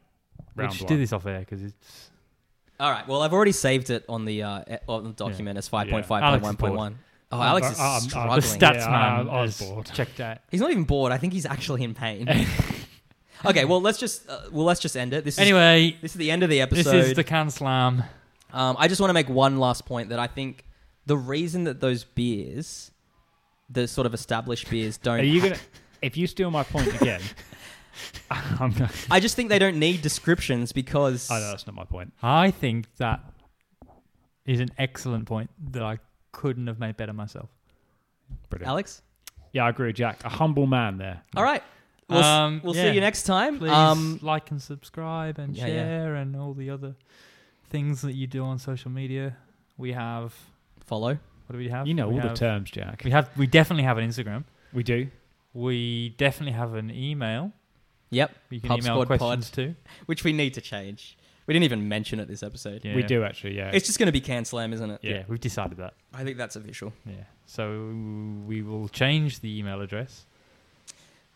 Speaker 2: We
Speaker 3: Round
Speaker 2: should
Speaker 3: one.
Speaker 2: do this off air because it's
Speaker 1: All right. Well, I've already saved it on the uh, e- on the document as five point five point one point one. Oh,
Speaker 3: Yeah.
Speaker 1: Alex
Speaker 3: Alex is
Speaker 1: is
Speaker 3: bored. I'm- I'm-
Speaker 2: the
Speaker 3: I'm-
Speaker 1: struggling.
Speaker 2: stats
Speaker 3: Yeah,
Speaker 2: man.
Speaker 3: I- I was
Speaker 2: has
Speaker 3: bored.
Speaker 2: Checked out.
Speaker 1: He's not even bored. I think he's actually in
Speaker 2: [LAUGHS]
Speaker 1: pain. okay. Well, let's just uh, well let's just end it. This is
Speaker 2: Anyway,
Speaker 1: This is the end of the episode.
Speaker 2: This is the can slam.
Speaker 1: um, I just want to make one last point that I think the reason that those beers, the sort of established
Speaker 2: [LAUGHS]
Speaker 1: beers, don't.
Speaker 3: Are you gonna? If you steal my point again, [LAUGHS] I'm gonna,
Speaker 1: I just think they don't need descriptions because
Speaker 3: oh, no, that's not my point.
Speaker 2: I think that is an excellent point that I couldn't have made better myself.
Speaker 3: Brilliant.
Speaker 1: Alex.
Speaker 3: yeah, I agree, with Jack. A humble man there.
Speaker 1: All right. We'll, s-
Speaker 2: Um,
Speaker 1: we'll
Speaker 2: yeah.
Speaker 1: see you next time.
Speaker 2: Please
Speaker 1: Um,
Speaker 2: like and subscribe and
Speaker 1: Yeah, yeah.
Speaker 2: share and all the other things that you do on social media. We have
Speaker 1: follow.
Speaker 2: what do we have?
Speaker 3: You know all
Speaker 2: we
Speaker 3: the
Speaker 2: have-
Speaker 3: terms, Jack.
Speaker 2: We have we definitely have an Instagram.
Speaker 3: We do.
Speaker 2: We definitely have an email.
Speaker 1: Yep.
Speaker 2: You can
Speaker 1: Pub
Speaker 2: email
Speaker 1: Squad
Speaker 2: questions too.
Speaker 1: Which we need to change. We didn't even mention it this episode.
Speaker 2: Yeah.
Speaker 3: We do actually. Yeah.
Speaker 1: It's just going to be Can Slam, isn't it?
Speaker 2: Yeah,
Speaker 3: Yeah.
Speaker 2: we've decided that.
Speaker 1: I think that's official.
Speaker 2: Yeah. So we will change the email address.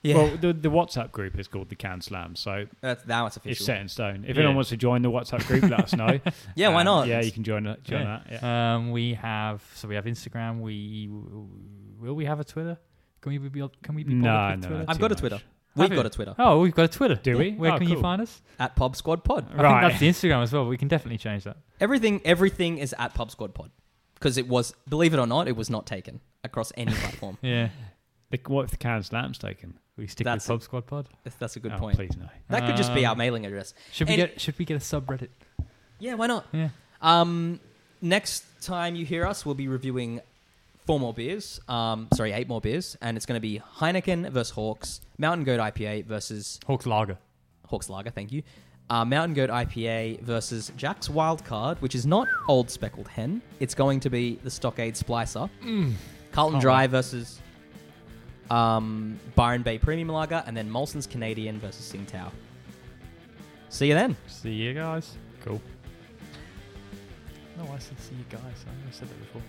Speaker 1: Yeah.
Speaker 3: Well, the, the WhatsApp group is called the Can Slam, so
Speaker 1: that's, now it's
Speaker 3: it's
Speaker 1: official.
Speaker 3: set in stone. If
Speaker 2: Yeah.
Speaker 3: anyone wants to join the WhatsApp group, let us know.
Speaker 1: [LAUGHS] yeah. Why
Speaker 3: Um,
Speaker 1: not?
Speaker 3: Yeah, you can join that. Join
Speaker 2: Yeah.
Speaker 3: that. Yeah.
Speaker 2: Um, we have so we have Instagram. We will we have a Twitter. Can we be can we be bothered
Speaker 3: No,
Speaker 2: with
Speaker 3: no,
Speaker 2: Twitter?
Speaker 3: no,
Speaker 1: I've
Speaker 3: too
Speaker 1: got a
Speaker 3: much.
Speaker 1: Twitter. We've
Speaker 2: Have
Speaker 1: got
Speaker 2: you?
Speaker 1: a Twitter
Speaker 2: Oh, we've got a Twitter.
Speaker 3: Do we?
Speaker 2: Where
Speaker 3: Oh,
Speaker 2: can you
Speaker 3: cool.
Speaker 2: find us?
Speaker 1: at Pub Squad Pod.
Speaker 2: I
Speaker 3: Right.
Speaker 2: think that's the Instagram as well. We can definitely change that.
Speaker 1: Everything, everything is at Pub Squad Pod because it was, believe it or not, it was not taken across any [LAUGHS] platform.
Speaker 2: Yeah,
Speaker 3: The, what if the Can Slam's taken?
Speaker 2: we stick
Speaker 1: That's
Speaker 2: with Pub Squad Pod.
Speaker 1: That's- That's a good
Speaker 3: Oh,
Speaker 1: point.
Speaker 3: Please no.
Speaker 1: That could just be
Speaker 2: Um,
Speaker 1: our mailing address.
Speaker 2: Should we
Speaker 1: Any-
Speaker 2: get should we get a subreddit?
Speaker 1: Yeah, why not?
Speaker 2: Yeah,
Speaker 1: Um, next time you hear us, we'll be reviewing four more beers. Um, sorry, eight more beers, and it's going to be Heineken versus Hawks, Mountain Goat IPA versus
Speaker 2: Hawks Lager.
Speaker 1: Hawks Lager. Thank you. Uh, Mountain Goat IPA versus Jack's Wild Card, which is not Old Speckled Hen. It's going to be the Stockade Splicer. Carlton
Speaker 2: Can't
Speaker 1: Dry versus um, Byron Bay Premium Lager, and then Molson's Canadian versus Tsingtao. See you then.
Speaker 2: See you guys.
Speaker 3: Cool.
Speaker 2: No, I said see you guys. I never said that before.